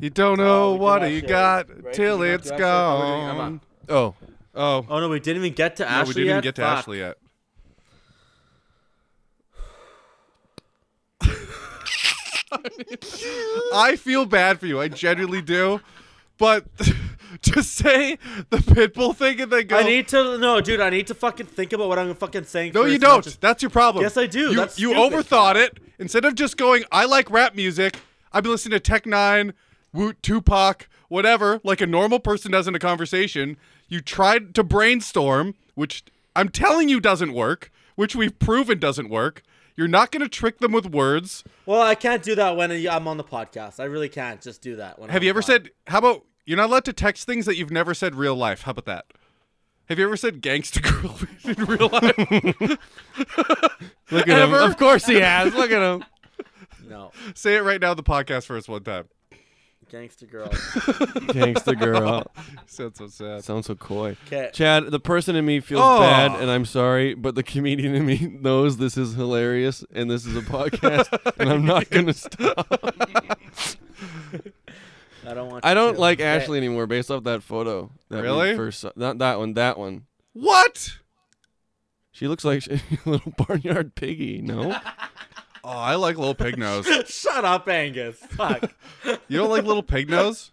S3: You don't know
S4: we do
S3: what
S4: have
S3: you
S4: to,
S3: got
S4: right?
S3: till
S4: We have
S3: it's
S4: to actually- oh, we're doing Emma.
S3: gone.
S5: Oh,
S3: Oh,
S4: Oh no, we didn't even get to
S3: no,
S4: Ashley.
S3: we didn't
S4: yet?
S3: even get to
S4: Fuck.
S3: Ashley yet. I feel bad for you. I genuinely do. But to say the Pitbull thing and then go.
S4: I need to no, dude. I need to fucking think about what I'm fucking saying.
S3: no,
S4: first,
S3: you
S4: not
S3: don't.
S4: just-
S3: That's your problem.
S4: Yes, I do.
S3: You,
S4: That's
S3: you
S4: stupid.
S3: overthought it. Instead of just going, I like rap music, I've been listening to Tech Nine, Woot, Tupac, whatever, like a normal person does in a conversation. You tried to brainstorm, which I'm telling you doesn't work, which we've proven doesn't work. You're not going to trick them with words.
S4: well, I can't do that when I'm on the podcast. I really can't just do that. When I'm
S3: Have you
S4: on
S3: ever
S4: the pod-
S3: said, how about, you're not allowed to text things that you've never said real life? How about that? Have you ever said gangster girl in real life?
S5: look at
S3: Ever?
S5: him. Of course he has. Look at him.
S4: no
S3: Say it right now in the podcast first one time.
S4: gangster girl?
S5: Gangsta girl.
S3: Sounds so sad.
S5: Sounds so coy.
S4: 'Kay.
S5: Chad, the person in me feels
S3: Oh.
S5: bad, and I'm sorry, but the comedian in me knows this is hilarious, and this is a podcast, and I'm not gonna stop.
S4: I don't want.
S5: I
S4: you
S5: don't
S4: to.
S5: like
S4: Okay.
S5: Ashley anymore based off that photo. That we
S3: Really?
S5: First, saw- not that one. That one.
S3: What?
S5: She looks like she, a little barnyard piggy. No,
S3: Oh, I like little pig nose.
S4: Shut up, Angus. Fuck.
S3: You don't like little pig nose?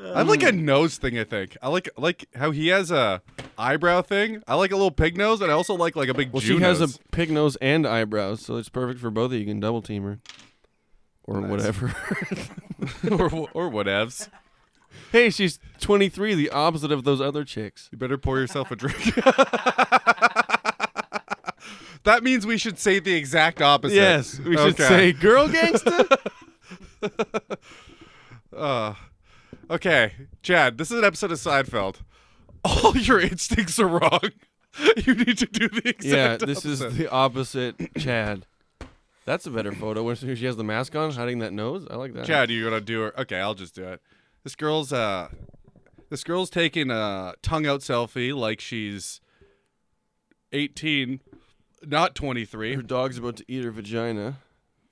S3: I like a nose thing. I think I like like how he has a eyebrow thing. I like a little pig nose, and I also like like a big.
S5: well,
S3: Jew
S5: she has
S3: nose.
S5: a pig nose and eyebrows, so it's perfect for both of you. You can double team her, or whatever.
S3: or or whatevs.
S5: hey, she's 23, the opposite of those other chicks.
S3: You better pour yourself a drink. that means we should say the exact opposite.
S5: Yes, we should
S3: Okay.
S5: say girl gangsta.
S3: Okay, Chad, this is an episode of Seinfeld. All your instincts are wrong. You need to do the exact
S5: yeah, this is
S3: opposite.
S5: the opposite, Chad. That's a better photo. When she has the mask on, hiding that nose. I like that.
S3: Chad, you gonna do her? Okay, I'll just do it. This girl's uh, this girl's taking a tongue out selfie like she's eighteen, not twenty
S5: her
S3: three.
S5: dog's about to eat her vagina.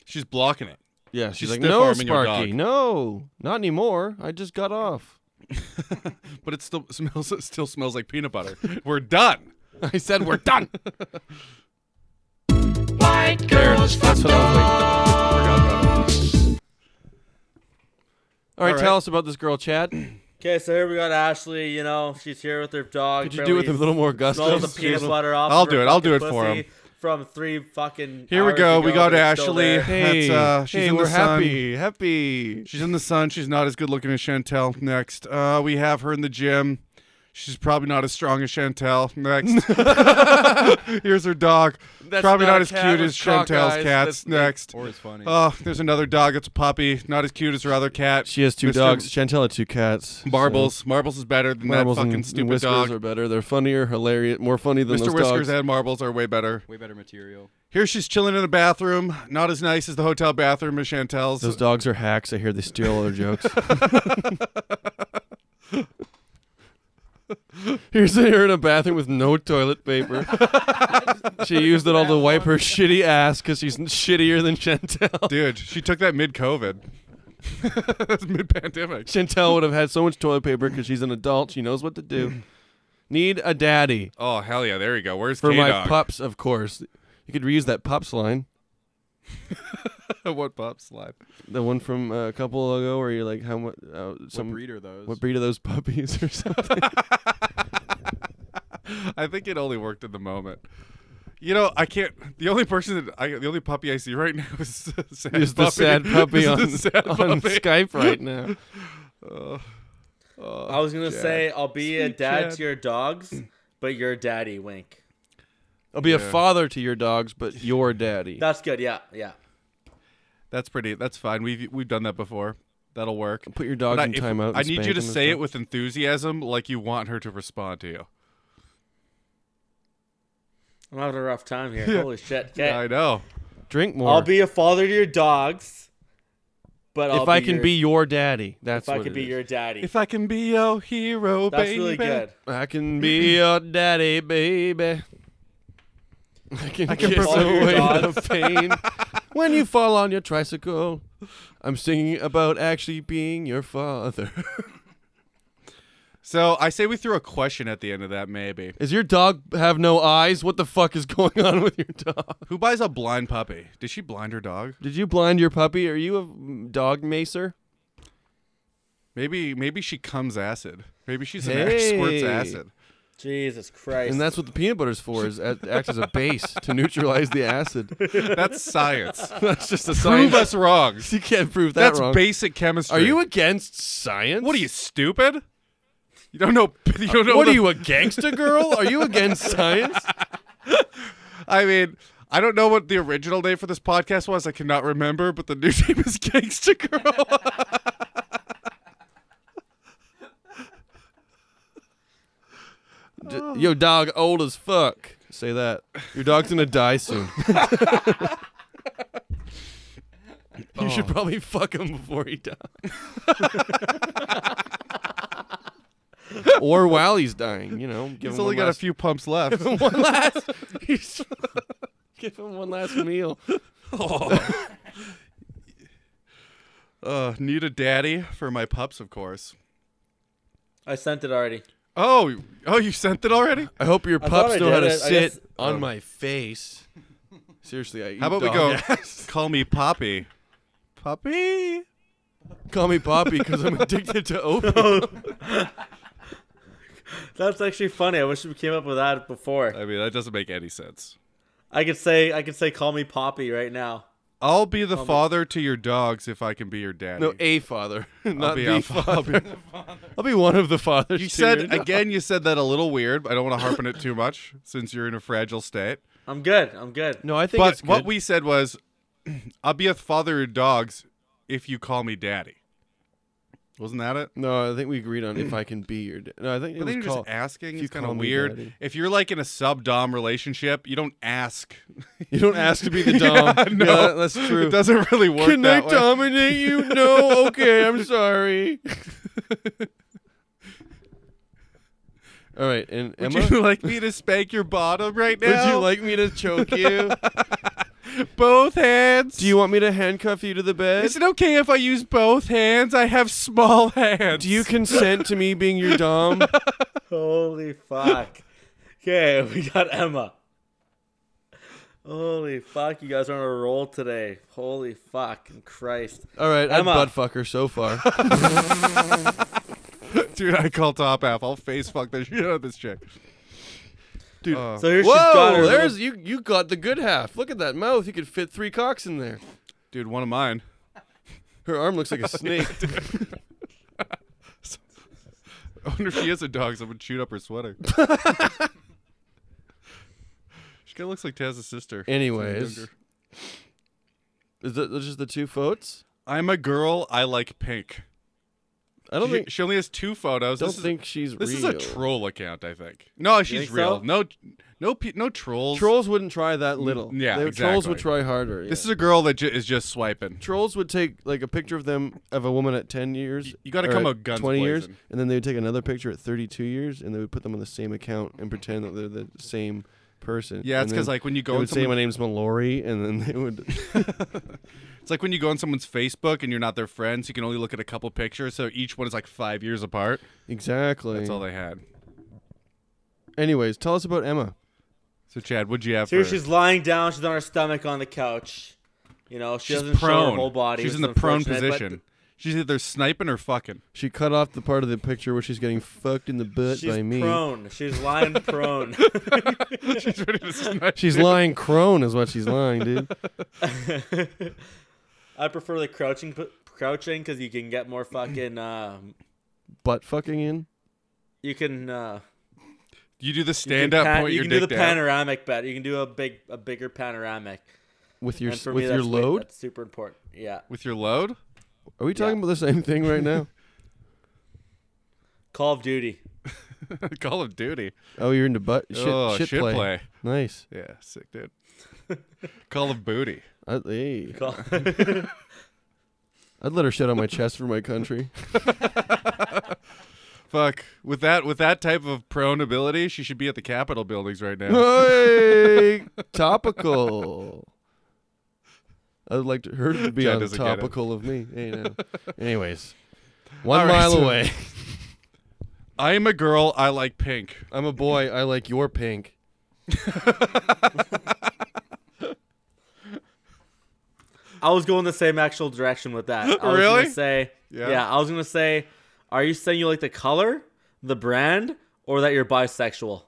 S3: She's blocking it.
S5: Yeah, she's,
S3: She's
S5: like,
S3: stiff
S5: no,
S3: arming your
S5: Sparky,
S3: dog."
S5: no, not anymore. I just got off.
S3: but it still smells. It still smells like peanut butter. We're done.
S5: I said we're done.
S1: White girls for
S5: That's what I was like. All right,
S3: All
S5: tell
S3: right.
S5: us about this girl, Chad.
S4: Okay, so here we got Ashley. You know, she's here with her dog.
S5: Could you do with a little more gusto?
S4: Smells the peanut butter off.
S3: I'll
S4: of her
S3: do it, I'll do
S4: fucking
S3: it for
S4: pussy
S3: him.
S4: From three fucking.
S3: Here we
S4: hours
S3: go.
S4: ago,
S3: We got
S4: but it's still
S3: Ashley.
S4: there.
S5: Hey,
S3: That's, uh, she's
S5: hey,
S3: in the
S5: we're
S3: sun.
S5: happy, happy.
S3: She's in the sun. She's not as good looking as Chantel. Next, uh, we have her in the gym. She's probably not as strong as Chantel. Next, here's her dog.
S5: That's
S3: probably
S5: not
S3: not,
S5: a
S3: as
S5: cat
S3: cute
S5: with
S3: as
S5: cock
S3: Chantel's
S5: eyes.
S3: cats.
S5: That's-
S3: Next,
S2: Or it's funny.
S3: Oh, there's another dog. It's a puppy. Not as cute as her other cat.
S5: She has two
S3: Mr.
S5: dogs. Chantel had two cats. so
S3: Marbles. Marbles is better than
S5: Marbles
S3: that fucking
S5: and
S3: stupid
S5: Whiskers
S3: dog.
S5: are better. They're funnier, hilarious, more funny than
S3: Mr.
S5: those
S3: Whiskers
S5: dogs.
S3: and Marbles are way better.
S2: Way better material.
S3: Here she's chilling in the bathroom. Not as nice as the hotel bathroom as Chantel's.
S5: Those dogs are hacks. I hear they steal all their jokes. Here's her in a bathroom with no toilet paper. she used it all to wipe her shitty ass because she's shittier than Chantel.
S3: Dude, she took that mid COVID. That's mid pandemic.
S5: Chantel would have had so much toilet paper because she's an adult. She knows what to do. Need a daddy
S3: Oh, hell yeah. There you go. Where's
S5: for my
S3: K-Dog?
S5: pups, of course. You could reuse that pups line.
S3: what pup slide?
S5: The one from uh, a couple ago where you're like, how much? Uh, some
S2: what breed are those?
S5: What breed are those puppies or something?
S3: I think it only worked in the moment. You know, I can't. The only person that I, the only puppy I see right now is sad
S5: Is the
S3: puppy.
S5: sad puppy
S3: Is the
S5: on,
S3: sad
S5: on
S3: puppy.
S5: Skype right now?
S4: I was gonna say I'll be a dad
S3: Chad.
S4: to your dogs, but your daddy wink.
S5: I'll be a father to your dogs, but your daddy.
S4: That's good. Yeah, yeah.
S3: That's pretty. That's fine. We've we've done that before. That'll work.
S5: Put your dogs
S3: But I-
S5: in
S3: if-
S5: timeout.
S3: I
S5: and
S3: need
S5: spank
S3: you to
S5: them and
S3: say it
S5: stuff.
S3: with enthusiasm, like you want her to respond to you.
S4: I'm having a rough time here. Holy shit. 'Kay.
S3: I know.
S5: drink more.
S4: I'll be a father to your dogs, but I'll
S5: if I can
S4: your,
S5: be your daddy,
S4: if
S5: that's
S4: I
S5: what
S4: can
S5: it
S4: be
S5: is.
S4: your daddy.
S3: If I can be your hero,
S4: That's
S3: baby.
S4: really good.
S5: I can be your daddy, baby. I can, I
S3: can
S5: kiss
S3: provide
S4: your
S5: away
S4: dogs.
S5: the pain when you fall on your tricycle. I'm singing about actually being your father.
S3: So I say we threw a question at the end of that, maybe.
S5: Is your dog have no eyes? What the fuck is going on with your dog?
S3: Who buys a blind puppy? Did she blind her dog?
S5: Did you blind your puppy? Are you a dog macer?
S3: Maybe maybe she comes acid. Maybe she's an hey. squirts
S5: Hey.
S3: acid.
S4: Jesus Christ.
S5: And that's what the peanut butter's for, is it acts as a base to neutralize the acid.
S3: That's science.
S5: That's just a
S3: Prove
S5: science.
S3: us wrong.
S5: You can't prove that
S3: That's
S5: wrong.
S3: basic chemistry.
S5: Are you against science?
S3: What are you stupid? You don't know. You don't know.
S5: Uh, what
S3: the-
S5: are you, a gangster girl? Are you against science?
S3: I mean, I don't know what the original name for this podcast was. I cannot remember, but the new name is Gangsta Girl.
S5: D-
S3: Oh.
S5: Yo, dog, old as fuck. Say that. Your dog's gonna die soon. You
S3: Oh.
S5: should probably fuck him before he dies. or while he's dying, you know. Give
S3: He's
S5: him
S3: only
S5: one
S3: got a
S5: last,
S3: few pumps left.
S5: one last. he's- give him one last meal.
S3: Uh, need a daddy for my pups, of course.
S4: I sent it already.
S3: Oh, oh, you sent it already?
S5: I hope your
S4: I thought
S5: pups
S4: I
S5: know how
S4: did
S5: to
S4: it. I
S5: sit
S4: guess-
S5: on
S4: Oh.
S5: my face. Seriously, I eat
S3: How about we
S5: dog
S3: go?
S5: ass.
S3: Call me Poppy. Poppy.
S5: Call me Poppy because I'm addicted to
S3: Oh.
S5: opium.
S4: That's actually funny. I wish we came up with that before.
S3: I mean, that doesn't make any sense.
S4: I could say I could say call me Poppy right now.
S3: I'll be the father to your dogs if I can be your daddy.
S5: No, a father, not
S3: be
S5: the
S3: a fa-
S5: father. I'll be one of the fathers.
S3: you
S5: to
S3: said
S5: your dog.
S3: again. You said that a little weird. but I don't want to harp on it too much since you're in a fragile state.
S4: I'm good. I'm good.
S5: No, I think
S3: But
S5: it's
S3: what
S5: good.
S3: we said was, I'll be a father of dogs if you call me daddy. Wasn't that it?
S5: No, I think we agreed on if I can be your. Da- no, I think it
S3: But
S5: was
S3: then you're
S5: called.
S3: just asking.
S5: if
S3: It's
S5: you
S3: kind of
S5: call me
S3: weird.
S5: daddy.
S3: If you're like in a sub dom relationship, you don't ask.
S5: You don't ask to be the dom. yeah,
S3: no.
S5: that- that's true.
S3: It doesn't really work.
S5: can I
S3: that way.
S5: dominate you? No. Okay, I'm sorry. All right, and
S3: Would
S5: Emma,
S3: you like me to spank your bottom right now?
S5: would you like me to choke you?
S3: both hands?
S5: Do you want me to handcuff you to the bed?
S3: Is it okay if I use both hands? I have small hands.
S5: Do you consent to me being your dom?
S4: Holy fuck. Okay, we got Emma. Holy fuck, you guys are on a roll today. Holy fucking Christ.
S5: All right,
S4: Emma.
S5: I'd butt fuck her so far.
S3: dude? I call top half. I'll face fuck the shit out of this chick. Uh,
S5: Dude,
S4: So here she's got her
S5: Whoa,
S4: little-
S5: there's you. You got the good half. Look at that mouth. You could fit three cocks in there.
S3: Dude, one of mine.
S5: Her arm looks like a snake.
S3: I wonder if she is a dog. Someone chewed up her sweater. she kind of looks like Taz's sister.
S5: Anyways,
S3: Younger.
S5: is that those just the two photos?
S3: I'm a girl. I like pink.
S5: I don't
S3: she,
S5: think.
S3: she only has two photos.
S5: Don't
S3: this
S5: think
S3: is,
S5: she's
S3: this
S5: real.
S3: is a troll account. I think. No, she's
S4: think
S3: real.
S4: so?
S3: No, no, pe- no trolls.
S5: Trolls wouldn't try that little.
S3: yeah,
S5: They- Trolls would
S3: exactly.
S5: try harder.
S3: This
S5: yeah.
S3: is a girl that ju- is just swiping.
S5: Trolls would take like a picture of them of a woman at ten years.
S3: you gotta
S5: or
S3: come
S5: at
S3: a guns
S5: twenty years,
S3: blazing.
S5: and then they would take another picture at thirty-two years, and they would put them on the same account and pretend that they're the same person.
S3: Yeah, it's
S5: And then
S3: because like when you
S5: they
S3: go on
S5: would say my
S3: someone,
S5: name's Mallory, and then they would.
S3: it's like when you go on someone's Facebook and you're not their friends. You can only look at a couple pictures, so each one is like five years apart.
S5: Exactly.
S3: That's all they had.
S5: Anyways, tell us about Emma.
S3: So Chad, what'd you have?
S4: So here
S3: for-
S4: she's lying down. She's on her stomach on the couch. You know, she
S3: she's
S4: doesn't show
S3: prone.
S4: her whole body.
S3: She's
S4: which
S3: in
S4: is
S3: the prone
S4: unfortunate, but
S3: position. She's either sniping or fucking.
S5: She cut off the part of the picture where she's getting fucked in the butt
S4: She's
S5: by me.
S4: prone. She's lying prone.
S3: she's ready to snipe.
S5: She's lying crone is what she's lying, dude.
S4: I prefer the crouching, p- crouching, because you can get more fucking. Uh,
S5: Butt fucking in.
S4: you can. Uh,
S3: You do the
S4: you can
S3: stand up,
S4: pan-
S3: point
S4: You
S3: your
S4: can do
S3: dick
S4: the
S3: down.
S4: panoramic bet. You can do a big, a bigger panoramic.
S5: With your
S4: and for
S5: with
S4: me,
S5: your
S4: that's way-
S5: load?
S4: that's super important. Yeah.
S3: with your load.
S5: Are we talking
S4: yeah.
S5: about the same thing right now?
S4: Call of Duty.
S3: Call of Duty.
S5: oh, you're into butt shit,
S3: oh,
S5: shit, play.
S3: play.
S5: Nice.
S3: Yeah, sick dude. Call of Booty.
S5: I, hey,
S4: Call-
S5: I'd let her shit on my chest for my country.
S3: Fuck. With that with that type of prone ability, she should be at the Capitol buildings right now.
S5: hey, topical. I'd like to, her to be
S3: Chad
S5: on
S3: doesn't get it.
S5: topical of me. Hey, now. Anyways, one
S3: All right,
S5: mile
S3: so-
S5: away.
S3: I am a girl. I like pink.
S5: I'm a boy. I like your pink.
S4: I was going the same actual direction with that. I was
S3: Really?
S4: gonna say
S3: Yeah.
S4: yeah. I was gonna say, are you saying you like the color, the brand, or that you're bisexual?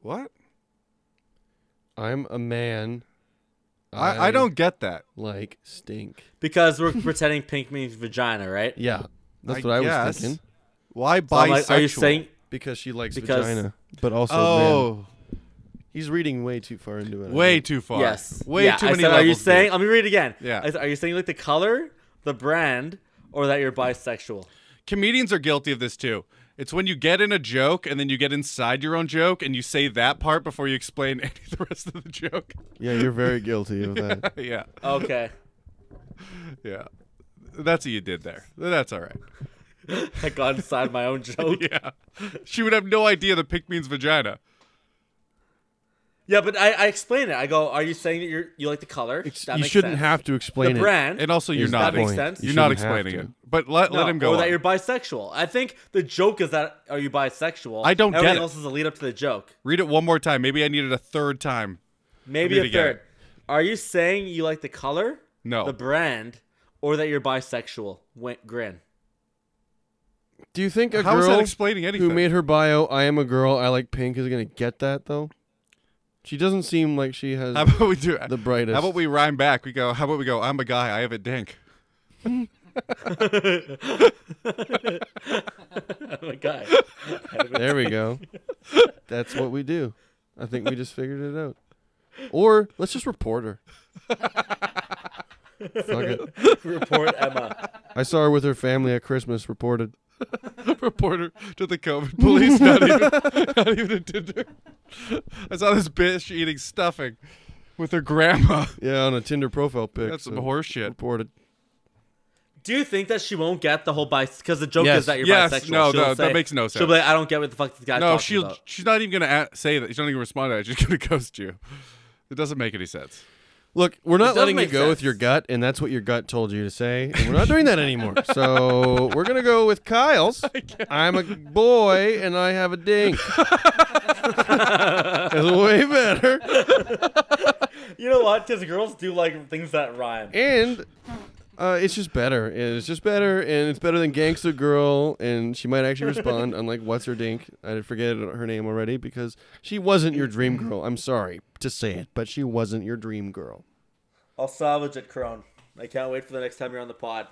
S3: What?
S5: I'm a man.
S3: I, I
S4: Um,
S3: don't get that.
S5: like stink.
S4: Because we're pretending pink means vagina, right?
S5: Yeah, that's
S3: I
S5: what I
S3: guess.
S5: was thinking.
S3: Why
S4: So
S3: bisexual?
S4: I'm like, are you saying
S5: Because she likes
S4: Because-
S5: vagina, but also man.
S3: Oh,
S5: He's reading way too far into it. I
S3: way
S5: think.
S3: too far.
S4: yes?
S3: Way
S4: Yeah,
S3: too
S4: I
S3: many
S4: said,
S3: levels.
S4: Are you
S3: dude.
S4: saying? Let me read it again.
S3: Yeah.
S4: I said, are you saying you like the color, the brand, or that you're bisexual?
S3: comedians are guilty of this too. It's when you get in a joke and then you get inside your own joke and you say that part before you explain any the rest of the joke.
S5: Yeah, you're very guilty of that.
S3: yeah.
S4: Okay.
S3: Yeah. That's what you did there. That's all right.
S4: I got inside my own joke. Yeah,
S3: Yeah. She would have no idea that pink means vagina.
S4: but I, I explained it. I go, are you saying that you're you like the color? That
S5: you
S4: makes
S5: shouldn't
S4: sense.
S5: have to explain
S4: the
S5: it.
S4: brand
S3: And also,
S5: is
S3: you're
S5: the
S3: not.
S4: That makes
S5: point.
S4: sense.
S5: You
S3: You're not
S5: shouldn't have
S3: explaining it.
S5: to.
S3: But let, let
S4: No,
S3: him go.
S4: Or
S3: on.
S4: that you're bisexual. I think the joke is that are you bisexual?
S3: I don't get
S4: Everything
S3: it.
S4: else is a lead up to the joke.
S3: Read it one more time. Maybe I need it a third time.
S4: Maybe
S3: need
S4: a
S3: to get
S4: third.
S3: it.
S4: Are you saying you like the color,
S3: No.
S4: the brand, or that you're bisexual? Went grin.
S5: Do you think a
S3: How is
S5: girl
S3: that explaining anything?
S5: who made her bio "I am a girl, I like pink" is gonna get that though? She doesn't seem like she has.
S3: how about we do
S5: The brightest.
S3: How about we rhyme back? We go. How about we go? I'm a guy. I have a dink.
S4: Oh my god.
S5: There we go. That's what we do. I think we just figured it out. Or let's just report her. Fuck it.
S4: Report Emma.
S5: I saw her with her family at Christmas. Reported.
S3: reporter to the COVID police. Not even, not even a Tinder. I saw this bitch eating stuffing with her grandma.
S5: Yeah, on a Tinder profile pic.
S3: That's some
S5: so
S3: horse shit.
S5: Reported.
S4: Do you think that she won't get the whole bis? Because the joke
S5: Yes.
S4: is that you're
S3: Yes.
S4: bisexual.
S3: No,
S4: She'll
S3: no, that
S4: say-
S3: makes no
S4: She'll be like, I don't get what the fuck this guy's
S3: No,
S4: talking
S3: she'll.
S4: about.
S3: She's not even gonna a say that. She's not even gonna respond to that. She's gonna ghost you. It doesn't make any sense.
S5: Look, we're
S4: It
S5: not
S4: does
S5: letting you
S4: make
S5: go with your
S4: sense.
S5: gut, and that's what your gut told you to say. And we're not doing that anymore. So we're gonna go with Kyle's. I'm a boy and I have a dink. That's way better.
S4: You know what? Because girls do like things that rhyme.
S5: And uh, it's just better. It's just better, and it's better than Gangsta Girl. And she might actually respond, unlike what's her dink. I forget her name already because she wasn't your dream girl. I'm sorry to say it, but she wasn't your dream girl.
S4: I'll salvage it, Crone. I can't wait for the next time you're on the pod.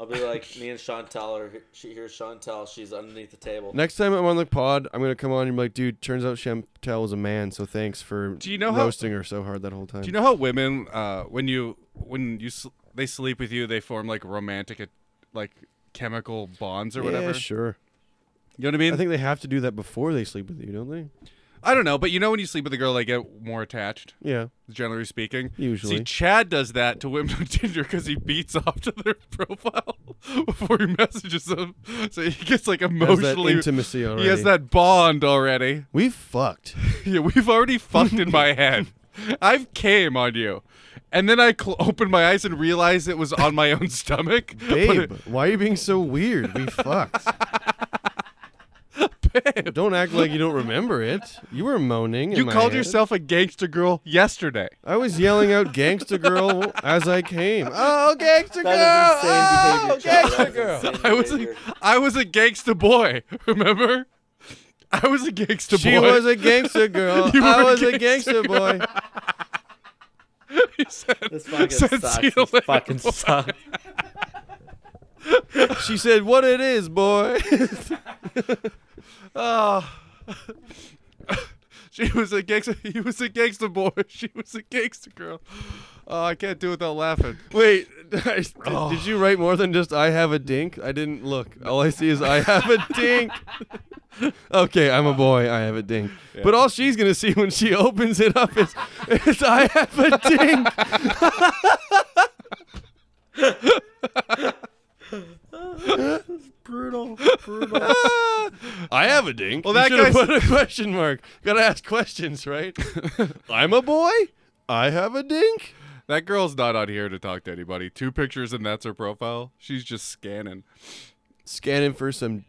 S4: I'll be like me and Chantel, or she hears Chantel, she's underneath the table.
S5: Next time I'm on the pod, I'm gonna come on and be like, dude, turns out Chantel was a man, so thanks for
S3: Do you know how-
S5: roasting her so hard that whole time.
S3: Do you know how women, uh, when you when you sl- they sleep with you, they form like romantic, uh, like chemical bonds or whatever.
S5: Yeah, sure.
S3: You know what I mean?
S5: I think they have to do that before they sleep with you, don't they?
S3: I don't know, but you know when you sleep with a girl, they get more attached.
S5: Yeah.
S3: generally speaking.
S5: Usually.
S3: See, Chad does that to women on Tinder because he beats off to their profile before he messages them. So he gets like
S5: Has that
S3: emotionally.
S5: intimacy already.
S3: He has that bond already.
S5: We fucked.
S3: Yeah, we've already fucked in my head. I've came on you. And then I cl- opened my eyes and realized it was on my own stomach. But
S5: Babe,
S3: it-
S5: why are you being so weird? We fucked. Don't act like you don't remember it. You were moaning. in
S3: you
S5: my
S3: called
S5: head.
S3: yourself a gangster girl yesterday.
S5: I was yelling out "Gangsta Girl" as I came. Oh, Gangsta Girl!
S4: That
S5: Oh,
S4: is insane behavior, Chad.
S5: Gangsta
S4: That is
S5: Girl!
S4: insane
S3: I was a,
S4: behavior.
S3: I was a gangster boy, remember? I was a gangster
S5: She
S3: boy.
S5: was a gangsta girl.
S3: You
S5: I
S3: were a
S5: was a
S3: gangsta
S5: gangsta boy.
S3: He said-
S4: This fucking
S3: Said,
S4: sucks.
S3: "See you
S4: This
S3: later,
S4: fucking
S3: boy."
S4: sucks.
S5: She said, "What it is, boy."
S3: Ah. She was a gangster. He was a gangster boy. She was a gangster girl. Oh, I can't do it without laughing. Ah.
S5: Wait, I- did, did you write more than just "I have a dink"? I didn't look. All I see is "I have a dink." okay, I'm a boy. I have a dink. But all she's gonna see when she opens it up is, is "I have a dink."
S4: Brutal.
S5: I have a dink. Well,
S3: that
S5: that guy
S3: guy's-
S5: put a question mark. Gotta ask questions, right? I'm a boy. I have a dink.
S3: That girl's not on here to talk to anybody. Two pictures and that's her profile. She's just scanning.
S5: Scanning for some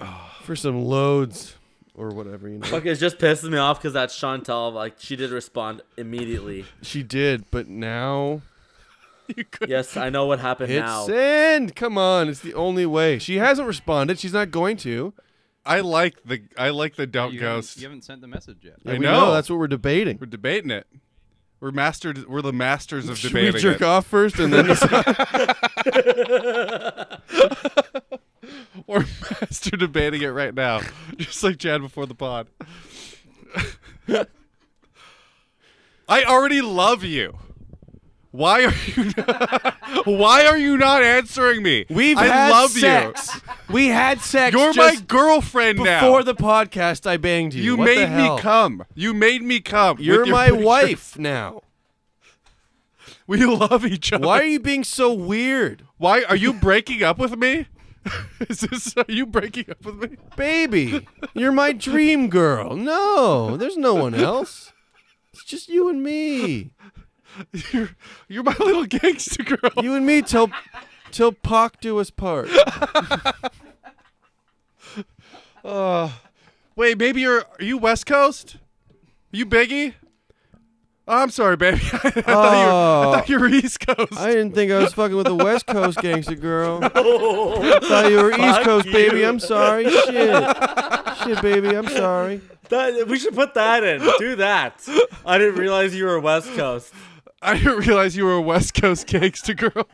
S5: for some loads or whatever, you know.
S4: Fuck, it just pisses me off because that's Chantel. Like, she did respond immediately.
S5: She did, but now
S4: yes, I know what happened
S5: hit
S4: now.
S5: send. Come on, it's the only way. She hasn't responded. She's not going to.
S3: I like the I like the don't
S2: you
S3: ghost.
S2: Haven't, you haven't sent the message yet.
S5: Yeah,
S3: I
S5: we
S3: know.
S5: That's what we're debating.
S3: We're debating it. We're mastered. We're the masters of
S5: Should
S3: debating.
S5: we jerk
S3: it.
S5: off first and then
S3: We're master debating it right now, just like Chad before the pod. I already love you. Why are you? Not, why are you not answering me?
S5: we've
S3: I
S5: had
S3: love
S5: sex. We had sex.
S3: you. You're my
S5: just
S3: girlfriend
S5: before
S3: now.
S5: the podcast. I banged you.
S3: you
S5: What the
S3: made
S5: hell?
S3: me come. You made me come. with
S5: You're
S3: your
S5: my
S3: pictures.
S5: wife now.
S3: We love each other.
S5: Why are you being so weird,
S3: Why are you breaking up with me? Is this? Are you breaking up with me?
S5: baby? You're my dream girl. No, there's no one else. It's just you and me.
S3: You're, you're my little gangster girl.
S5: You and me till till Pac do us part.
S3: Wait, maybe you're are you West Coast? Are you Biggie? Oh, I'm sorry, baby. I, thought you were, I thought you were East Coast.
S5: I didn't think I was fucking with a West Coast gangster girl. Thought you were East Coast, baby. I'm sorry. Shit. Shit, baby. I'm sorry.
S4: That- we should put that in. Do that. I didn't realize you were West Coast.
S3: I didn't realize you were a West Coast gangster girl.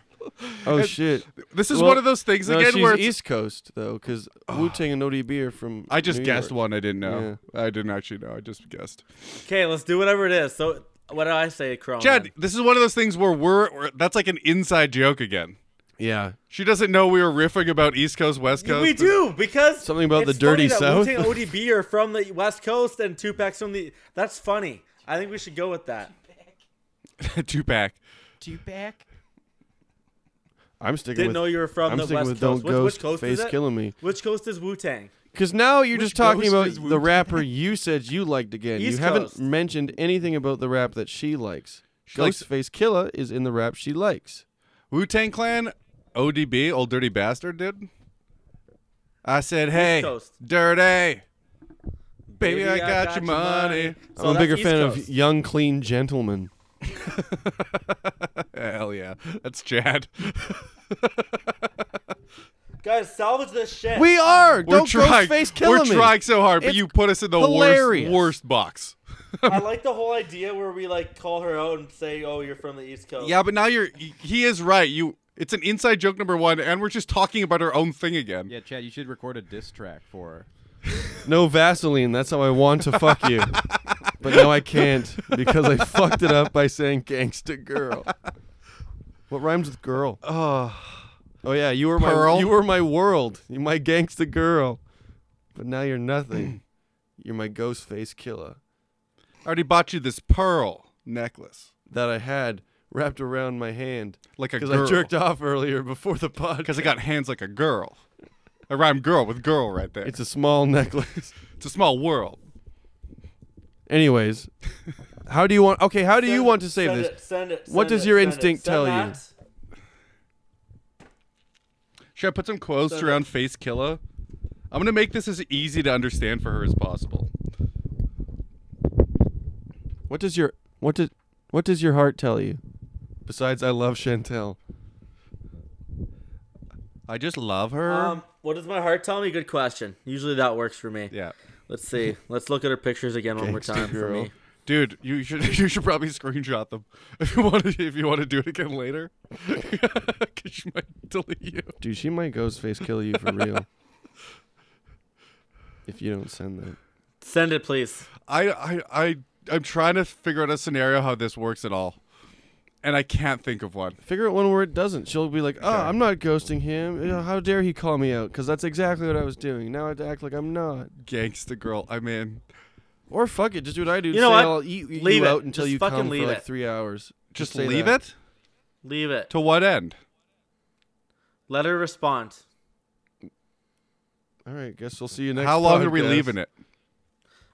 S5: Oh, shit.
S3: This is
S5: Well,
S3: one of those things
S5: No,
S3: again
S5: she's
S3: where it's-
S5: East Coast, though, because Wu Tang and ODB are from.
S3: I just guessed
S5: one.
S3: one I didn't know. I didn't actually know. I just guessed.
S4: Okay, let's do whatever it is. So, what do I say, Chrome?
S3: Chad, this is one of those things where we're, we're- that's like an inside joke again.
S5: Yeah.
S3: She doesn't know we were riffing about East Coast, West Coast.
S4: We do because
S5: Something about the
S4: it's funny
S5: dirty
S4: that
S5: South.
S4: Wu-Tang and ODB are from the West Coast and Tupac's from the. That's funny. I think we should go with that.
S3: two pack.
S5: I'm sticking
S4: Didn't
S5: with.
S4: know you were from
S5: I'm
S4: the
S5: sticking
S4: West Coast.
S5: with Don't
S4: Which,
S5: Ghost.
S4: which coast
S5: face
S4: is it?
S5: killing me.
S4: Which coast is Wu Tang?
S5: Because now you're just talking
S3: ghost
S5: about
S3: is
S5: the rapper you said you liked again.
S4: East
S5: you haven't
S4: Coast.
S5: mentioned anything about the rap that she likes.
S3: likes-
S5: Ghostface Killer is in the rap she likes.
S3: Wu Tang Clan, ODB, old dirty bastard, dude. I said, hey,
S4: Coast.
S3: dirty. Baby, I, got, your money.
S4: So
S5: I'm a
S4: Oh, that's
S5: bigger
S4: East
S5: fan
S4: Coast.
S5: of Young Clean Gentleman.
S3: Hell yeah. That's Chad.
S4: Guys, salvage this shit.
S5: We are.
S3: We're
S5: Don't
S3: trying,
S5: Ghostface Killer
S3: we're
S5: me.
S3: trying so hard, but
S5: It's
S3: you put us in the worst,
S5: hilarious.
S3: worst box.
S4: I like the whole idea where we like call her out and say, "Oh, you're from the East Coast."
S3: Yeah, but now you're. He is right. You. It's an inside joke number one, and we're just talking about our own thing again.
S2: Yeah, Chad, you should record a diss track for her.
S5: No Vaseline. That's how I want to fuck you. But now I can't because I fucked it up by saying gangsta girl. What rhymes with girl? Oh, oh yeah, you were
S3: Pearl?
S5: my you were my world. You my gangsta girl. But now you're nothing. you're my ghost face killer
S3: I already bought you this pearl necklace,
S5: that I had wrapped around my hand
S3: like a
S5: because
S3: girl.
S5: I jerked off earlier before the pod.
S3: Because I got hands like a girl. I rhyme girl with girl right there.
S5: it's a small necklace.
S3: it's a small world.
S5: Anyways, how do you want? Okay, how do you want to save
S4: send
S5: this?
S4: It, send it. send
S5: What does
S4: it,
S5: your
S4: send it,
S5: instinct
S4: send
S5: tell you?
S4: that.
S3: Should I put some quotes
S4: So-
S3: around Face Killer? I'm gonna make this as easy to understand for her as possible.
S5: What does your what did what does your heart tell you? Besides, I love Chantel.
S3: I just love her.
S4: Um, what does my heart tell me? Good question. Usually that works for me.
S3: yeah,
S4: Let's see. Let's look at her pictures again one more
S5: Gangsta
S4: time for
S5: girl.
S4: me.
S3: dude, you should you should probably screenshot them if you want to if you want to do it again later, because she might delete you.
S5: Dude, she might ghost face kill you for real. if you don't send that.
S4: Send it, please.
S3: I I I I'm trying to figure out a scenario how this works at all, and I can't think of one.
S5: Figure out one where it doesn't. She'll be like, "Oh, I'm not ghosting him. You know, How dare he call me out? Because that's exactly what I was doing. Now I have to act like I'm not."
S3: Gangsta girl, I mean,
S5: Or fuck it, just do what I do.
S4: You know
S5: Say
S4: what?
S5: I'll eat you
S4: Leave it.
S5: out until
S4: Just
S5: you
S4: fucking
S5: come
S4: leave
S5: for like
S4: it.
S5: three hours.
S3: just
S5: say
S3: leave
S5: that.
S3: it.
S4: Leave it.
S3: To what end?
S4: Let her respond.
S5: All right, guess we'll see you next.
S3: how long are we
S5: podcast.
S3: leaving it?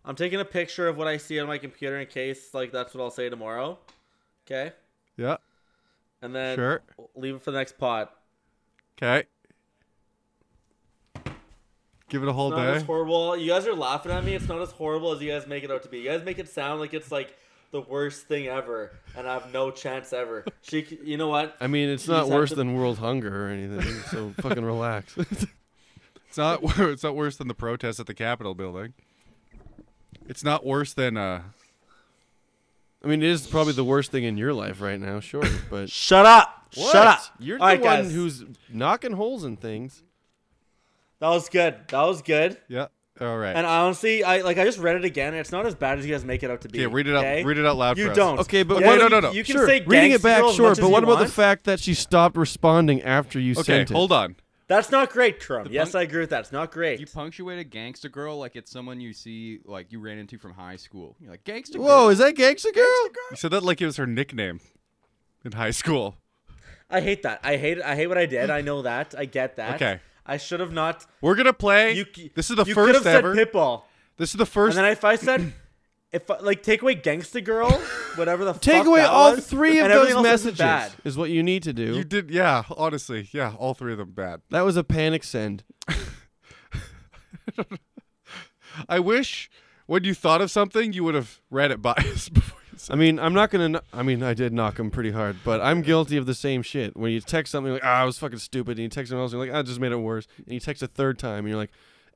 S4: I'm taking a picture of what I see on my computer in case like that's what I'll say tomorrow. Okay?
S3: Yeah.
S4: And then
S3: Sure.
S4: leave it for the next pod.
S3: Okay. Give it a whole
S4: It's not as
S3: day.
S4: horrible. You guys are laughing at me. It's not as horrible as you guys make it out to be. You guys make it sound like it's like the worst thing ever, and I have no chance ever. She, c- you know what?
S5: I mean, it's
S4: You
S5: not
S4: just have
S5: worse
S4: to-
S5: than world hunger or anything. So fucking relax.
S3: It's not. wor- It's not worse than the protests at the Capitol building. It's not worse than uh.
S5: I mean, it is probably the worst thing in your life right now, sure. But
S4: Shut up!
S5: What?
S4: Shut up!
S5: You're
S4: All
S5: the
S4: right,
S5: one
S4: guys.
S5: who's knocking holes in things.
S4: That was good. That was good.
S3: Yeah. All right.
S4: And honestly, I like I just read it again. and It's not as bad as you guys make it out to be.
S3: yeah. Read it out.
S4: okay?
S3: Read it out loud.
S4: You
S3: for us.
S4: don't.
S5: Okay, but
S4: Yeah,
S5: what-
S3: no, no, no.
S4: You can
S5: sure,
S4: say
S5: reading it back,
S4: gangster as
S5: sure.
S4: much as
S5: But what
S4: you
S5: about the
S4: want.
S5: fact that she stopped responding after you
S3: Okay.
S5: sent it?
S3: Hold on.
S4: That's not great, Krum. yes,
S2: punk-
S4: I agree with that. It's not great.
S2: You punctuate a gangster girl like it's someone you see, like you ran into from high school. You're like, gangster girl?
S5: Whoa, is that gangster girl?
S3: You said that like it was her nickname in high school.
S4: I hate that. I hate it. I hate what I did. I know that. I get that.
S3: Okay.
S4: I should have not.
S3: We're gonna play.
S4: You, c-
S3: this is the
S4: you could have
S3: first
S4: said
S3: ever.
S4: Pitbull.
S3: this is the first.
S4: And then if I said, if I, like take away Gangsta Girl, whatever the
S5: Take
S4: fuck
S5: away
S4: that
S5: all
S4: was,
S5: three of
S4: and everything
S5: those
S4: else is
S5: messages
S4: Bad.
S5: is what you need to do.
S3: you did. Yeah. Honestly. Yeah. All three of them bad.
S5: that was a panic send.
S3: I wish when you thought of something, you would have read it by us before. You said.
S5: I mean, I'm not gonna. kn- I mean, I did knock him pretty hard, but I'm guilty of the same shit. When you text something like, "Ah, I was fucking stupid," and you text someone else, you're like, "I just made it worse," and you text a third time, and you're like,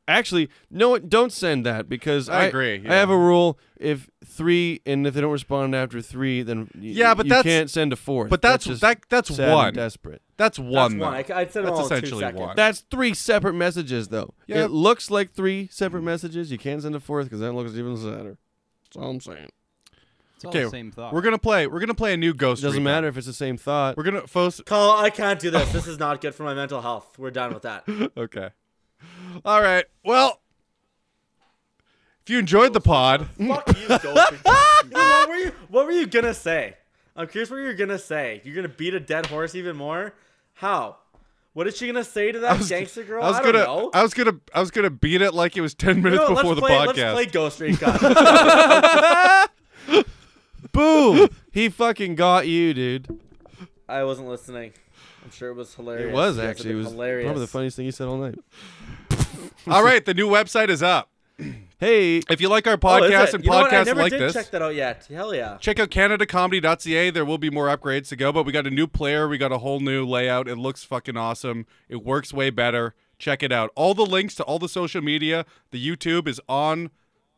S5: "Actually, no, don't send that because
S3: I
S5: I
S3: agree,
S5: I have
S3: yeah.
S5: a rule: if three, and if they don't respond after three, then y-
S3: Yeah, but
S5: you
S3: that's-
S5: can't send a fourth.
S3: but that's-
S5: just
S3: that- that's
S5: sad and
S3: one.
S5: desperate.
S3: That's
S4: That's
S3: one.
S4: one. I,
S3: though.
S4: I'd said it
S3: That's
S4: all
S3: essentially
S4: in two seconds.
S3: one.
S5: That's three separate messages, though.
S3: Yeah.
S5: It looks like three separate messages. You can't send a fourth because that looks even sadder. That's all I'm saying.
S2: It's all
S3: okay,
S2: the same thought.
S3: We're gonna play. We're gonna play a new Ghost.
S5: It doesn't
S3: Recon.
S5: matter if it's the same thought.
S3: We're gonna first.
S4: Cole, I can't do this. This is not good for my mental health. We're done with that.
S3: Okay. All right. Well, if you enjoyed the pod,
S4: Fuck you, Goldfinger. what, were you, what were you gonna say? I'm curious what you're gonna say. You're gonna beat a dead horse even more? How? What is she gonna say to that
S3: was-
S4: gangster girl?
S3: I was
S4: don't
S3: gonna.
S4: know.
S3: I was gonna. I was gonna beat it like it was ten
S4: You know
S3: minutes
S4: what,
S3: before
S4: let's
S3: the
S4: play, Let's play
S3: podcast.
S4: Ghost Recon.
S5: Boom! he fucking got you, dude.
S4: I wasn't listening. I'm sure it was hilarious.
S5: It was
S4: You guys
S5: actually.
S4: have
S5: It
S4: been
S5: was
S4: hilarious.
S5: probably the funniest thing he said all night.
S3: All right. The new website is up.
S5: Hey,
S3: If you like our
S4: Oh, is
S3: podcast
S4: it?
S3: and
S4: You know what? I
S3: podcasts
S4: never
S3: like
S4: did
S3: this,
S4: Check that out yet? Hell yeah.
S3: check out canadacomedy.ca. There will be more upgrades to go, but we got a new player. We got a whole new layout. It looks fucking awesome. It works way better. Check it out. All the links to all the social media, the YouTube is on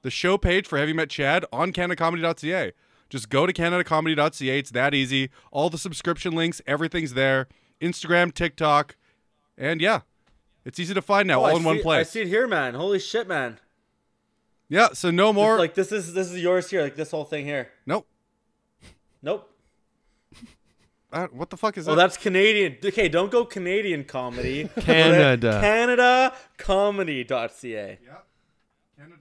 S3: the show page for Have You Met Chad on canadacomedy.ca. Just go to canadacomedy.ca. It's that easy. All the subscription links, everything's there. Instagram, TikTok, and yeah, it's easy to find now,
S4: Oh, I
S3: all in one
S4: see- I
S3: place.
S4: see it here, man. Holy shit, man.
S3: Yeah, so no more.
S4: like this is this is yours here. Like this whole thing here.
S3: nope.
S4: Nope.
S3: Uh, what the fuck is
S4: Oh,
S3: that?
S4: that's Canadian. Okay, don't go Canadian comedy.
S5: Canada.
S4: Canada comedy.ca.
S3: Canada-